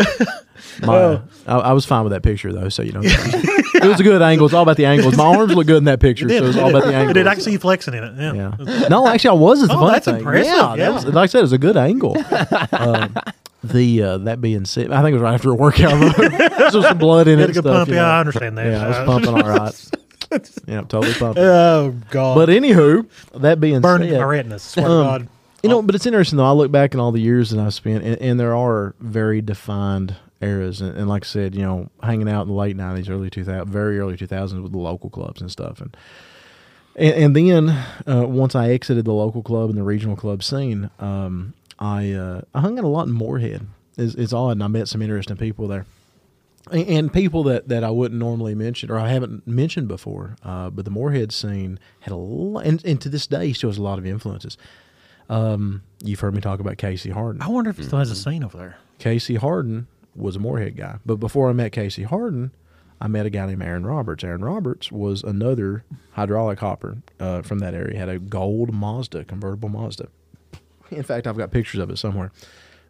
My, Oh. I, I was fine with that picture though, so you know, it was a good angle. It's all about the angles. My arms look good in that picture, so it's all about the angles. Did I see you flexing in it? Yeah. Yeah. No, actually, I was. Is the Oh, funny that's thing. impressive, Yeah, yeah. That was, like I said, it was a good angle. Um, the uh, that being said, I think it was right after a workout. There's some blood in You it. had a and good stuff, pump. you Yeah, I know. understand that. yeah, I was Uh, pumping all right. yeah, totally pumping. Oh god. but anywho, that being burning said, my retinas. Swear Um, to God. you know, but it's interesting though. I look back and all the years that I've spent, and, and there are very defined eras. And, and like I said, you know, hanging out in the late nineties, early two thousand, very early two thousands with the local clubs and stuff. And and, and then uh, once I exited the local club and the regional club scene, um, I uh, I hung out a lot in Moorhead. It's, it's odd, and I met some interesting people there and- and people that, that I wouldn't normally mention or I haven't mentioned before, uh, but the Moorhead scene had a lot, and, and to this day still has a lot of influences. Um, you've heard me talk about Casey Harden. I wonder if he still has a scene over there. Casey Harden was a Moorhead guy, but before I met Casey Harden, I met a guy named Aaron Roberts. Aaron Roberts was another hydraulic hopper uh, from that area. He had a gold Mazda, convertible Mazda. In fact, I've got pictures of it somewhere.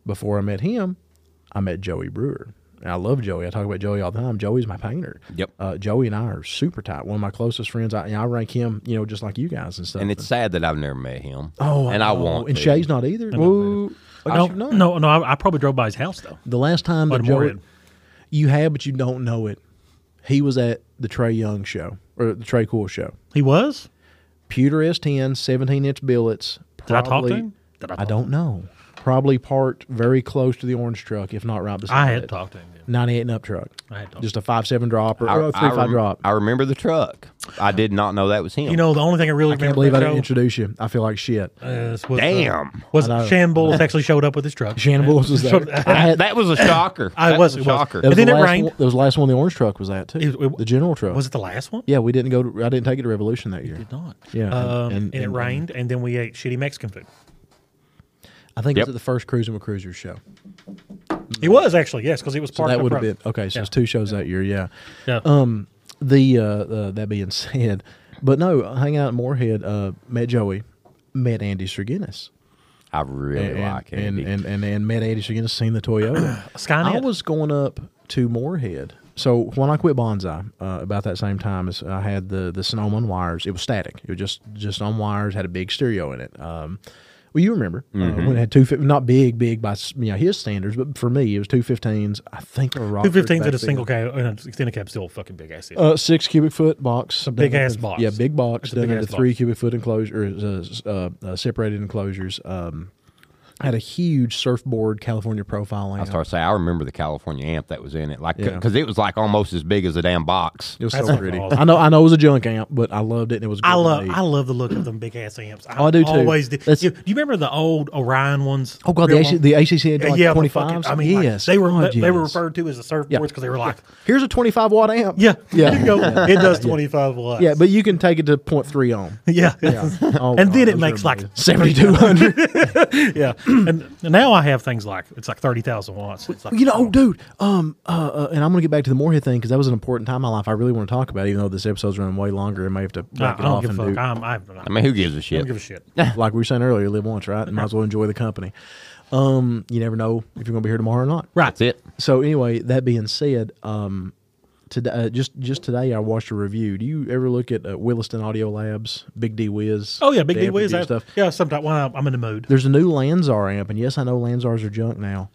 Before I met him, I met Joey Brewer. And I love Joey. I talk about Joey all the time. Joey's my painter. Yep. Uh, Joey and I are super tight. One of my closest friends. I, and I rank him, you know, just like you guys and stuff. And it's sad that I've never met him. oh, and I know. want. And to. Shay's not either. Whoa. I No, should know. no, no. I, I probably drove by his house though. The last time Or that the Joey, Moorhead. you had, but you don't know it. He was at the Trey Young show or the Trey Cool show. He was. Pewter S10, 17 inch billets. Did I talk to probably- him? Did I I don't know. Probably parked very close to the orange truck, if not right beside I it. had talked to him. yeah. 98 and up truck. I had talked. Just a five seven drop or I, or a three I five rem- drop. I remember the truck. I did not know that was him. You know, the only thing I really I can't remember believe I from didn't that show introduce you. I feel like shit. is was, uh, Damn. was I know. Shambles actually showed up with his truck. Shannon Willis was there. I had, that that was a shocker. I that was- a it was. shocker. That was And the then it last rained. One, that was the last one the orange truck was at too. It- it- the general truck. Was it the last one? yeah, we didn't go to I didn't take it to Revolution that year. Did not. Yeah, and- Um, and- and, it and- rained, and then we ate shitty Mexican food. I think it Yep. was at the first Cruising with Cruisers show. It was actually yes, because it was Mm. So part that of would have been okay. So Yeah. it's two shows that year. Yeah. Yeah. Um. The uh, uh that being said, but no, hang out at Moorhead. Uh, met Joey, met Andy Serginis. I really Oh, like and, Andy. and and and met Andy Serginis. Seen the Toyota. I Skynet. was going up to Moorhead. So when I quit Bonsai, uh, about that same time as I had the the Sonoma on wires, it was static. It was just just on wires. Had a big stereo in it. Um, well, you remember uh, when it had two, fif- not big, big by s- you know his standards, but for me it was two fifteens. I think they were Two Rockfords fifteens back at a then. single cab, uh, extended cab, still a fucking big ass. Uh, six cubic foot box, done big ass into- box. Yeah, big box It's a done big into ass three box. cubic foot enclosure, uh, uh, uh, separated enclosures. Um, had a huge surfboard California profile I lamp. start saying I remember the California amp that was in it, like Yeah. because it was like almost as big as a damn box. It was That's so pretty. awesome. I know I know it was a junk amp, but I loved it and it was a I great love made. I love the look of them big ass amps. I, Oh, I do too. Always did. That's- You- do you remember the old Orion ones? Oh god, the, Real AC, long- the ACC had Yeah, like yeah, the twenty fucking- fives. I mean, like, yes, they were God, they, they were yes. referred to as the surfboards Yeah. because they were like, Here's a twenty five watt amp. yeah, Yeah. yeah, it does twenty five watts. yeah, but you can take it to 0.3 ohm. yeah, Oh, and God, then those it are makes like amazing. 7200. yeah, and now I have things like it's like thirty thousand watts. It's like, you know, oh, dude. Um, uh, uh, and I'm gonna get back to the Moorhead thing because that was an important time in my life. I really want to talk about, it, even though this episode's running way longer. and may have to I, back I it don't off give a fuck. and do I'm, I, I don't I mean, who gives a shit? give a shit. like we were saying earlier, live once, right? Might as well enjoy the company. Um, you never know if you're gonna be here tomorrow or not. Right. That's it. So anyway, that being said, um, today uh, just just today I watched a review. Do you ever look at uh, Williston Audio Labs, Big D Wiz? Oh yeah, big They D whiz. review I- stuff. Yeah, sometimes when I'm I'm in the mood. There's a new Lanzar amp, and yes, I know Lanzars are junk now,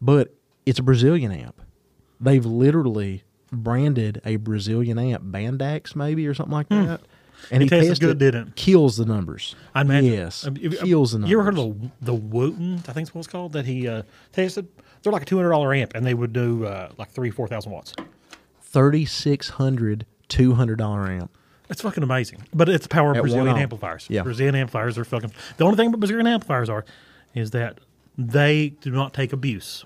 but it's a Brazilian amp. They've literally branded a Brazilian amp, Bandax maybe or something like that. And Hmm. It he tasted tested good, didn't it? Kills the numbers. I imagine. Yes, Um, if- kills the numbers. You ever heard of the, the Wooten? I think it's what it's called that he uh, tested. They're like a two hundred dollar amp, and they would do uh, like three four thousand watts. 3600 200 dollar amp? It's fucking amazing. But it's the power of At one Brazilian ohm. amplifiers. Yeah. Brazilian amplifiers are fucking. The only thing about Brazilian amplifiers are, is that they do not take abuse.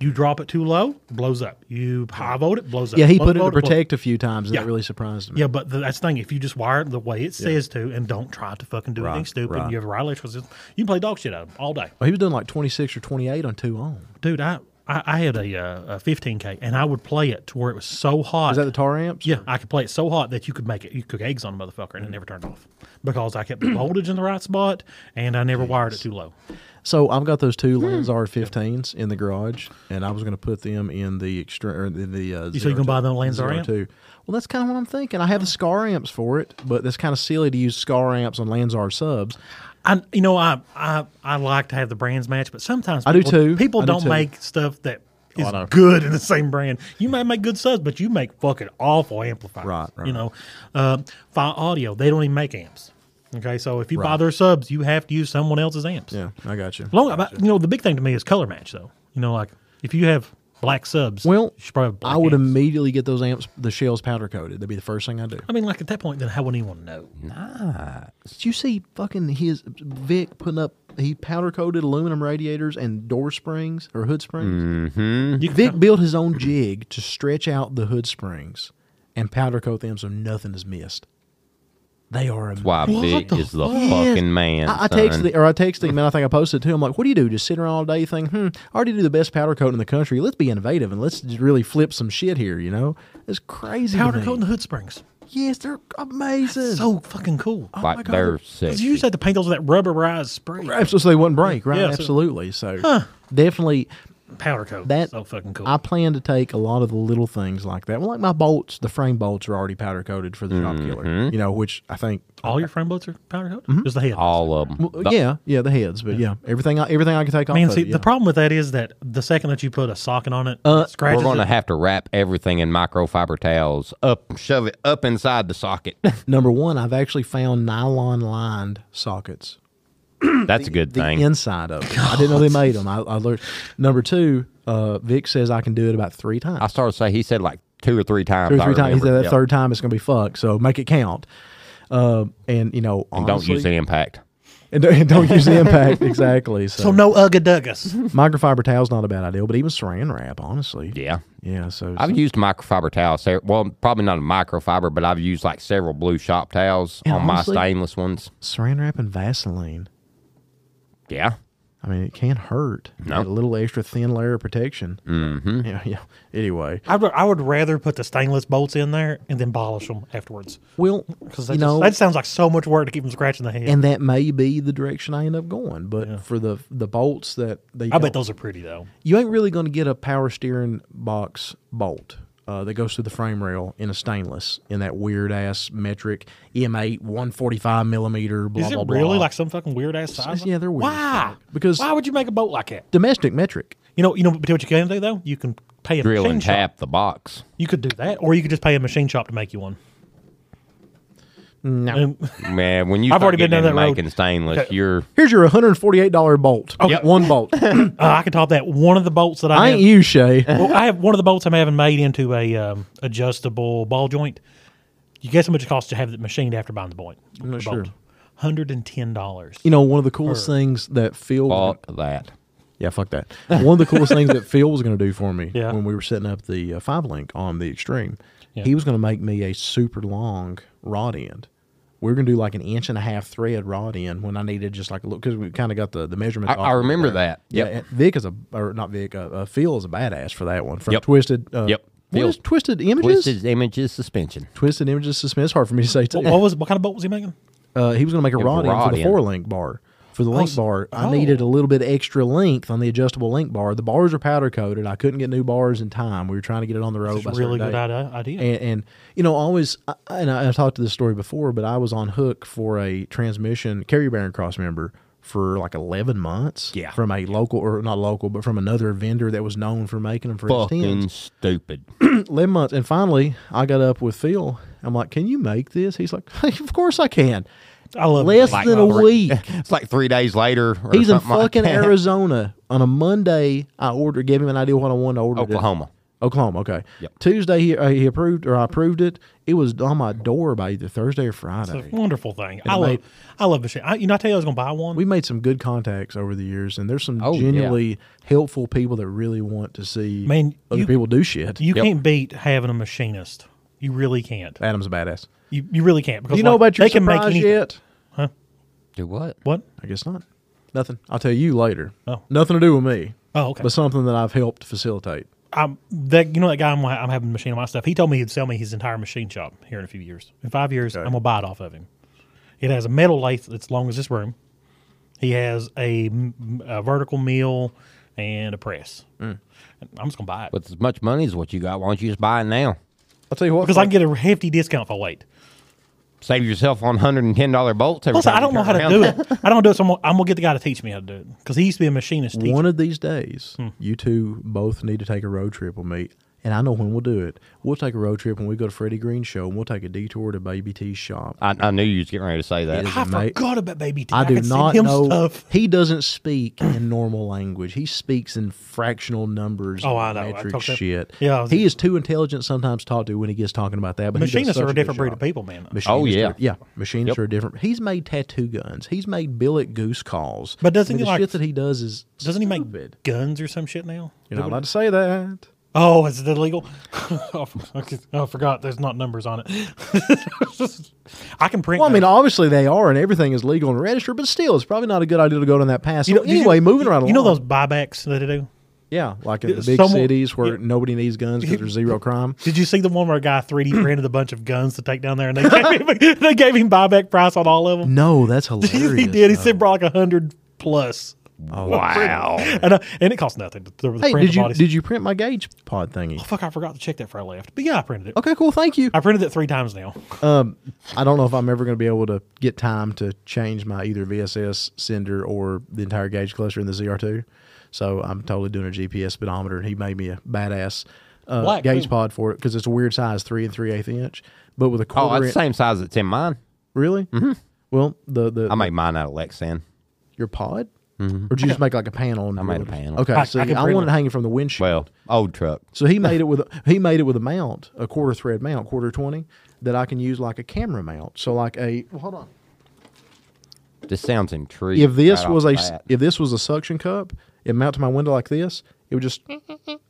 You drop it too low, blows up. You high volt it, blows up. Yeah, he Low put it to volt, blows up. protect a few times, and Yeah. that really surprised me. Yeah, but the, that's the thing. If you just wire it the way it says to, and don't try to fucking do anything stupid, and you have a right electrical system, you can play dog shit out of 'em all day. Well, Oh, he was doing like 26 or 28 on two ohm. dude, I, I, I had a, uh, a 15K and I would play it to where it was so hot. Is that the tar amps? yeah, I could play it so hot that you could make it, you cook eggs on a motherfucker and it never turned off because I kept the voltage in the right spot and I never wired it too low. So I've got those two Lanzar 15s in the garage, and I was going to put them in the extreme. Or the, the uh, You said you're gonna buy them Lanzar amp? Two. Well, that's kind of what I'm thinking. I have the Scar amps for it, but that's kind of silly to use Scar amps on Lanzar subs. I, you know, I, I, I like to have the brands match, but sometimes I do people, too. People I do don't too. Oh, make stuff that is I know. good in the same brand. You may make good subs, but you make fucking awful amplifiers. Right, right. You know, uh, Fi Audio, they don't even make amps. Okay, so if you buy their subs, you have to use someone else's amps. Yeah, I got you. Long, but, you know, the big thing to me is color match, though. You know, like if you have black subs, Well, you should probably have black I would amps. immediately get those amps, the shells powder coated. That'd be the first thing I do. I mean, like at that point, then how would anyone know? Did you see fucking his Vic putting up? He powder coated aluminum radiators and door springs or hood springs. You can- Vic built his own jig to stretch out the hood springs and powder coat them so nothing is missed. They are amazing. Why Vic is the fucking man. I, I text son. the, or I text him, and I think I posted it too. I'm like, "What do you do? Just sit around all day? Thing? Hmm. I already do the best powder coat in the country. Let's be innovative and let's just really flip some shit here. You know, it's crazy. to powder me. coating the hood springs. Yes, they're amazing. So fucking cool. Oh my like God, they're they're- sick. Because you used to have to paint those with that rubberized spray absolutely so they wouldn't break, right? Yeah, so- absolutely. So, definitely, powder coat. That- so fucking cool. I plan to take a lot of the little things like that. Well, like my bolts, the frame bolts are already powder coated for the drop Mm-hmm. killer. You know, which I think All your frame bolts are powder coat. Mm-hmm. Just the head. All of them. Well, yeah, yeah, the heads, but yeah, everything, I, everything I can take off. I mean, of see, it, yeah. the problem with that is that the second that you put a socket on it, Uh, it We're scratches going to it. have to wrap everything in microfiber towels up, shove it up inside the socket. Number one, I've actually found nylon lined sockets. That's a good The thing. inside of them. I didn't know they made them. I, I learned. Number two, uh, Vic says I can do it about three times. I started to say he said like two or three times. two or I three times. He said remember. that Yeah. third time it's going to be fucked. So make it count. Uh, and you know, And honestly, don't use the impact. And don't, and don't use the impact exactly. So, so no Ugga Duggas. microfiber towel's not a bad idea, but even saran wrap, honestly. Yeah. Yeah. So I've used microfiber towels. se- Well, probably not a microfiber, but I've used like several blue shop towels And on honestly- my stainless ones. saran wrap and Vaseline. Yeah. I mean, it can't hurt. No. Get A little extra thin layer of protection. Mm-hmm. Yeah, yeah. Anyway, I would, I would rather put the stainless bolts in there and then polish them afterwards. well, Because you know, that sounds like so much work to keep them scratching the head. and that may be the direction I end up going. But for the the bolts that they, I bet don't- those are pretty though. you ain't really going to get a power steering box bolt uh, that goes through the frame rail in a stainless in that weird ass metric E M8 145 millimeter. Blah Is it blah really blah. like some fucking weird ass size? yeah, they're weird as Why? fuck. Because- why would you make a boat like that? domestic metric? You know, you know. But what you can do though, you can pay a Drill machine and shop. tap the box. You could do that, or you could just pay a machine shop to make you one. No. And- Man, when you I've start already getting been down into that road. making stainless, you're Here's your $148 bolt. Okay. Yep. One bolt. uh, I can top that. One of the bolts that I, I have, ain't you, Shay. well, I have one of the bolts I'm having made into a um, adjustable ball joint. You guess how much it costs to have it machined after buying the bolt? I'm not sure. Hundred and ten dollars. You know, one of the coolest things that Phil. bought that. Yeah, fuck that. One of the coolest things that Phil was going to do for me Yeah. when we were setting up the uh, five link on the extreme, he was going to make me a super long rod end. We were going to do like an inch and a half thread rod end when I needed just like a little, because we kind of got the, the measurements. I- off I of it remember there. that. Yep. Yeah, and Vic is a, or not Vic, uh, uh, Phil is a badass for that one. From Yep. Twisted. Uh, Yep. What Phil. is Twisted Images? Twisted images suspension. Twisted Images Suspense. It's hard for me to say too. What, what was what kind of bolt was he making? Uh, he was going to make a Yeah, rod end for rod the end. four link bar. For the link so- bar, I oh. needed a little bit extra length on the adjustable link bar. The bars are powder coated. I couldn't get new bars in time. We were trying to get it on the road. It's by a a really certain good date. idea. idea. And, and you know, always, I, and I, I talked to this story before, but I was on hook for a transmission carrier bearing cross member for like eleven months. Yeah. from a local or not local, but from another vendor that was known for making them for his Fucking tins. stupid. 11 months. And finally, I got up with Phil. I'm like, can you make this? He's like, of course I can. I love Less Like, than a three- week. It's like three days later. Or He's in something like fucking that. Arizona. On a Monday, I ordered, gave him an idea what I wanted to order. Oklahoma. Oklahoma, okay. Yep. Tuesday, he, uh, he approved, or I approved it. It was on my door by either Thursday or Friday. It's a wonderful thing. I it love, made- I love machine. I, you know, I tell you, I was gonna buy one. we made some good contacts over the years, and there's some Oh, yeah. genuinely helpful people that really want to see Man, other you- people do shit. you Yep. can't beat having a machinist. You really can't. Adam's a badass. You, you really can't. Because Do you know like, about your they can make surprise anything. yet? Do what? What? I guess not. Nothing. I'll tell you later. Oh. Nothing to do with me, Oh, okay. but something that I've helped facilitate. I'm that you know that guy I'm, I'm having a machine on my stuff. He told me he'd sell me his entire machine shop here in a few years. In five years, I'm gonna buy it off of him. It has a metal lathe that's as long as this room. He has a, m- a vertical mill and a press. Mm. I'm just gonna buy it With as much money as what you got, why don't you just buy it now? I'll tell you what. because I can get a hefty discount if I wait. Save yourself on hundred and ten dollar bolts. Every Plus, time I don't you know turn how to around. do it. I don't do it, so I'm gonna, I'm gonna get the guy to teach me how to do it because he used to be a machinist teacher. one of these days, Hmm. you two both need to take a road trip with me, and I know when we'll do it. We'll take a road trip when we go to Freddie Green's show, and we'll take a detour to Baby T's shop. I, I knew you was getting ready to say that. Yes. I mate. forgot about Baby T. I do could send not him know. Stuff. He doesn't speak in normal language. He speaks in fractional numbers. Oh, I and know. I Metric talked to- shit. Yeah, I was- he is too intelligent sometimes to talk to when he gets talking about that. But he does Machinists such are a good different breed job. of people, man. Oh, Machinists yeah. are- yeah. Machinists Yep. are different. He's made tattoo guns. He's made billet goose calls. But doesn't I mean, he the like- shit that he does is Doesn't he make stupid. guns or some shit now? You're not allowed to say that. Oh, is it illegal? oh, f- okay. Oh, I forgot. There's not numbers on it. I can print. Well, I mean, those. obviously they are, and everything is legal and registered. But still, it's probably not a good idea to go down that path. So did anyway, moving right along. You know those buybacks that they do? yeah, like in the big Someone- cities where yeah. nobody needs guns because there's zero crime. Did you see the one where a guy 3D printed a bunch of guns to take down there, and they gave him, they gave him buyback price on all of them? No, that's hilarious. he did. He though. Oh, said brought like a hundred plus, Wow. and, uh, and it cost nothing. to- to "Hey, print did the you bodies. did you print my gauge pod thingy?" Fuck, I forgot to check that before I left. But yeah, I printed it. Okay, cool. Thank you. I printed it three times now. I don't know if I'm ever going to be able to get time to change my either VSS sender or the entire gauge cluster in the ZR2. So I'm totally doing a GPS speedometer, and he made me a badass uh, Black, gauge too. pod for it because it's a weird size, three and three eighth inch, but with a Oh, quarter that's the inch. same size that's in mine. Really? Mm-hmm. Well, the the I make mine out of Lexan. your pod, or did you just make like a panel? And I made a build it? panel. Okay, I- so I can I, print wanted it. it hanging from the windshield. Well, old truck. So he made it with a, he made it with a mount, a quarter thread mount, quarter twenty, that I can use like a camera mount. So like a well, hold on. This sounds intriguing. If this right was a off s- the bat. if this was a suction cup, it mount to my window like this. It would just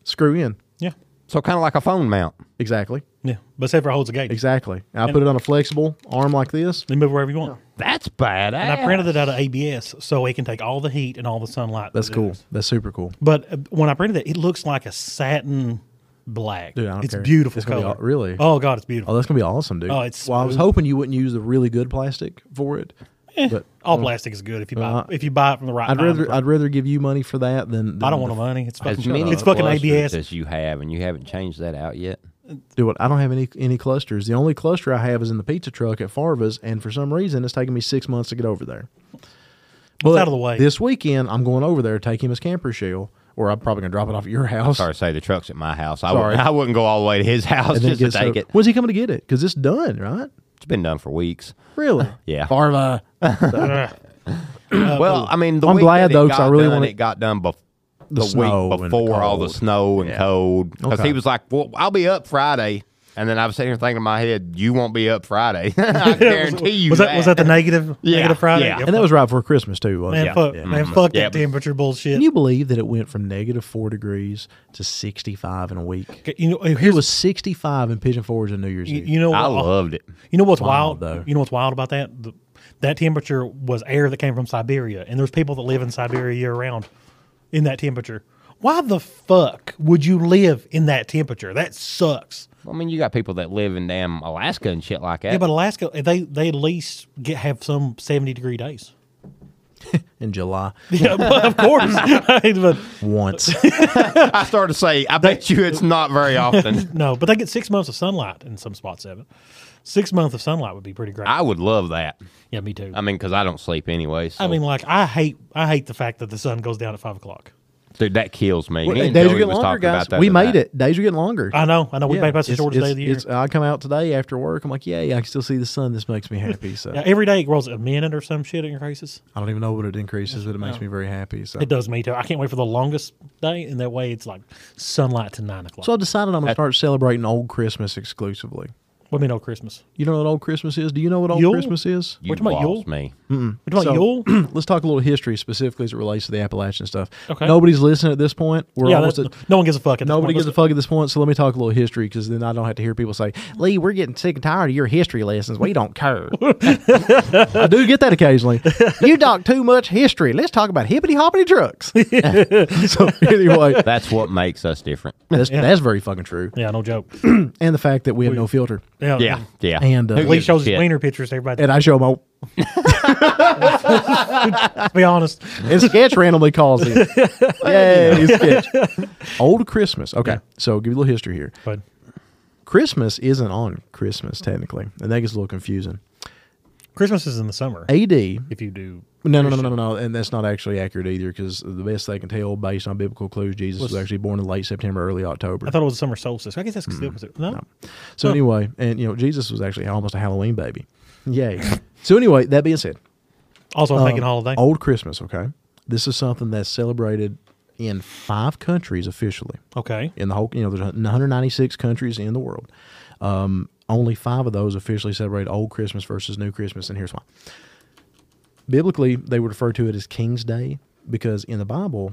screw in Yeah, so kind of like a phone mount. exactly, yeah. But except for it holds a gauge, exactly. And I put it on a flexible arm like this. they move wherever you want. That's badass. And I printed it out of ABS, so it can take all the heat and all the sunlight. That's that it cool. is. That's super cool. But uh, when I printed it, it looks like a satin black. Dude, I don't it's care. beautiful It's gonna be color. all- really? Oh god, it's Oh, beautiful. that's gonna be awesome, dude. Oh, it's well, I was smooth. Eh. hoping you wouldn't use the really good plastic for it, but all plastic is good if you buy Well, I- if you buy it from the right. Uh-huh. I'd time. rather I'd rather give you money for that than, than I don't want the money. It's As fucking, many it's fucking clusters ABS. as you have, and you haven't changed that out yet. do it. I don't have any any clusters. The only cluster I have is in the pizza truck at Farva's, and for some reason, it's taking me six months to get over there. But out of the way. This weekend, I'm going over there to take him his camper shell, or I'm probably gonna drop it off at your house. Sorry, to say the truck's at my house. I Sorry. wouldn't, I wouldn't go all the way to his house And then just to get take so- it. When's he coming to get it? Because it's done, right? It's been done for weeks. Really? Yeah. Farva. well, I mean, the Uh, I'm week glad, that it though, 'cause got I really done, wanna- it got done bef- The the snow week and the before all the cold. snow and cold because Okay. he was like, "Well, I'll be up Friday," and then I was sitting here thinking in my head, "You won't be up Friday." I guarantee you. Was that was that the negative Yeah, negative Friday? yeah. And that was right before Christmas, too, wasn't man, it? Mm-hmm. fuck, man, fuck Yeah, that but- temperature bullshit. Can you believe that it went from negative four degrees to 65 in a week? Okay, you know, It here's was 65 in Pigeon Forge on New Year's you, Eve. you know I what- uh, loved it. You know what's wild? Wild, though. You know what's wild about that? The, that temperature was air that came from Siberia, and there's people that live in Siberia year round in that temperature. Why the fuck would you live in that temperature? That sucks. I mean, you got people that live in damn Alaska and shit like that. Yeah, but Alaska, they they at least get have some seventy degree days. in July Yeah, but of course. I mean, but once. I started to say, I bet you it's not very often. no, but they get six months of sunlight in some spots of it. Six months of sunlight would be pretty great. I would love that. yeah, me too. I mean, because I don't sleep anyway. So. I mean, like I hate I hate the fact that the sun goes down at five o'clock. dude, that kills me. Me and days are Joey getting was longer, talking guys. about that We the made night. it. Days are getting longer. I know, I know. We Yeah, made past the it's- shortest day it's- of the year. it's- uh, I come out today after work. I'm like, yay, I can still see the sun. This makes me happy. So Yeah, every day it grows a minute or some shit increases. I don't even know what it increases, but it makes me very happy. So, It does me too. I can't wait for the longest day, and that way it's like sunlight to nine o'clock. so So, I've decided I'm going to start celebrating old Christmas exclusively. what do you mean, old Christmas? You know what old Christmas is? Do you know what old Yule? Christmas is? You We're talking about Yule? lost me. We're talking So, about Yule. let's talk a little history specifically as it relates to the Appalachian stuff. Okay. Nobody's listening at this point. We're yeah, almost that's- at, no one gives a fuck. At this Nobody point. gives a Let's- fuck at this point, so let me talk a little history because then I don't have to hear people say, Lee, we're getting sick and tired of your history lessons. We don't care. I do get that occasionally. You talk too much history. Let's talk about hippity hoppity trucks. so, anyway, That's what makes us different. that's, that's very fucking true. Yeah, no joke. And the fact that we have no filter. Yeah, Yeah, yeah. And, uh, Who Lee Lee gives a shows his shit? wiener pictures to everybody. And I show my, to be honest, and Sketch randomly calls in. Yay, Sketch. Old Christmas. Okay, so give you a little history here. but Christmas isn't on Christmas, technically, and that gets a little confusing. Christmas is in the summer. AD If you do, No, no, no, no, no, no, and that's not actually accurate either, because the best they can tell, based on biblical clues, Jesus was, actually born in late September, early October. I thought it was summer solstice. I guess that's still considered. No, so anyway, and you know, Jesus was actually almost a Halloween baby. Yay! so anyway, that being said, um, also I'm making holiday. old Christmas. Okay, this is something that's celebrated in five countries officially. Okay, In the whole, you know, there's 196 countries in the world. Um, only five of those officially celebrate Old Christmas versus New Christmas, and here's why. Biblically, they would refer to it as King's Day because in the Bible,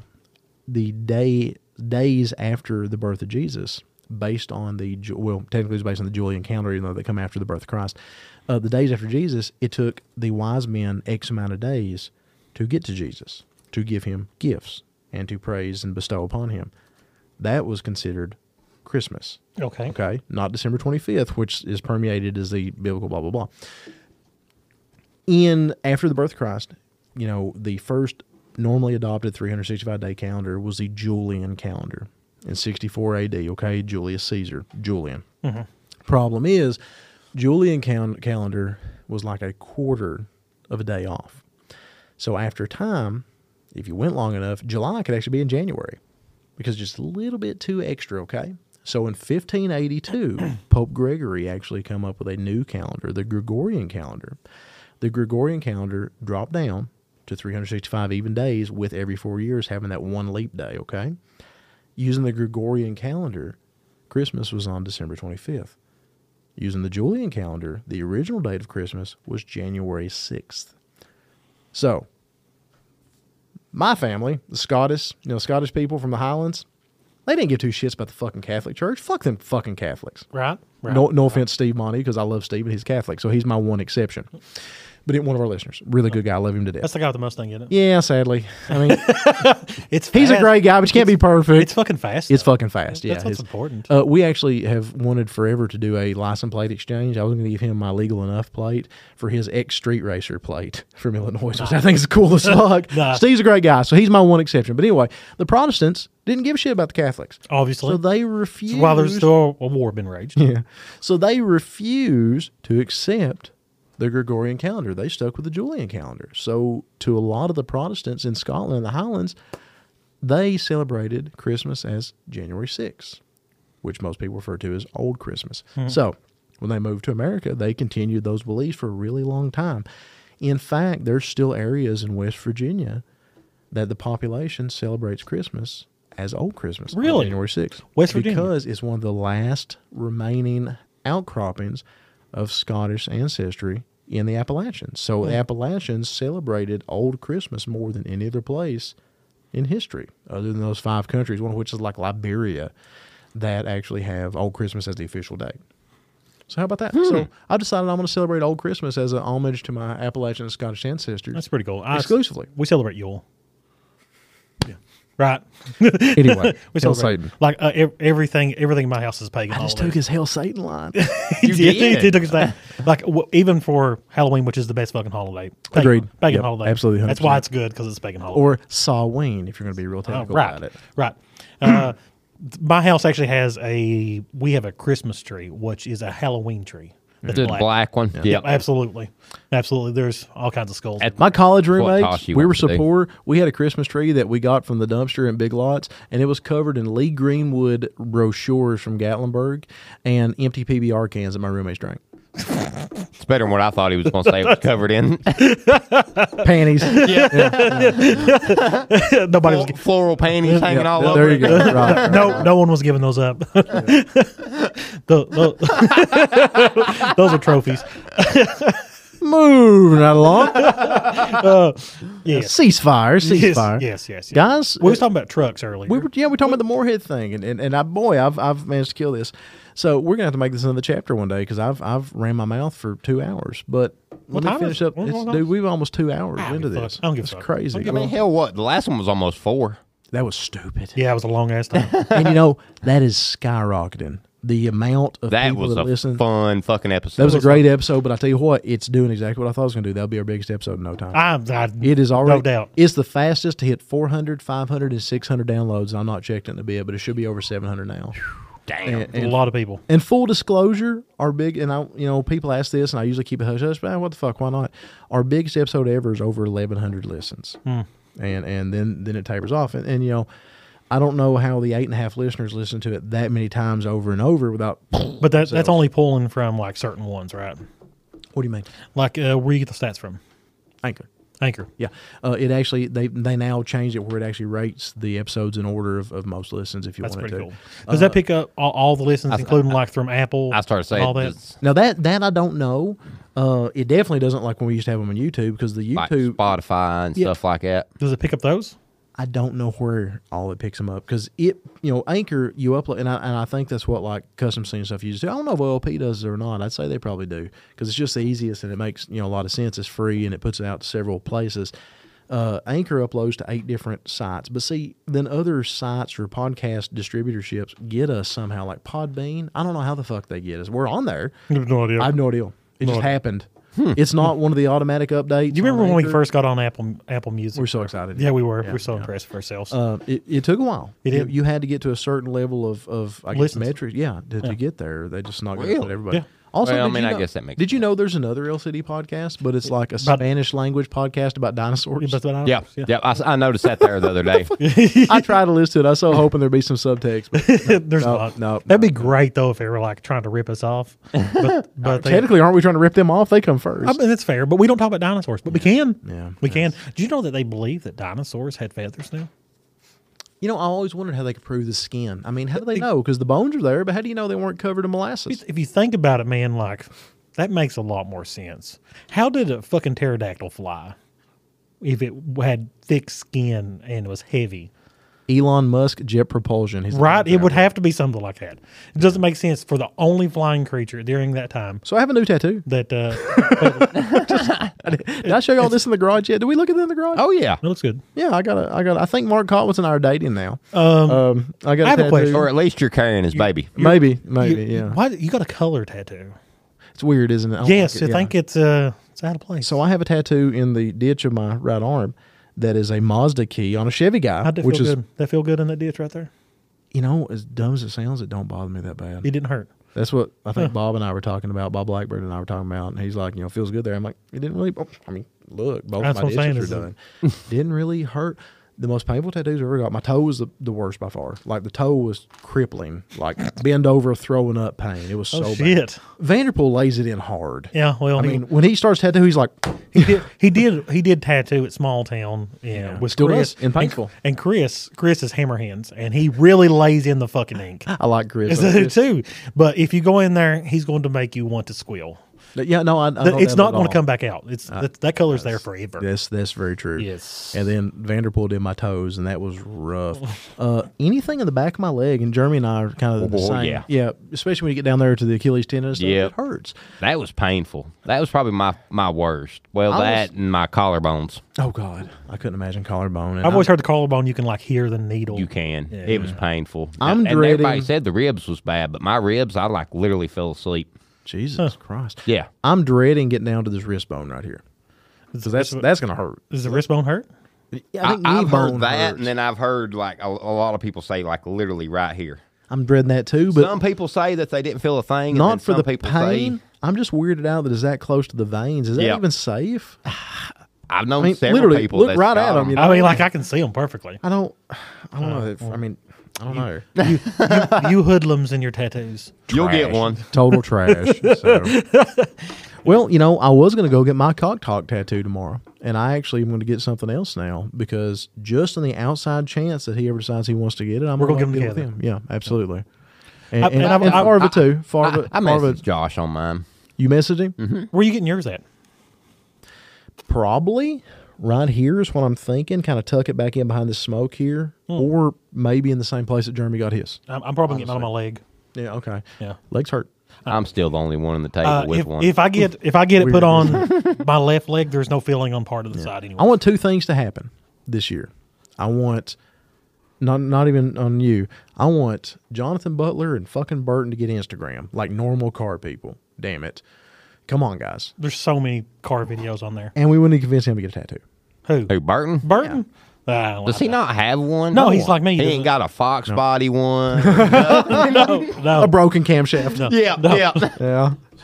the day days after the birth of Jesus, based on the Ju- well, technically it's based on the Julian calendar, even though they come after the birth of Christ. Uh, the days after Jesus, it took the wise men x amount of days to get to Jesus, to give him gifts, and to praise and bestow upon him. That was considered Christmas. okay, Okay, not December 25th, which is permeated as the biblical blah blah blah. In after the birth of Christ, you know, the first normally adopted 365 day calendar was the Julian calendar in 64 AD. Okay, Julius Caesar, Julian. Problem is, Julian cal- calendar was like a quarter of a day off. So after time, if you went long enough, July could actually be in January because just a little bit too extra, okay? So in 1582, Pope Gregory actually come up with a new calendar, the Gregorian calendar. The Gregorian calendar dropped down to 365 even days with every 4 years having that one leap day, okay? Using the Gregorian calendar, Christmas was on December 25th. Using the Julian calendar, the original date of Christmas was January 6th. So, my family, the Scottish, you know, Scottish people from the Highlands, they didn't give two shits about the fucking Catholic Church. Fuck them fucking Catholics. right, right. No, no offense, Steve Monty, because I love Steve, but he's Catholic, so he's my one exception. But one of our listeners, really good guy, I love him to death. That's the guy with the Mustang in it. yeah, sadly, I mean, It's he's a fast. great guy, but you can't be perfect. It's fucking fast. It's though. fucking fast. Yeah, That's what's it's- important. Uh, we actually have wanted forever to do a license plate exchange. I was going to give him my legal enough plate for his ex street racer plate from Illinois, which I think is cool as fuck. Nah. Steve's a great guy, so he's my one exception. But anyway, the Protestants didn't give a shit about the Catholics, Obviously, so they refused. while there's still a war been raged. yeah, so they refused to accept the Gregorian calendar. They stuck with the Julian calendar. So to a lot of the Protestants in Scotland and the Highlands, they celebrated Christmas as January 6th, which most people refer to as Old Christmas. So When they moved to America, they continued those beliefs for a really long time. In fact, there's still areas in West Virginia that the population celebrates Christmas as old Christmas. on Really? January 6th. West Virginia? Because it's one of the last remaining outcroppings of Scottish ancestry in the Appalachians. So Hmm. the Appalachians celebrated old Christmas more than any other place in history, other than those five countries, one of which is like Liberia, that actually have old Christmas as the official date. So how about that? Hmm. So I decided I'm going to celebrate old Christmas as a homage to my Appalachian and Scottish ancestors. That's pretty cool. I- Exclusively. we celebrate Yule. Yeah. Right. anyway, We Hail celebrate Satan. like uh, ev- everything. Everything in my house is pagan. I just holidays. took his Hail Satan line. He You did. He did. did took us that. Like w- even for Halloween, which is the best fucking holiday. Pagan, Agreed. Pagan Yep, holiday. absolutely, That's why 100%. it's good because it's pagan holiday. or Sawween, if you're going to be real Uh, technical right. about it. Right. Uh, th- my house actually has a. We have a Christmas tree, which is a Halloween tree. That's The black, one. Yep. Absolutely. Absolutely. There's all kinds of skulls. At- My college What roommates, toss you we want were to do. so poor. We had a Christmas tree that we got from the dumpster in Big Lots, and it was covered in Lee Greenwood brochures from Gatlinburg and empty PBR cans that my roommates drank. It's better than what I thought he was going to say. It was covered in Panties. yeah. Nobody was. fl- floral panties hanging all there over. you it. go. Right, right. no, no one was giving those up. Tho- tho- those are trophies. Moving right along. Uh, Yes. Ceasefire. Ceasefire. Yes, yes, yes. Guys, uh, We was talking about trucks earlier. We were, yeah, we're talking about the Moorhead thing, and and, and I, boy, I've I've managed to kill this. So we're gonna have to make this another chapter one day because I've I've ran my mouth for two hours. But What let me time finish is it? up. What- It's, what- dude, we've almost two hours into give a fuck. this. I don't give a It's fuck. crazy. I mean, hell, what? The last one was almost four. that was stupid. yeah, it was a long ass time. and you know that is skyrocketing. The amount of That people was that a listen. fun fucking episode. that was a great episode, but I tell you what, it's doing exactly what I thought it was going to do. That'll be our biggest episode in no time. I, I, It is already no doubt. It's the fastest to hit 400, 500, and 600 downloads. I'm not checked in a bit, but it should be over 700 now. Damn. And- a and lot of people. And full disclosure, our big and I, you know, people ask this, and I usually keep it hush hush. But ah, what the fuck? Why not? Our biggest episode ever is over eleven hundred listens, Hmm. and and then then it tapers off. And, and you know, I don't know how the eight and a half listeners listen to it that many times over and over without. what But that, that's only pulling from like certain ones, right? do you mean? Like uh, where you get the stats from? Anchor. Anchor. Yeah, uh, it actually they they now changed it where it actually rates the episodes in order of, of most listens. If you That's want pretty to, cool. Does that pick up all, all the listens, including like from Apple? I started saying all that. just now that that I don't know, uh, it definitely doesn't like when we used to have them on YouTube because the like YouTube Spotify and stuff like that. Does it pick up those? I don't know where all it picks them up because it, you know, Anchor you upload, and I and I think that's what like custom scene stuff uses. I don't know if OLP does it or not. I'd say they probably do because it's just the easiest and it makes you know a lot of sense. It's free and it puts it out to several places. Uh, Anchor uploads to eight different sites, but see, then other sites or podcast distributorships get us somehow, like Podbean. I don't know how the fuck they get us. We're on there. I have no idea. Hmm. I have no idea. It just happened. It's not one of the automatic updates. Do you remember on when we Anchor. first got on Apple Apple Music? We're so excited. yeah, we were. we were so impressed with ourselves. Uh, it, it took a while. It You- did. You, had to get to a certain level of of I guess Listens. metrics. Yeah, to, to get there, they just not Really? going to everybody. Yeah. Also, Well, I did mean, you I know- guess that makes Did you know there's another LCD podcast, but it's like a About- Spanish language podcast about dinosaurs? But- but I- Yeah, yeah. I, s- I noticed that there the other day. I tried to listen to it. I was so hoping there'd be some subtext. But There's No, not. no, That'd be great though if they were like trying to rip us off. But, but they, technically, aren't we trying to rip them off? They come first. I mean, that's fair. But we don't talk about dinosaurs, but we can. Yeah. we can. Do you know that they believe that dinosaurs had feathers now? you know, I always wondered how they could prove the skin. I mean, how do they know? Because the bones are there, but how do you know they weren't covered in molasses? If you think about it, man, like that makes a lot more sense. How did a fucking pterodactyl fly if it had thick skin and was heavy? Elon Musk jet propulsion. He's the Right? It would founder. have to be something like that. It doesn't make sense for the only flying creature during that time So I have a new tattoo. that uh, Did I show you all this in the garage yet? Did we look at it in the garage? Oh yeah, it looks good. Yeah, I got a, I got. I think Mark Cotwitz and I are dating now. Um, I got. I have a tattoo. question. or at least you're carrying his baby. Maybe, maybe, You- yeah. Why you got a color tattoo? It's weird, isn't it? I don't Yes, like it, I yeah. think it's uh it's out of place. So I have a tattoo in the ditch of my right arm that is a Mazda key on a Chevy guy, How'd that which feel is good? That feel good in that ditch right there? you know as dumb as it sounds, it don't bother me that bad. It didn't hurt. That's what I think Bob and I were talking about. Bob Blackbird and I were talking about, and he's like, you know, feels good there. I'm like, it didn't really. I oh, mean, look, both That's my what I'm dishes saying, are is done. didn't really hurt. the most painful tattoos I ever got. My toe was the, the worst by far. Like the toe was crippling, like bend over, throwing up pain. It was so Oh bad. shit! Vanderpool lays it in hard. Yeah, well, I he- mean, when he starts tattoo, he's like, he did. He did. He did tattoo at small town. Yeah, with Still Chris does, and painful. And, Chris, Chris is hammer hands, and he really lays in the fucking ink. I like Chris. It's I like a- Chris. too. But if you go in there, he's going to make you want to squeal. Yeah, no, I, I Th- don't it's doubt not it going at to all. come back out. It's that, that color's there forever. That's that's very true. Yes. And then Vanderpool did my toes, and that was rough. uh, anything in the back of my leg, and Jeremy and I are kind of the Oh, same. yeah. Especially when you get down there to the Achilles tendon, and stuff, Yep. it hurts. That was painful. That was probably my my worst. Well, I that was- and my collarbones. Oh God, I couldn't imagine collarbone. And I've always I'm- heard the collarbone. You can like hear the needle. You can. It was painful. I'm and, and everybody dreading- said the ribs was bad, but my ribs, I like literally fell asleep. Jesus Christ. Yeah. I'm dreading getting down to this wrist bone right here. So that's that's gonna hurt. Does the wrist bone hurt? Yeah, I I, think knee I've bone heard that, hurts. and then I've heard like a, a lot of people say like literally right here. I'm dreading that too, but some people say that they didn't feel a thing. and then not for some the people pain. Say, I'm just weirded out that it's that close to the veins. Is that Yeah. even safe? I've known I mean, several literally, people look that's right got at 'em, you know? I mean, like I can see them perfectly. I don't. I don't know. If, I mean, I don't know. you hoodlums and your tattoos. You'll get one. total trash. So. Well, you know, I was going to go get my cock talk tattoo tomorrow, and I actually am going to get something else now because just on the outside chance that he ever decides he wants to get it, I'm We're going gonna to give him with the him. Yeah, absolutely. And, I- and, and I've- and I've- Farva too. I, Farva, I Farva, messaged Josh on mine. you messaged him? Where you getting yours at? Probably right here is what I'm thinking. Kind of tuck it back in behind the smoke here, Hmm. or maybe in the same place that Jeremy got his. I'm, I'm probably getting out of my leg. Yeah. Okay. Yeah. Legs hurt. I'm still the only one on the table Uh, with if, one. if I get if I get it put on my left leg, there's no feeling on part of the side anyway. I want two things to happen this year. I want not not even on you. I want Jonathan Butler and fucking Burton to get Instagram like normal car people. Damn it. Come on, guys. There's so many car videos on there. And we wouldn't convince him to get a tattoo. Who? Who Burton? Burton? Ah, I don't Does he like not have one? No, he's like me, He doesn't ain't he? got a fox body one. that. No, no, A broken camshaft. yeah, yeah. Yeah.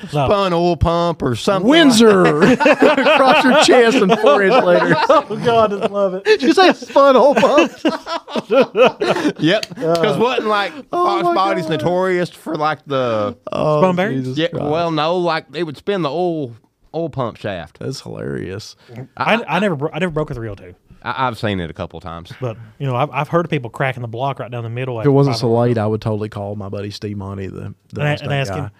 no. Spun oil pump or something. Windsor across your chest and forehead later. Oh God, I love it. Did you say spun old bump? like- Yep. Because wasn't like fox Uh. Oh my body's God. notorious for like the Spun berry? yeah. Well, no, like they would spin the oil oil pump shaft. That's hilarious. I, I never bro- I never broke a 302, I, I've seen it a couple times. but you know I've, I've heard of people cracking the block right down the middle. If it wasn't so late, I would totally call my buddy Steve Monty, the, and, the I- Mustang and ask guy. him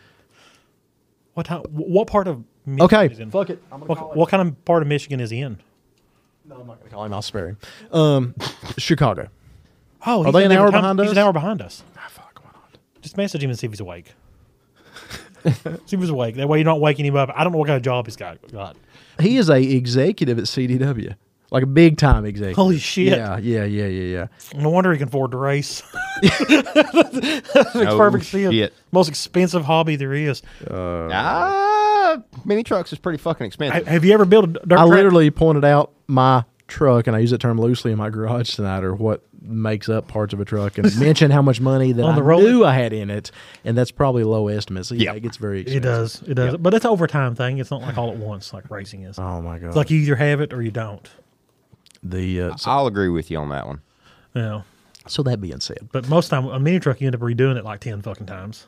what time, what part of Michigan Okay. is in? Fuck it. I'm gonna What, what kind of part of Michigan is he in? call him. I'll spare him. Um, Chicago. Oh, Are he's they an there hour time- behind He's us? an hour behind us. Ah, Fuck, why not? Just message him and see if he's awake. see if he's awake. That way you're not waking him up. I don't know what kind of job he's got. God. He is a executive at CDW, like a big time executive. Holy shit. Yeah, yeah, yeah, yeah, yeah. No wonder he can afford to race. Oh, Perfect sense. shit. Most expensive hobby there is. Ah, mini trucks is pretty fucking Ha- expensive. Have you ever built a dirt Uh. I track? literally pointed out my truck, and I use that term loosely in my garage tonight, or what makes up parts of a truck, and mentioned how much money that On I the roller? knew I had in it, and that's probably low estimate. So yeah, Yeah. it gets very It expensive. does. It does. But it's an overtime thing. It's not like all at once like racing is. Oh my god! It's like you either have it or you don't. the uh, so, I'll agree with you on that one. You know. so that being said, But most time a mini truck you end up redoing it like ten fucking times.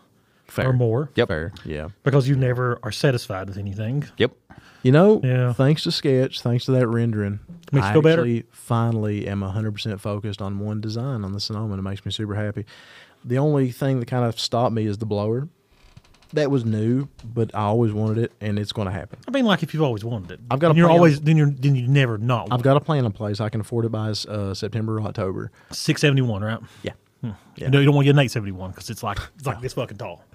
fair. Or more. Yep. Yeah. Because you never are satisfied with anything. Yep. You know, Yeah. thanks to Sketch, thanks to that rendering, Makes you I feel better? actually finally am 100% focused on one design on the Sonoma, and it makes me super happy. The only thing that kind of stopped me is the blower. That was new, but I always wanted it, and it's going to happen. I mean like if you've always wanted it. I've got a then you're plan. always then you're then you never not I've got a plan in place. I can afford it by uh, September or October. six seventy one, right? Yeah. You know, you don't want to get an eight seventy one because it's like it's like this fucking tall.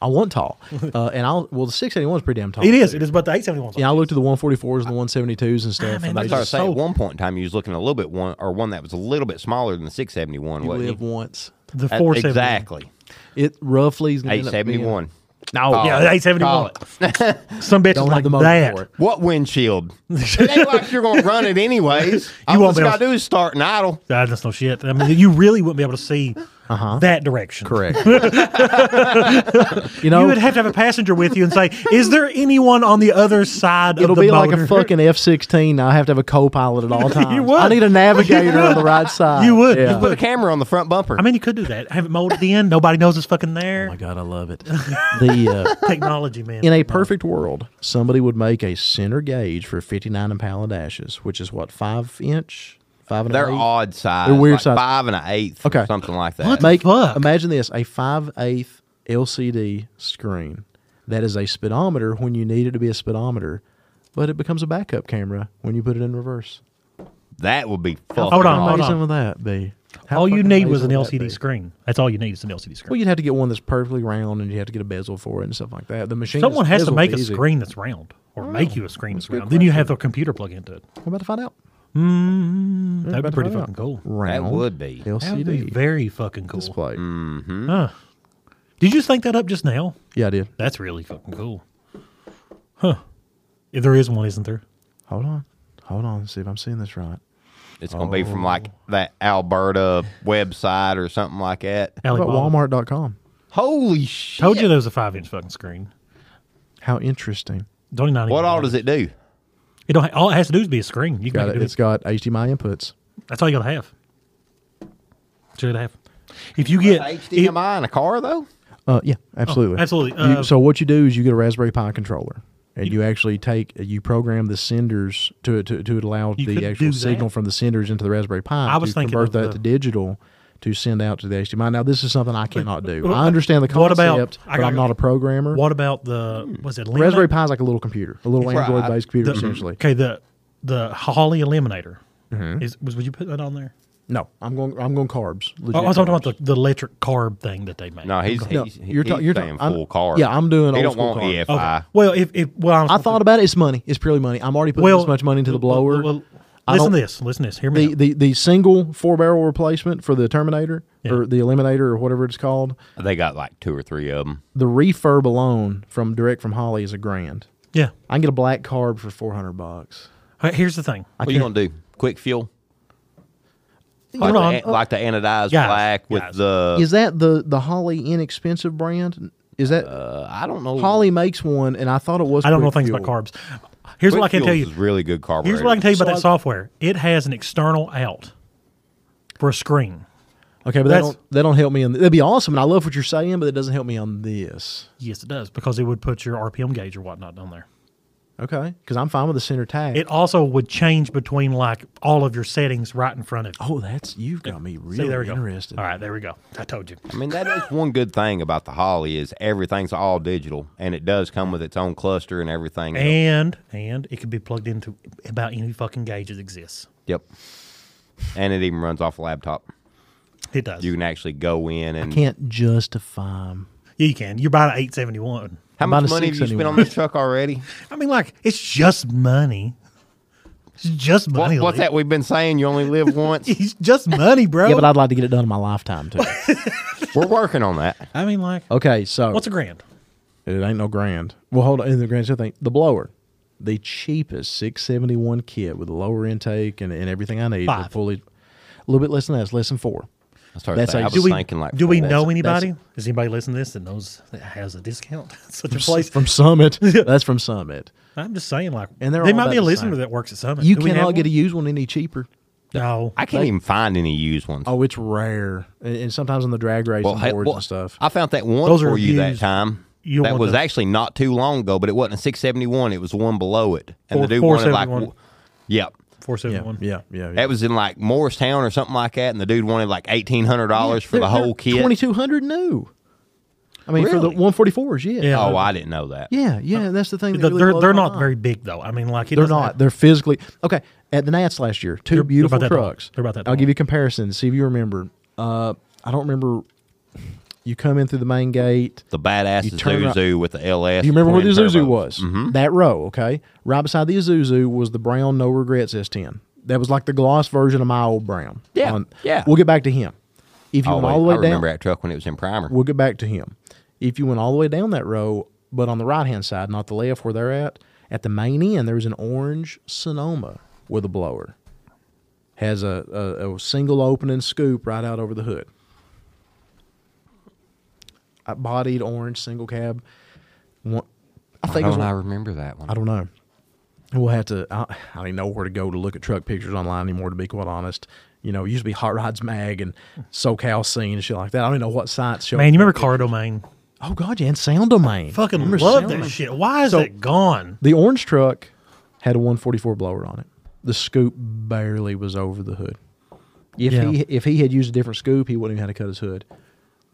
I want tall. uh, and I'll, well, the 681 is pretty damn tall. It is. It is. But the eight seventy one. Yeah, I looked at the 144s and the 172s and stuff. man, and those they are just I was saying so- at one point in time you was looking a little bit one or one that was a little bit smaller than the 671. you wasn't live he? once. the That- four seventy Exactly. It roughly is going to 871. No. Yeah, the eight seventy Call one. Some bitches Don't have like the motor for that. it. What windshield? it ain't like you're going to run it anyways. All won't you be got to able- do is start an idle. Ah, That's no shit. I mean, you really wouldn't be able to see that direction. Correct. you know, You would have to have a passenger with you and say, "Is there anyone on the other side It'll of the be like a boat?" fucking F sixteen. I have to have a co pilot at all times. would. I need a navigator on the right side. You would. Yeah. You would. Put a camera on the front bumper. I mean, you could do that. Have it mowed at the end. Nobody knows it's fucking there. Oh my god, I love it. The uh, Technology, man. in a perfect world, somebody would make a center gauge for fifty nine impaled ashes, which is what five inch, five and they're an eighth? odd size. They're weird like size. Five and an eighth. Okay. Okay. Something like that. What? Make Fuck. imagine this: a five eighth LCD screen that is a speedometer when you need it to be a speedometer, but it becomes a backup camera when you put it in reverse. That would be fucking Hold on, awesome. hold on. Amazing would that be? How all you fucking need was an amazing would that LCD be? screen. That's all you need is an LCD Well, screen. you'd have to get one that's perfectly round, and you have to get a bezel for it and stuff like that. The machine. Someone is has to bezeled make a easy. screen that's round, or Oh, make you a screen that's round. Then you have the computer plug into it. I'm about to find out. That'd be Hmm, better pretty find out. fucking cool. That Round would be. That'd be LCD very fucking cool. display. Huh. Did you think that up just now? Yeah, I did. That's really fucking cool. Huh. If there is one, isn't there? Hold on, hold on. Let's see if I'm seeing this right. It's gonna be Oh. from like that Alberta website or something like that. How Alec about Baldwin. Walmart.com? Holy shit! Told you there was a five inch fucking screen. How interesting. It's only nine. What all does it do? It don't. ha- All it has to do is be a screen. You can Got make it. it. do It's got HDMI inputs. it. That's all you gotta have. That's all you gotta have. If you get if- HDMI in a car though. Uh, yeah, absolutely. absolutely. You- Uh, so what you do is you get a Raspberry Pi controller, and you actually take you program the senders to to to allow You could the do actual that. signal from the senders into the Raspberry Pi. I was to thinking convert of that the- to digital to send out to the HDMI. Now this is something I cannot do. I understand the what concept, about- I but got- I'm not a programmer. what about the was it Eliminator? Raspberry Pi is like a little computer, a little Right. Android-based computer, The- essentially. Okay, the the Holly Eliminator. Mm-hmm. Is was would you put that on there? No, I'm going. I'm going carbs. Oh, I legit was talking carbs. about the, the electric carb thing that they make. No, he's No, he's, you're he's ta- you're ta- saying I'm- full car. yeah, I'm doing He old don't school want E car. EFI. Okay. Well, if if well, was I thought about it. It's money. It's purely money. I'm already putting well, this much money into the well, blower. well, I listen to don't- this. Listen to this. Hear me. the, out. the the single four barrel replacement for the Terminator Yeah. or the Eliminator or whatever it's called. They got like two or three of them. The refurb alone from direct from Holly is a grand. yeah. I can get a black carb for four hundred bucks. All right, Here's the thing. I What you can't- gonna do? Quick fuel. Like Hold the, on. uh, an- like the Guys, anodized black with guys. the. Is that the the Holly inexpensive brand? Is that uh, I don't know. Holly makes one? And I thought it was. I don't know quick things fuel. about carbs. Here's Quick what I can tell Fuels you. is really good carburetor. Here's what I can tell you So about I- that software. It has an external out for a screen. Okay, but that That's- don't that don't help me. In, that'd be awesome, and I love what you're saying, but it doesn't help me on this. Yes, it does because it would put your RPM gauge or whatnot on there. Okay, because I'm fine with the center tag. It also would change between like all of your settings right in front of you. oh, that's you've got me really See, there we go. interested. All right, there we go. I told you. I mean, that is one good thing about the Holly is everything's all digital, and it does come with its own cluster and everything. else. And and it could be plugged into about any fucking gauge that exists. Yep. And it even runs off a laptop. It does. You can actually go in and. Can't justify. 'em. yeah, you can. You're buying an 871. How I'm buying much a money have six you spent anyway. on this truck already? I mean, like it's just money. It's just What- money. what's Lee. that we've been saying? You only live once. It's just money, bro. Yeah, but I'd like to get it done in my lifetime too. We're working on that. I mean, like okay, so what's a grand? It ain't no grand. Well, hold on. The grand thing, the blower, the cheapest six seventy one kit with a lower intake and, and everything I need. for Five. Fully, a little bit less than that. It's less than four. I started That's a- thinking- I was do we- thinking like. Do we four. know That's- anybody? Is anybody listening to this that knows that has a discount? at Such a place. from Summit. That's from Summit. I'm just saying, like, And they're they all might about be a the listener same. that works at Summit. You Do we have cannot get a one? used one any cheaper. no. I can't even find any used ones. Oh, it's rare, and, and sometimes on the drag race and hey, boards well, and stuff. I found that one Those are for you that used. time. You don't that want was those. actually not too long ago, but it wasn't a 671. It was the one below it. And Four- the dude wanted like. 471. Yep. Four seven yeah, one. yeah, yeah, yeah. That was in like Morristown or something like that. And the dude wanted like $1,800 for the whole kit. Twenty two hundred new. I mean, for the Really? one forty fours, yeah. Yeah. Oh, I didn't know that. yeah, yeah. That's the thing. that They're really they're, blows they're my not mind. very big though. I mean, like it They're doesn't not. have- They're physically okay. At the Nats last year, 2 They're- they're about beautiful that tall. trucks. They're about that I'll tall. give you a comparison. See if you remember. Uh, I don't remember. You come in through the main gate. The badass You turn around- Zuzu with the LS. Do you remember where the twin Isuzu turbos. was? That row, okay. Right beside the Isuzu was the brown No Regrets S10. That was like the gloss version of my old brown. Yeah, yeah. We'll get back to him. If you Oh, went wait, all the I way down, remember that truck when it was in primer. We'll get back to him. If you went all the way down that row, but on the right hand side, not the left where they're at, at the main end, there was an orange Sonoma with a blower. Has a, a, a single opening scoop right out over the hood. uh, bodied orange single cab. One, I I think it was don't one- I remember that one. I don't know. We'll have to. I, I don't even know where to go to look at truck pictures online anymore. To be quite honest, you know, it used to be Hot Rods Mag and SoCal Scene and shit like that. I don't even know what sites. show- Man, you remember Car Domain? Oh God, yeah, and Sound Domain. Fucking Remember love Sound that Domain? shit. Why is So- that gone? The orange truck had a 144 blower on it. The scoop barely was over the hood. If Yeah. he if he had used a different scoop, he wouldn't have had to cut his hood.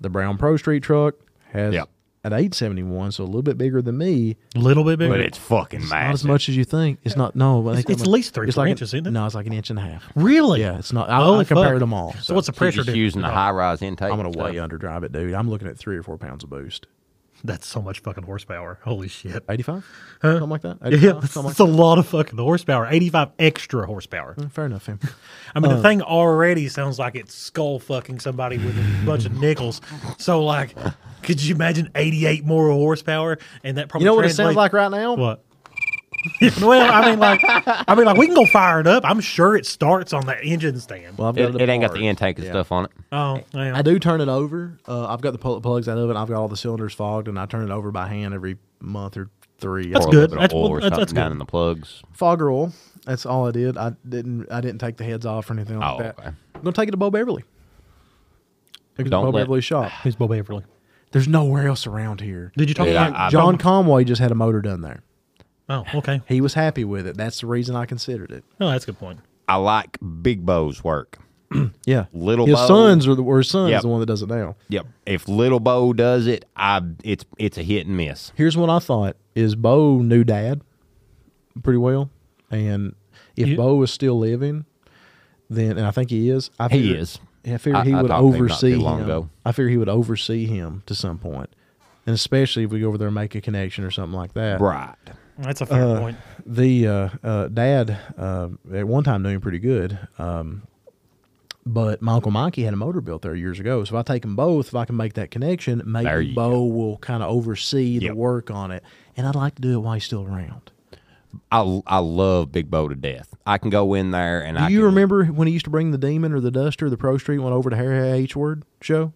The brown Pro Street truck has Yep. an 871, so a little bit bigger than me. A little bit bigger. but it's fucking massive. Not as much as you think. It's not. No, I think It's- that it's at much- least three it's like an- inches, isn't it? No, it's like an inch and a half. really? Yeah, it's not. I, Holy I compared fuck. them all. So what's the pressure Just difference? using the high rise intake. I'm gonna and stuff. way underdrive it, dude. I'm looking at three or four pounds of boost. That's so much fucking horsepower. Holy shit. 85, something like that. Yeah, 85? that's, something like that's a lot of fucking horsepower. 85 extra horsepower. that. Fair enough. Fam. I mean, Uh. the thing already sounds like it's skull fucking somebody with a bunch of nickels. So, like, could you imagine 88 more horsepower? And that probably You know what it sounds translates- like right now? What? well, I mean, like, I mean, like, we can go fire it up. I'm sure it starts on that engine stand. Well, I've got It, it ain't got the apart. intake and Yeah. stuff on it. oh, yeah. I do turn it over. Uh, I've got the pl- plugs out of it. I've got all the cylinders fogged, and I turn it over by hand every month or three. That's I- Pour good. A little bit That's- of oil or that's- that's something down good. in the plugs. Fogger oil. That's all I did. I didn't. I didn't take the heads off or anything like Oh, that. okay. I'm gonna take it to Bo Beverly. Take it to Don't Bo let- Beverly's shop. Who's Bo Beverly? There's nowhere else around here. Did you talk Dude, about I- I- John Conway just had a motor done there. Oh, okay. He was happy with it. That's the reason I considered it. No, that's a good point. I like Big Bo's work. Yeah, Little his Bo- sons are the or his son's Yep. the one that does it now. Yep. If Little Bo does it, I it's it's a hit and miss. Here's what I thought: is Bo knew Dad pretty well, and if You- Bo is still living, then and I think he is. I He figure- is. I figure I- he I would talked to him not too oversee long him. ago. I figure he would oversee him to some point, and especially if we go over there and make a connection or something like that. Right. That's a fair point. The uh, uh, Dad uh, at one time knew him pretty good. Um, but my uncle Mikey had a motor built there years ago, so if I take them both, if I can make that connection, There maybe you Bo will kind of oversee the Yep. work on it, and I'd like to do it while he's still around. I I love Big Bo to death. I can go in there and Do I you can, remember when he used to bring the demon or the duster, the Pro Street one over to Harry H Word show?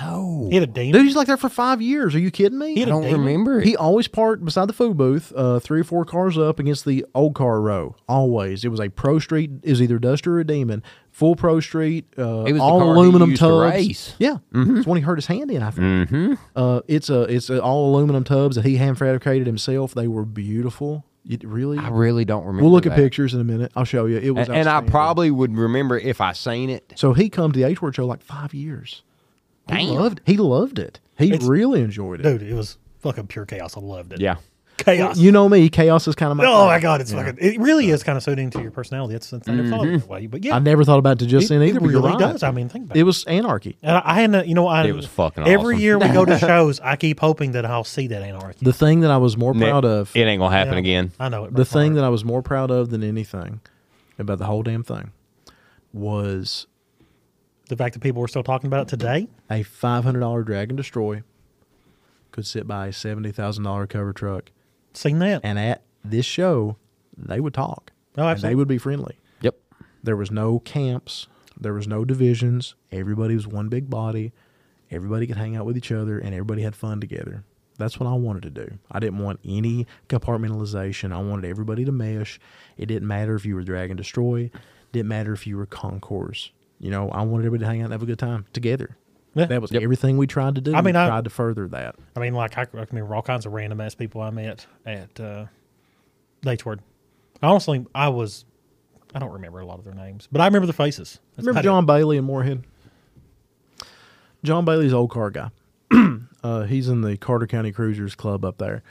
No. He had a demon. Dude, he's like there for five years. Are you kidding me? He I don't remember it. He always parked beside the food booth, uh, three or four cars up against the old car row. Always, it was a Pro Street. Is either Duster or Demon, full Pro Street. Uh, It was the all car he aluminum used to tubs. race. Mm-hmm. Yeah, it's when he hurt his hand in. I think. Uh, it's a it's a all aluminum tubs that he hand fabricated himself. They were beautiful. It really. I really don't remember. we'll look at that. pictures in a minute. I'll show you. It was And, and I outstanding. probably would remember if I seen it. So he come to the H word show like five years. He loved. He loved it. He It's- really enjoyed it. Dude, it was fucking pure chaos. I loved it. Yeah. Chaos. You know me. Chaos is kind of my. Oh thing. my god, it's fucking. It really is kind of suiting to your personality. It's, it's I never thought of it Mm-hmm. that way, but yeah, I never thought about it to just it, in either. it but you're really right. does. I mean, think about it. it was anarchy. And I, I had, no- you know, I It was fucking Every awesome. year we go to shows, I keep hoping that I'll see that anarchy. The thing that I was more proud of. It ain't gonna happen Yeah. again. I know it. the thing that I was more proud of than anything about the whole damn thing was the fact that people were still talking about it today. a five hundred dollar Dragon Destroy could sit by a seventy thousand dollar cover truck, Seen that? and at this show they would talk. Oh, and they absolutely. would be friendly. Yep. There was no camps. There was no divisions. Everybody was one big body. Everybody could hang out with each other, and everybody had fun together. That's what I wanted to do. I didn't want any compartmentalization. I wanted everybody to mesh. It didn't matter if you were Dragon Destroy. Didn't matter if you were Concourse. You know, I wanted everybody to hang out and have a good time together. Yeah. That was everything we tried to do. I mean, we I- tried to further that. I mean, like I, I can remember all kinds of random ass people I met at uh, Datesword. Honestly, I was. I don't remember a lot of their names, but I remember the faces. That's Remember about it. John Bailey and Moorhead? John Bailey's old car guy. uh, he's in the Carter County Cruisers Club up there.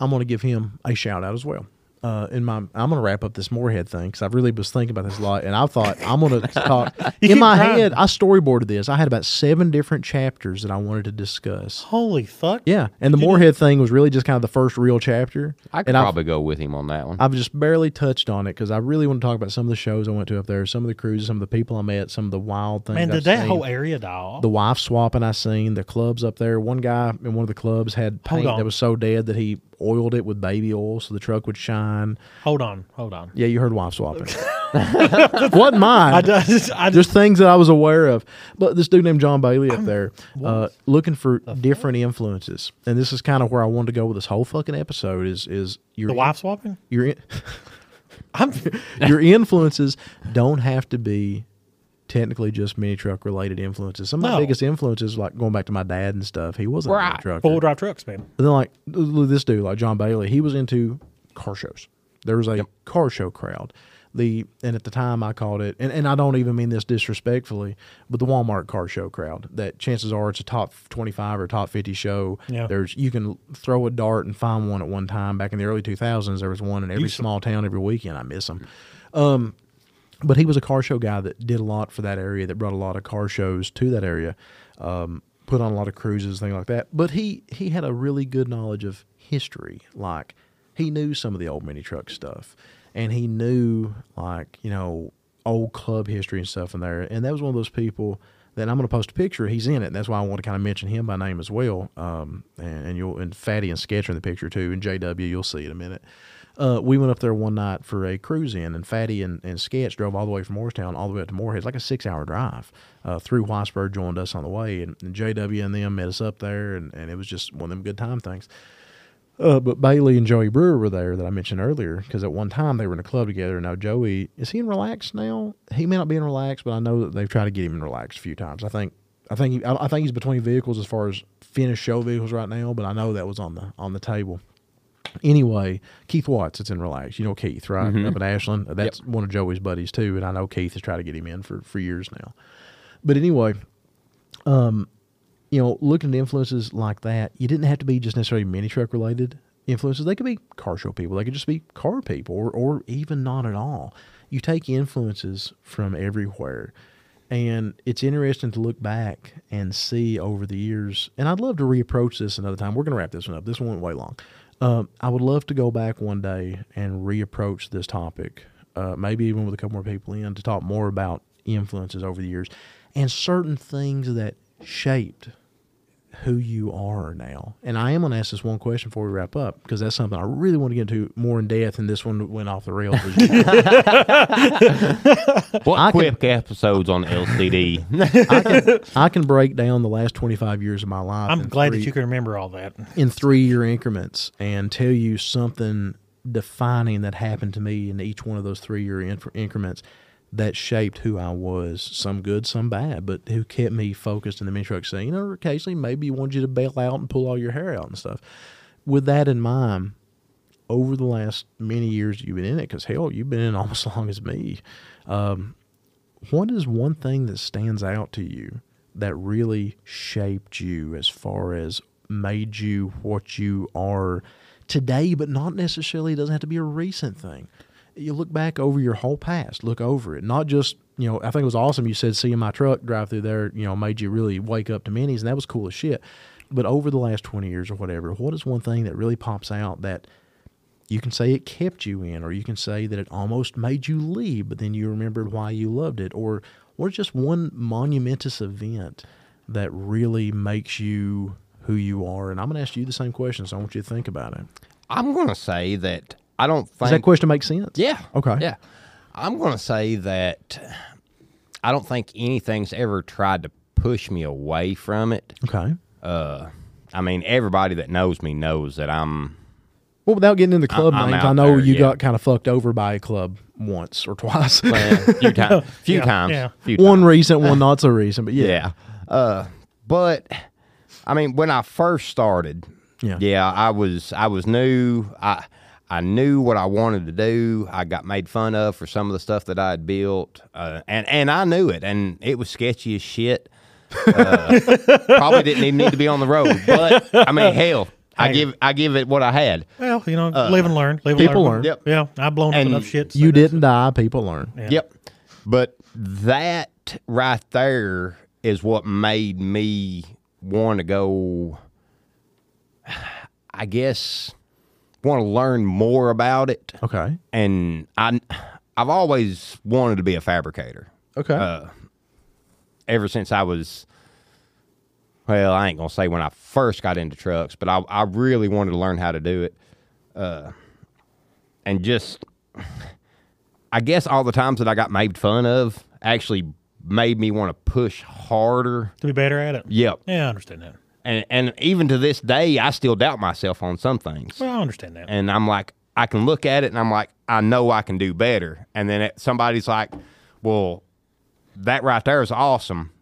I'm going to give him a shout out as well. Uh, in my, I'm going to wrap up this Moorhead thing because I really was thinking about this a lot, and I thought I'm going to talk. in my Right. head, I storyboarded this. I had about seven different chapters that I wanted to discuss. Holy fuck! Yeah, and the Moorhead thing was really just kind of the first real chapter. I could and I've- probably go with him on that one. I've just barely touched on it because I really want to talk about some of the shows I went to up there, some of the cruises, some of the people I met, some of the wild things. Man, I've did that seen. whole area die off? the wife swapping I seen the clubs up there. One guy in one of the clubs had Hold paint on. that was so dead that he oiled it with baby oil so the truck would shine. hold on, hold on. Yeah, you heard wife swapping. Wasn't mine. I just, I just things that I was aware of. But this dude named John Bailey up there, uh, looking for different influences, and this is kind of where I wanted to go with this whole fucking episode. Is is your the wife swapping. your in- your influences don't have to be technically just mini truck related influences. Some of my No. biggest influences, like going back to my dad and stuff, he wasn't a mini Right. trucker. Four wheel drive trucks, man. But then like l- l- this dude, like John Bailey, he was into car shows. There was a car show crowd. The and at the time I called it, and, and I don't even mean this disrespectfully, but the Walmart car show crowd. That chances are it's a top twenty five or top fifty show. Yeah. There's you can throw a dart and find one at one time. Back in the early two thousands, there was one in every small town every weekend. I miss them. But he was a car show guy that did a lot for that area, that brought a lot of car shows to that area, um, put on a lot of cruises, things like that. But he he had a really good knowledge of history. Like he knew some of the old mini truck stuff, and he knew like you know old club history and stuff in there. And that was one of those people that I'm going to post a picture. He's in it. And that's why I want to kind of mention him by name as well. Um, and, and you'll and Fatty and Sketch are in the picture too, and JW you'll see in a minute uh, we went up there one night for a cruise in, and Fatty and, and Sketch drove all the way from Morristown all the way up to Moorhead. It's like a six hour drive uh, through Weisberg, joined us on the way, and, and JW and them met us up there, and, and it was just one of them good time things. Uh, but Bailey and Joey Brewer were there that I mentioned earlier because at one time they were in a club together. Now Joey is he in Relax now? He may not be in Relax, but I know that they've tried to get him in Relax a few times. I think I think he, I, I think he's between vehicles as far as finished show vehicles right now, but I know that was on the on the table. Anyway, Keith Watts, it's in Relax. You know Keith, right? Up in Ashland. That's one of Joey's buddies too, and I know Keith has tried to get him in for for years now. But anyway, you know, looking at influences like that, you didn't have to be just necessarily mini truck related influences. They could be car show people. They could just be car people, or or even not at all. You take influences from everywhere, and it's interesting to look back and see over the years. And I'd love to reapproach this another time. We're going to wrap this one up. This one went way long. Um, I would love to go back one day and reapproach this topic, uh, maybe even with a couple more people in to talk more about influences over the years and certain things that shaped who you are now. And I am going to ask this one question before we wrap up because that's something I really want to get into more in depth. And this one went off the rails. as usual. What I can- quick episodes on LCD? I, can, I can break down the last 25 years of my life. I'm in glad three- that you can remember all that. in three year increments and tell you something defining that happened to me in each one of those three year inf- increments that shaped who I was, some good, some bad, but who kept me focused in the mini truck scene or occasionally maybe wanted you to bail out and pull all your hair out and stuff. With that in mind, over the last many years you've been in it, because hell, you've been in almost as long as me. Um, what is one thing that stands out to you that really shaped you as far as made you what you are today, but not necessarily, it doesn't have to be a recent thing. You look back over your whole past, look over it, not just, you know, I think it was awesome you said seeing my truck drive through there, you know, made you really wake up to minis, and that was cool as shit. But over the last 20 years or whatever, what is one thing that really pops out that you can say it kept you in, or you can say that it almost made you leave, but then you remembered why you loved it, or or just one monumentous event that really makes you who you are. And I'm going to ask you the same question, so I want you to think about it. I'm going to say that I don't think. Does that question make sense? Yeah. Okay. Yeah. I'm going to say that I don't think anything's ever tried to push me away from it. Okay. I mean, everybody that knows me knows that I'm. Well, without getting into club I'm names, out I know there, you yeah. got kind of fucked over by a club once or twice. a few times. Few Yeah, times. yeah. Few one recent, one not so recent, but yeah. Yeah. Uh, but I mean, when I first started, Yeah. I was I was new. I I knew what I wanted to do. I got made fun of for some of the stuff that I had built, uh, and and I knew it, and it was sketchy as shit. Uh, probably didn't even need to be on the road, but I mean, hell, I give I give it what I had. Well, you know, live and learn. Live people and learn. learn. Uh, Yep. Yeah, I've blown up And enough shit. so You that's- didn't die, people learn. Yeah. Yep. But that right there is what made me want to go, I guess, want to learn more about it. Okay. And I, I've always wanted to be a fabricator Okay. Uh, ever since I was. Well, I ain't gonna say when I first got into trucks, but I, I really wanted to learn how to do it, uh, and just I guess all the times that I got made fun of actually made me want to push harder. To be better at it. Yep. Yeah, I understand that. And and even to this day, I still doubt myself on some things. Well, I understand that. And I'm like, I can look at it and I'm like, I know I can do better. And then it, somebody's like, well, that right there is awesome.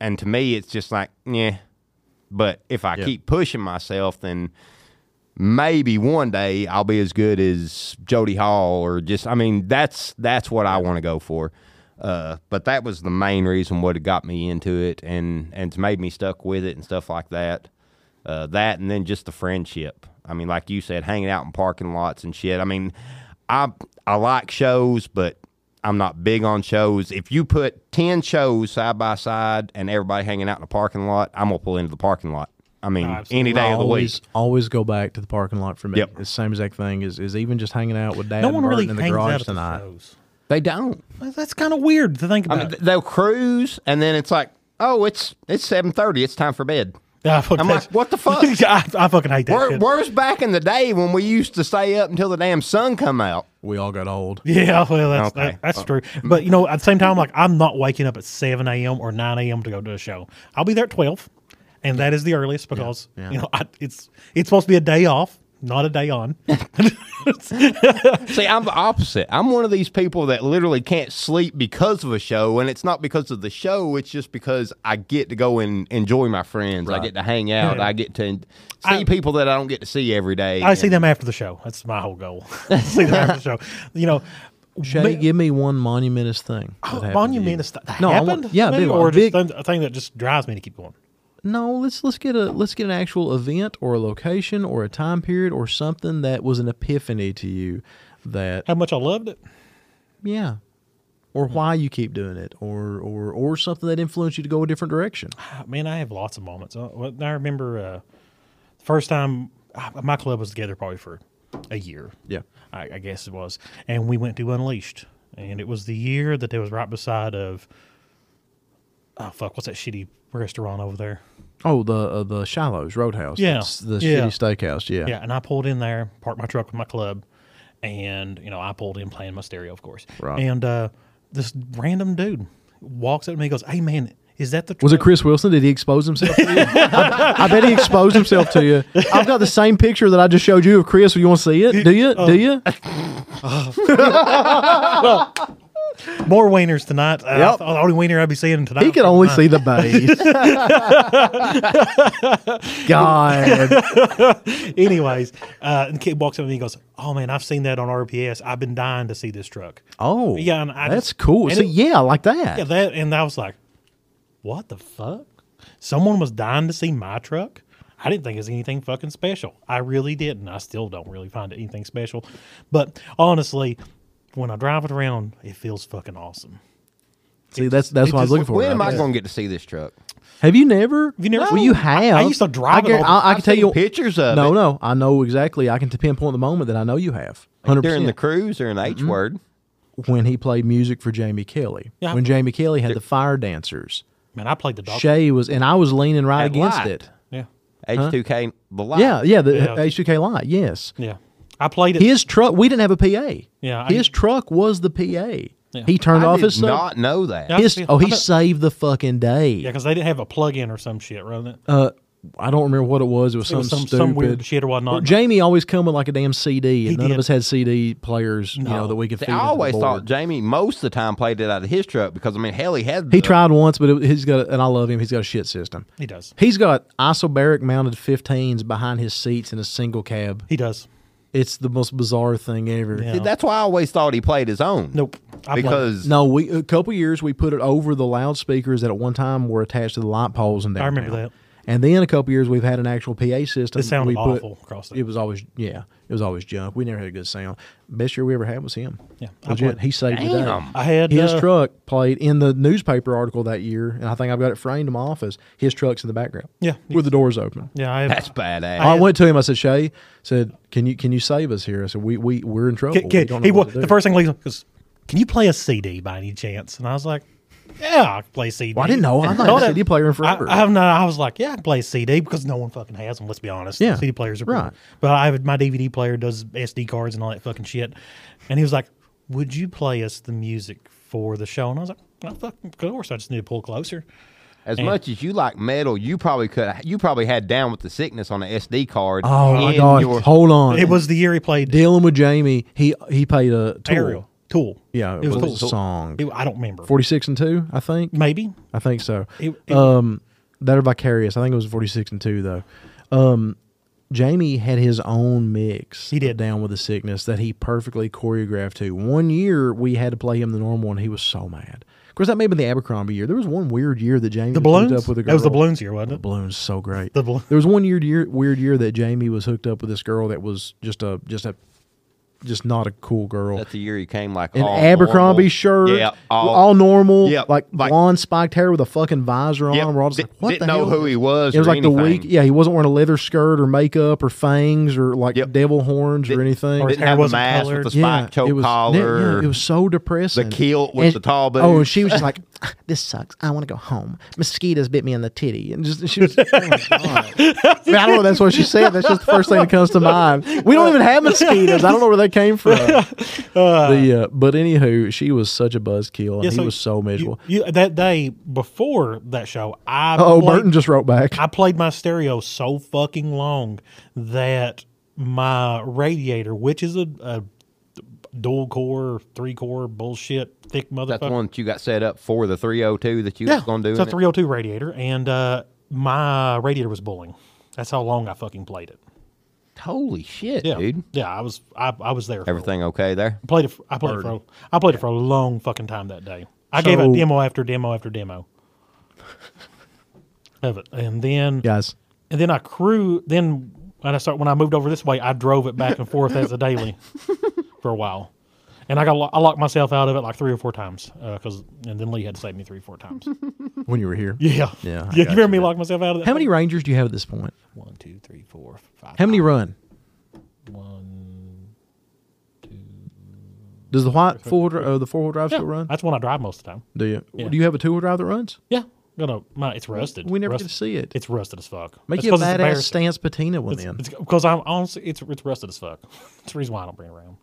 And to me, it's just like, yeah. But if I keep pushing myself, then maybe one day I'll be as good as Jody Hall or just I mean that's that's what I want to go for. Uh, but that was the main reason what got me into it and and it's made me stuck with it and stuff like that. Uh, that and then just the friendship. I mean, like you said, hanging out in parking lots and shit. I mean, I I like shows, but I'm not big on shows. If you put ten shows side by side and everybody hanging out in a parking lot, I'm gonna pull into the parking lot. I mean, any day of the week. always, always go back to the parking lot for me. Yep. The same exact thing is, is even just hanging out with dad no and one Bert really in the hangs out garage at the tonight. shows. They don't. That's kind of weird to think I about. mean, th- they'll cruise, and then it's like, oh, it's it's seven thirty. It's time for bed. Yeah, I fuck I'm that like, shit. what the fuck? I, I fucking hate that Where, shit. where's back in the day when we used to stay up until the damn sun come out? We all got old. Yeah, well, that's Okay. that, Oh. that's true. But you know, at the same time, like I'm not waking up at seven a.m. or nine a.m. to go to a show. I'll be there at twelve, and that is the earliest because you know I, it's it's supposed to be a day off, not a day on. See, I'm the opposite. I'm one of these people that literally can't sleep because of a show, and it's not because of the show. It's just because I get to go and enjoy my friends. I get to hang out. I get to see I- people that I don't get to see every day. I see and- them after the show. That's my whole goal. see them after the show. You know, Shay, me- give me one monumentous thing. that happened to you. Oh, monumentous th- that No, I want- happened. yeah, maybe, big one. or Big- just a thing that just drives me to keep going. No, let's let's get a let's get an actual event or a location or a time period or something that was an epiphany to you that How much I loved it. yeah. Or why you keep doing it or or or something that influenced you to go a different direction. I mean, I have lots of moments. Uh, well, I remember uh, the first time I- my club was together probably for a year. Yeah. I, I guess it was, and we went to Unleashed, and it was the year that it was right beside of. Oh fuck! What's that shitty restaurant over there? Oh, the uh, the Shiloh's Roadhouse. Yeah. It's the Yeah. shitty steakhouse, yeah. Yeah, and I pulled in there, parked my truck with my club, and you know I pulled in playing my stereo, of course. Right. And uh, this random dude walks up to me, and goes, "Hey man, is that the Was it truck?" Chris Wilson? Did he expose himself to you? I, I bet he exposed himself to you. I've got the same picture that I just showed you of Chris. You want to see it? Do you? Do you? more wieners tonight? Uh, Yep. The only wiener I'd be seeing tonight. He was could from only mine. see the base. God. Anyways, uh, and kid walks up to me and goes, "Oh man, I've seen that on RPS. I've been dying to see this truck." Oh. Yeah, and I that's just- cool. and See, it- yeah, I like that. Yeah, that and I was like, "What the fuck? Someone was dying to see my truck." I didn't think it was anything fucking special. I really didn't. I still don't really find it anything special. But honestly, when I drive it around, it feels fucking awesome. See, that's that's what I was looking for. When am I right? going to get to see this truck? Have you never? you never- Well, No. you have. I- I used to drive I, it all guar- the- I, I I've can tell seen you pictures of No, it. no, I know exactly. I can t- pinpoint the moment that I know you have. Hundred during the percent. cruise or an H Mm-hmm. word. When he played music for Jamie Kelly. Yeah. When Jamie Kelly had the Fire Dancers. Man, I played the dog. Shay was, and I was leaning right That against light. it. Yeah, H2K, the light. Yeah, yeah, the uh, Yeah. H2K light. Yes. yeah. I played it. His truck. We didn't have a PA. Yeah, I- His truck was the PA. Yeah. He turned I off did his sub- not know that. Yeah. His, I feel- oh, I he bet- saved the fucking day. yeah, because they didn't have a plug-in or some shit, right? Uh, I don't remember what it was. It was, It was some, some- some weird stupid- shit or whatnot. Well, Jamie always come with like a damn CD, and He none of did. us had CD players, you know, that we could. See, Feed I into the always thought board. Jamie most of the time played it out of his truck because I mean hell he had he the- tried once, but it, he's got, a, and I love him. He's got a shit system. He does. He's got isobaric mounted 15s behind his seats in a single cab. He does. It's the most bizarre thing ever. Yeah. See, that's why I always thought he played his own. Nope. I played it. because No, we a couple years we put it over the loudspeakers that at one time were attached to the light poles and I remember that. And then a couple years we've had an actual PA system. It sounded we put- awful across there. It was always yeah, it was always junk. We never had a good sound. Best year we ever had was him. Yeah, I legit. played- He saved the day. Damn. I had His uh, truck played in the newspaper article that year, and I think I've got it framed in my office. His truck's in the background. Yeah. with the doors open. Yeah, I have, that's badass. I, went to him. I said, Shay, said, can you can you save us here? I said, we we we're in trouble. Kid- we kid, don't know he what wa- to the do." first thing he goes, "Can you play a CD by any chance?" And I was like, "Yeah, I can play CD." Well, I didn't know. I'm No, not a that- CD player in I, forever. I have not. I was like, "Yeah, I can play a CD because no one fucking has them." Let's be honest. Yeah, CD players are right. But I have my DVD player does SD cards and all that fucking shit. And he was like, would you play us the music for the show? And I was like, well, fucking, of course. I just need to pull closer. As much as you like metal, you probably could. You probably had down with the sickness on the SD card. Oh my in God! your- Hold on. It was the year he played dealing with Jamie. He he played a tour. Ariel. Tool. Yeah, it was what Tool. was the song? It- I don't remember. Forty six and two, I think. Maybe. I think so. It- it- um, that are vicarious. I think it was forty six and two though. Um, Jamie had his own mix. He did. of down with the sickness that he perfectly choreographed to. One year we had to play him the normal, and he was so mad. Of course, that may have been the Abercrombie year. There was one weird year that Jamie The was hooked balloons. up with a girl. That was the balloons year, wasn't it? Balloons so great. The balloon- there was one year, year weird year that Jamie was hooked up with this girl that was just a just a just not a cool girl. That's the year he came like An all Abercrombie normal. shirt, Yeah, all, all, normal, Yeah, like, like- blonde spiked hair with a fucking visor on. Yep, We're all just di- like, what didn't the know hell? who he was. It was or like the anything. week. Yeah, he wasn't wearing a leather skirt or makeup or fangs or like Yep. devil horns or anything. Didn't hair have the wasn't mask colored. with the spike it choke was, collar. Yeah, it was so depressing. The kilt with the tall Oh, and boots. she was just like, "This sucks. I want to go home. Mosquitoes bit me in the titty," and just she was. Oh my God. I mean, I don't know. if That's what she said. That's just the first thing that comes to mind. We don't even have mosquitoes. I don't know where they came from. the, uh, but anywho, she was such a buzzkill, and Yeah, he was so you- miserable. You, that day before that show, I Oh, played- Burton just wrote back. I played my stereo so fucking long that my radiator, which is a, a dual core, three core bullshit thick motherfucker, That's the one that you got set up for the 302 that you was going to do. it's a in it? 302 radiator, and uh, my radiator was bullying. That's how long I fucking played it. Holy shit, Yeah, dude. yeah, I was I, I was there. for a Everything okay there? I played it. For, I played it for. a- I played it for a long fucking time that day. I gave So- out demo after demo after demo of it, and then Guys, and then I crew. Then when I start when I moved over this way, I drove it back and forth as a daily for a while, and I got lo- I locked myself out of it like three or four times because and then Lee had to save me three or four times. when you were here, Yeah, Yeah, I yeah. You got remember you me there. locking myself out of that? how many thing? Rangers do you have at this point? One, two, three, four, five. How many run? One. Does the white four wheel uh, the four wheel drive Yeah, still run? that's when I drive most of the time. Do you Yeah. do you have a two wheel drive that runs? Yeah, gonna. My, it's rusted. We never get Rust- to see it. It's rusted as fuck. Make That's you a 'cause it's badass embarrassing. Stance Patina one then. It's because I'm honestly, it's it's rusted as fuck. It's the reason why I don't bring it around.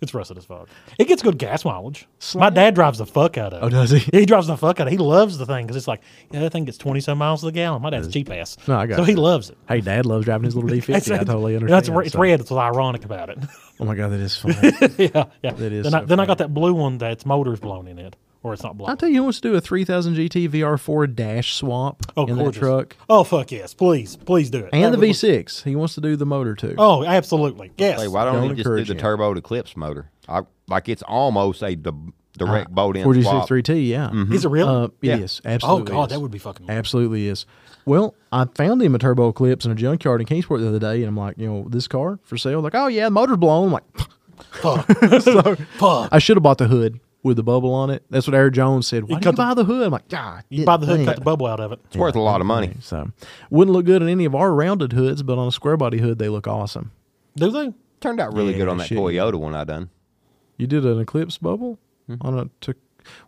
It's rusted as fuck. It gets good gas mileage. My Slam. dad drives the fuck out of it. Oh, does he? Yeah, he drives the fuck out of it. He loves the thing because it's like, yeah, that thing gets 20 some miles to the gallon. My dad's a cheap ass. No, I got So he you. loves it. Hey, Dad loves driving his little D fifty. I It's- totally it's- That's, understand. re- it's so- red. It's what's ironic about it. Oh my God, that is funny. yeah, yeah. That is Then, I, so then I got that blue one that's motor's blown in it, or it's not blown. I tell you, who wants to do a three thousand GT VR four dash swap oh, in that gorgeous. truck Oh, fuck yes. Please, please do it. and the That would- V six. He wants to do the motor too. Oh, absolutely. Yes. Hey, why don't, Don't you just do encourage the him. turbo eclipse motor? I, like it's almost a d- direct bolt in four G swap. Uh, six three T. Yeah, Is it real? Uh, it Yeah. is, oh, absolutely. God, is. that would be fucking. absolutely is. Well, I found him a turbo eclipse in a junkyard in Kingsport the other day, and I'm like, you know, this car for sale. Like, oh yeah, the motor's blown. I'm like, Fuck. fuck. I should have bought the hood with the bubble on it. That's what Aaron Jones said. Why You did cut you buy the hood? I'm like, "Ah, God, You buy the hood, cut the bubble out of it. It's worth a lot of money. So wouldn't look good on any of our rounded hoods, but on a square body hood, they look awesome. Do they? Turned out really Yeah, good on that shit, yeah. Toyota one I done. You did an Eclipse bubble Hmm. on a. To-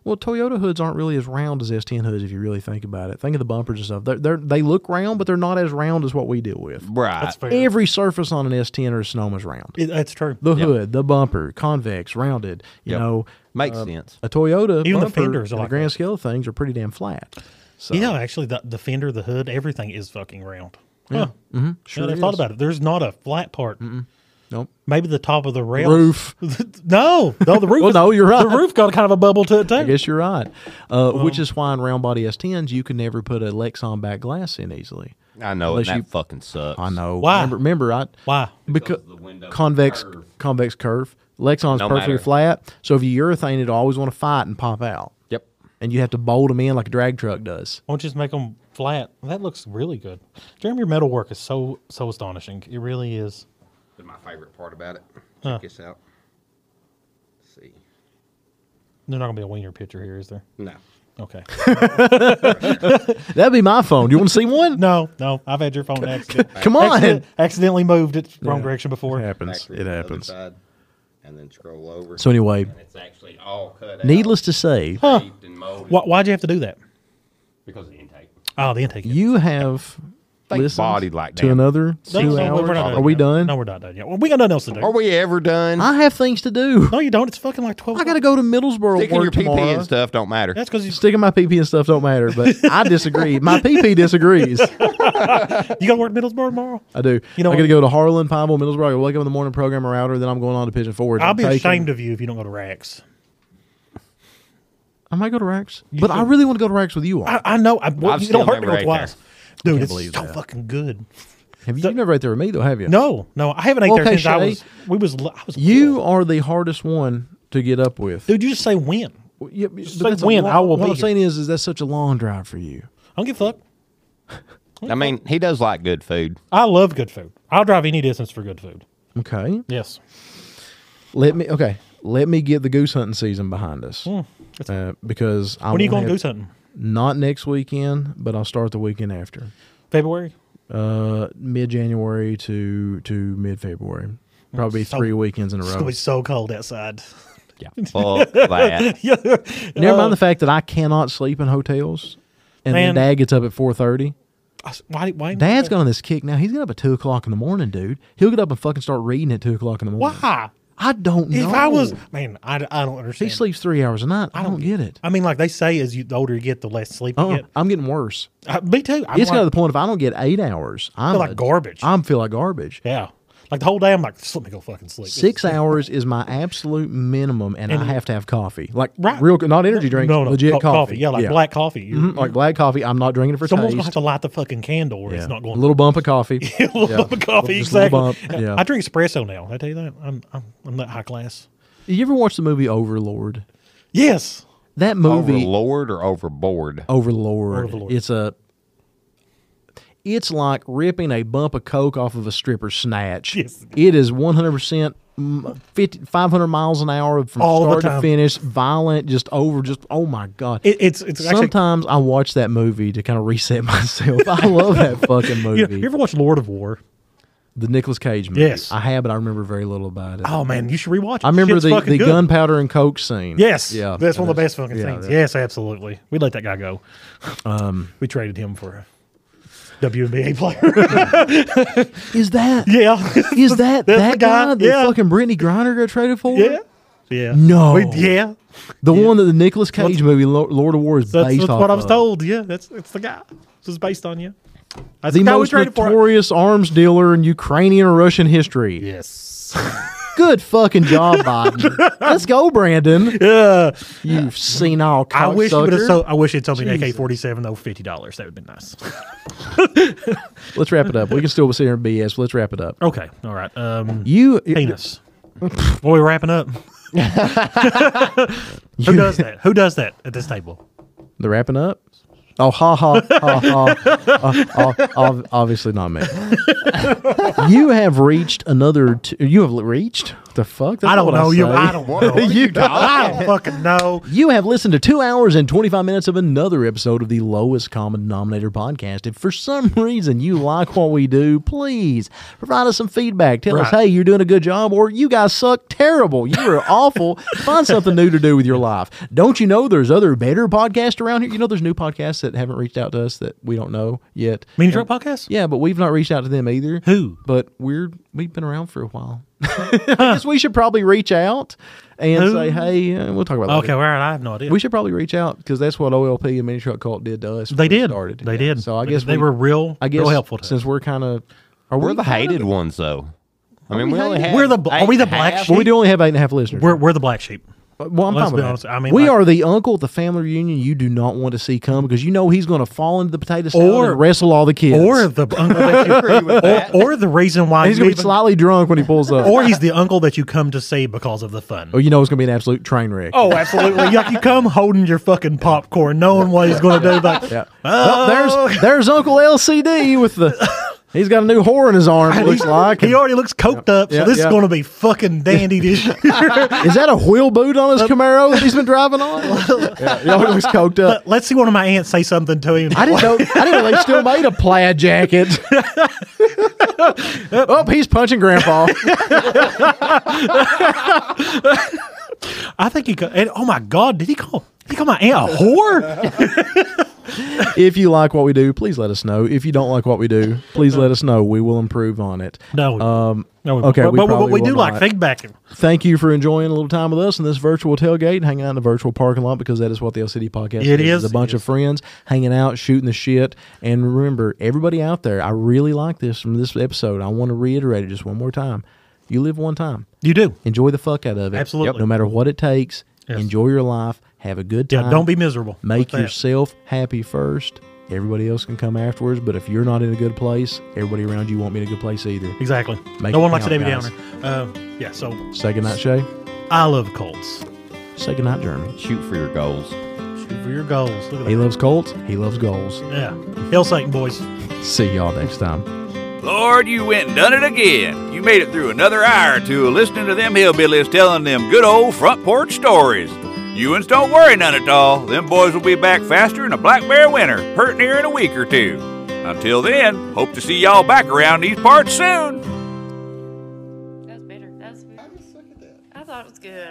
well, Toyota hoods aren't really as round as S10 hoods if you really think about it. Think of the bumpers and stuff. They're, they're, they look round, but they're not as round as what we deal with. Right. That's fair. Every surface on an S10 or a Sonoma is round. It- that's true. The hood, the bumper, convex, rounded. You Yep. know, Makes Uh, sense. a Toyota Even the bumper fenders are in the like grand that. scale of things are pretty damn flat. So, Yeah, actually, the, the fender, the hood, everything is fucking round. Yeah, sure I is. thought about it. There's not a flat part. Nope. Maybe the top of the rail. Roof. no, no, the roof. Well, is- no, you're right. The roof got kind of a bubble to it too. I guess you're right. Uh, which is why in round body S10s, you can never put a Lexon back glass in easily. I know, Unless and that you- fucking sucks. I know. Why? Remember, remember I Why? because, the window convex curve. convex curve. Lexon's No perfectly matter. flat, so if you urethane, it'll always want to fight and pop out, Yep. and you have to bolt them in like a drag truck does. Why don't you just make them flat? That looks really good. Jeremy, your metal work is so so astonishing. It really is. That's my favorite part about it. Check Huh. this out. Let's see. There's not gonna be a wiener picture here, is there? No. Okay. That'd be my phone. Do you want to see one? no, no. I've had your phone accident. Come on. Accident- accidentally moved it wrong direction before. It happens. It happens. and then scroll over. So anyway, it's actually all cut needless to say, and molded Why, why'd you have to do that? because of the intake. Oh, the intake. you have They listens bodied like to damn. another They- two no, hours. we're not Are we yet. done? No, we're not done yet. Well, we got nothing else to do. Are we ever done? I have things to do. no, you don't. It's fucking like twelve. I got to go to Middlesbrough Sticking work your PP tomorrow. and stuff don't matter. That's because you, Sticking my PP and stuff don't matter, but I disagree. My PP disagrees. you got to work Middlesbrough tomorrow. I do. You know I got what? to go to Harlan, Pineville, Middlesbrough. I wake up in the morning, program a router, then I'm going on to Pigeon Forge. I'll I'm be taking- ashamed of you if you don't go to Rax. I might go to Racks, but I really want to go to Racks with you all. I, I know. I, well, I've you don't still hurt me never to go ate twice, there. dude. It's so believe that. fucking good. have you, you never ate there with me though? Have you? No, no, I haven't ate there Okay, since I Shay. was. We was. l- I was. You little. are the hardest one to get up with. dude. You just say when. I Well, yeah, but say that's a when, long- I will What be I'm saying is, is that's such a long drive for you. don't give a fuck. I mean, he does like good food. I love good food. I'll drive any distance for good food. Okay. Yes. Let me. Okay. Let me get the goose hunting season behind us. Uh, because I Hmm. When are you won't going have- goose hunting? Not next weekend, but I'll start the weekend after. February. Uh, mid January to to mid February. Probably so- three weekends in a It's gonna row. be so cold outside. Yeah, fuck that. yeah. Uh, Never mind the fact that I cannot sleep in hotels, and Man. then Dad gets up at four thirty. Why? Why? Dad's got on this kick now. He's getting up at two o'clock in the morning, dude. He'll get up and fucking start reading at two o'clock in the morning. Why? I don't know. If I was man, I, I don't he understand. sleeps three hours a night. I, don't, get it. I mean, like they say, as you the older you get, the less sleep you Uh-uh. get. I'm getting worse. Uh, me too. I'm it's like, got to the point if I don't get eight hours, I'm feel like a- garbage. I'm feel like garbage. yeah, like the whole day. I'm like, just let me go fucking sleep. Six hours is my absolute minimum, and, I have to have coffee, like Right. real, not energy drinks, no, no, legit co- coffee. Yeah, like black coffee. You're- Mhm, like black coffee. I'm not drinking it for Someone's gonna taste. have to light the fucking candle, or Yeah. it's not going. a little bump of coffee. a little bump of coffee, Just a little exactly. bump, yeah. I drink espresso now. I tell you that. I'm I'm, I'm that high class. you ever watch the movie Overlord? Yes. That movie Overlord or overboard? Overlord. Overlord. It's a. It's like ripping a bump of coke off of a stripper's snatch. Yes. It is 100% mm, 50, 500 miles an hour from All the start to time. finish, violent, just over, just, oh my God. It, it's it's actually. Sometimes I watch that movie to kind of reset myself. I love that fucking you, movie. you ever watch Lord of War? the Nicolas Cage movie. Yes. I have, but I remember very little about it. Oh man, you should rewatch it. I remember Shit's the, fucking the good. gunpowder and coke scene. Yes, Yeah. that's one of the best That's- fucking yeah, things. that- Um, Yes, absolutely. We let that guy go. we traded him for a WNBA player. Is that, yeah, is That's the that, that guy, guy, that yeah. fucking Brittany Griner got traded for? yeah, yeah. No. We- yeah. The one that the Nicolas Cage movie, Lo- Lord of War, is That's, based that's off what I was of. told. Yeah, that's it's the guy. This is based on you. That's The guy we most traded for. notorious arms dealer in Ukrainian or Russian history. Yes. Good fucking job, Biden. Let's go, Brandon. Yeah. You've seen all. I wish you would have. So, I wish it told me an Jesus. AK forty seven though fifty dollars. That would have been nice. Let's wrap it up. We can still sit here and BS. But let's wrap it up. Okay. All right. Um, You, penis. Well, we're wrapping up. Who you- does that? Who does that at this table? The wrapping up. Oh ha ha ha ha! Uh, uh, ob- obviously not me. you have reached another. T- you have reached the fuck. That's I not don't what know you. say. I don't know. you I don't fucking know. You have listened to two hours and 25 minutes of another episode of the Lowest Common Denominator podcast. If for some reason you like what we do, please provide us some feedback. Tell us, Right. hey, you're doing a good job, or you guys suck terrible. You are awful. Find something new to do with your life. Don't you know there's other better podcasts around here? You know, there's new podcasts that haven't reached out to us that we don't know yet. Mini Truck Podcast? Yeah, but we've not reached out to them either. Who? But we're we've been around for a while. I guess we should probably reach out and Who? say, hey, uh, we'll talk about that. Okay, well, I have no idea. We should probably reach out because that's what OLP and Mini Truck Cult did to us. when they we did. Started. They Yeah. did. So I But guess they we- were real, I guess real helpful to since us. we're kind of are We're we the hated ones, though. I mean, we we only hated? have We're the bl- are we the eight and a black half. Well, we do only have eight and a half listeners. We're, we're the black sheep. well, I'm let's fine be with honest. that. I mean, we like- are the uncle at the family reunion you do not want to see come because you know he's going to fall into the potato salad Or- and wrestle all the kids, Or the uncle that you, or, or the reason why he's you going to be even- slightly drunk when he pulls up. or he's the uncle that you come to see because of the fun. oh, you know it's going to be an absolute train wreck. Oh, absolutely. like you come holding your fucking popcorn, knowing what he's going to do. Like, Yeah. Well, Oh. there's there's Uncle LCD with the. He's got a new whore in his arm. It looks like. he already looks coked up, so Yeah, this yeah. is going to be fucking dandy this year. Is that a wheel boot on his Camaro that he's been driving on? yeah, y'all looks coked up. Let's see one of my aunts say something to him. I didn't know. I didn't know they still made a plaid jacket. oh, he's punching Grandpa. I think he. ca- And, oh my God! Did he call? Did he call my aunt a whore? if you like what we do, please let us know. If you don't like what we do, please let us know. We will improve on it. No. Um, no we- okay, But, we but, but probably we will do like not. feedback. Thank you for enjoying a little time with us in this virtual tailgate, and hanging out in the virtual parking lot because that is what the LCD podcast It is. is, It's a bunch it of friends hanging out, shooting the shit. And remember, everybody out there, I really like this from this episode. I want to reiterate it just one more time. You live one time. You do. Enjoy the fuck out of it. Absolutely. No matter what it takes, Yes. enjoy your life. Have a good time. Yeah, don't be miserable. Make With that. yourself happy first. Everybody else can come afterwards. But if you're not in a good place, everybody around you won't be in a good place either. Exactly. Make no it one likes a count, David guys. Downer. Uh, yeah, so Say goodnight, Shay. I love Colts. Say goodnight, Jeremy. Shoot for your goals. Shoot for your goals. Look at He that. loves Colts. He loves goals. Yeah. Hail Satan, boys. See y'all next time. Lord, you went and done it again. You made it through another hour or two of listening to them hillbillies telling them good old front porch stories. You uns don't worry none at all. Them boys will be back faster than a black bear winter, hurting here in a week or two. Until then, hope to see y'all back around these parts soon. That was better. That was. I just look at that. I thought it was good.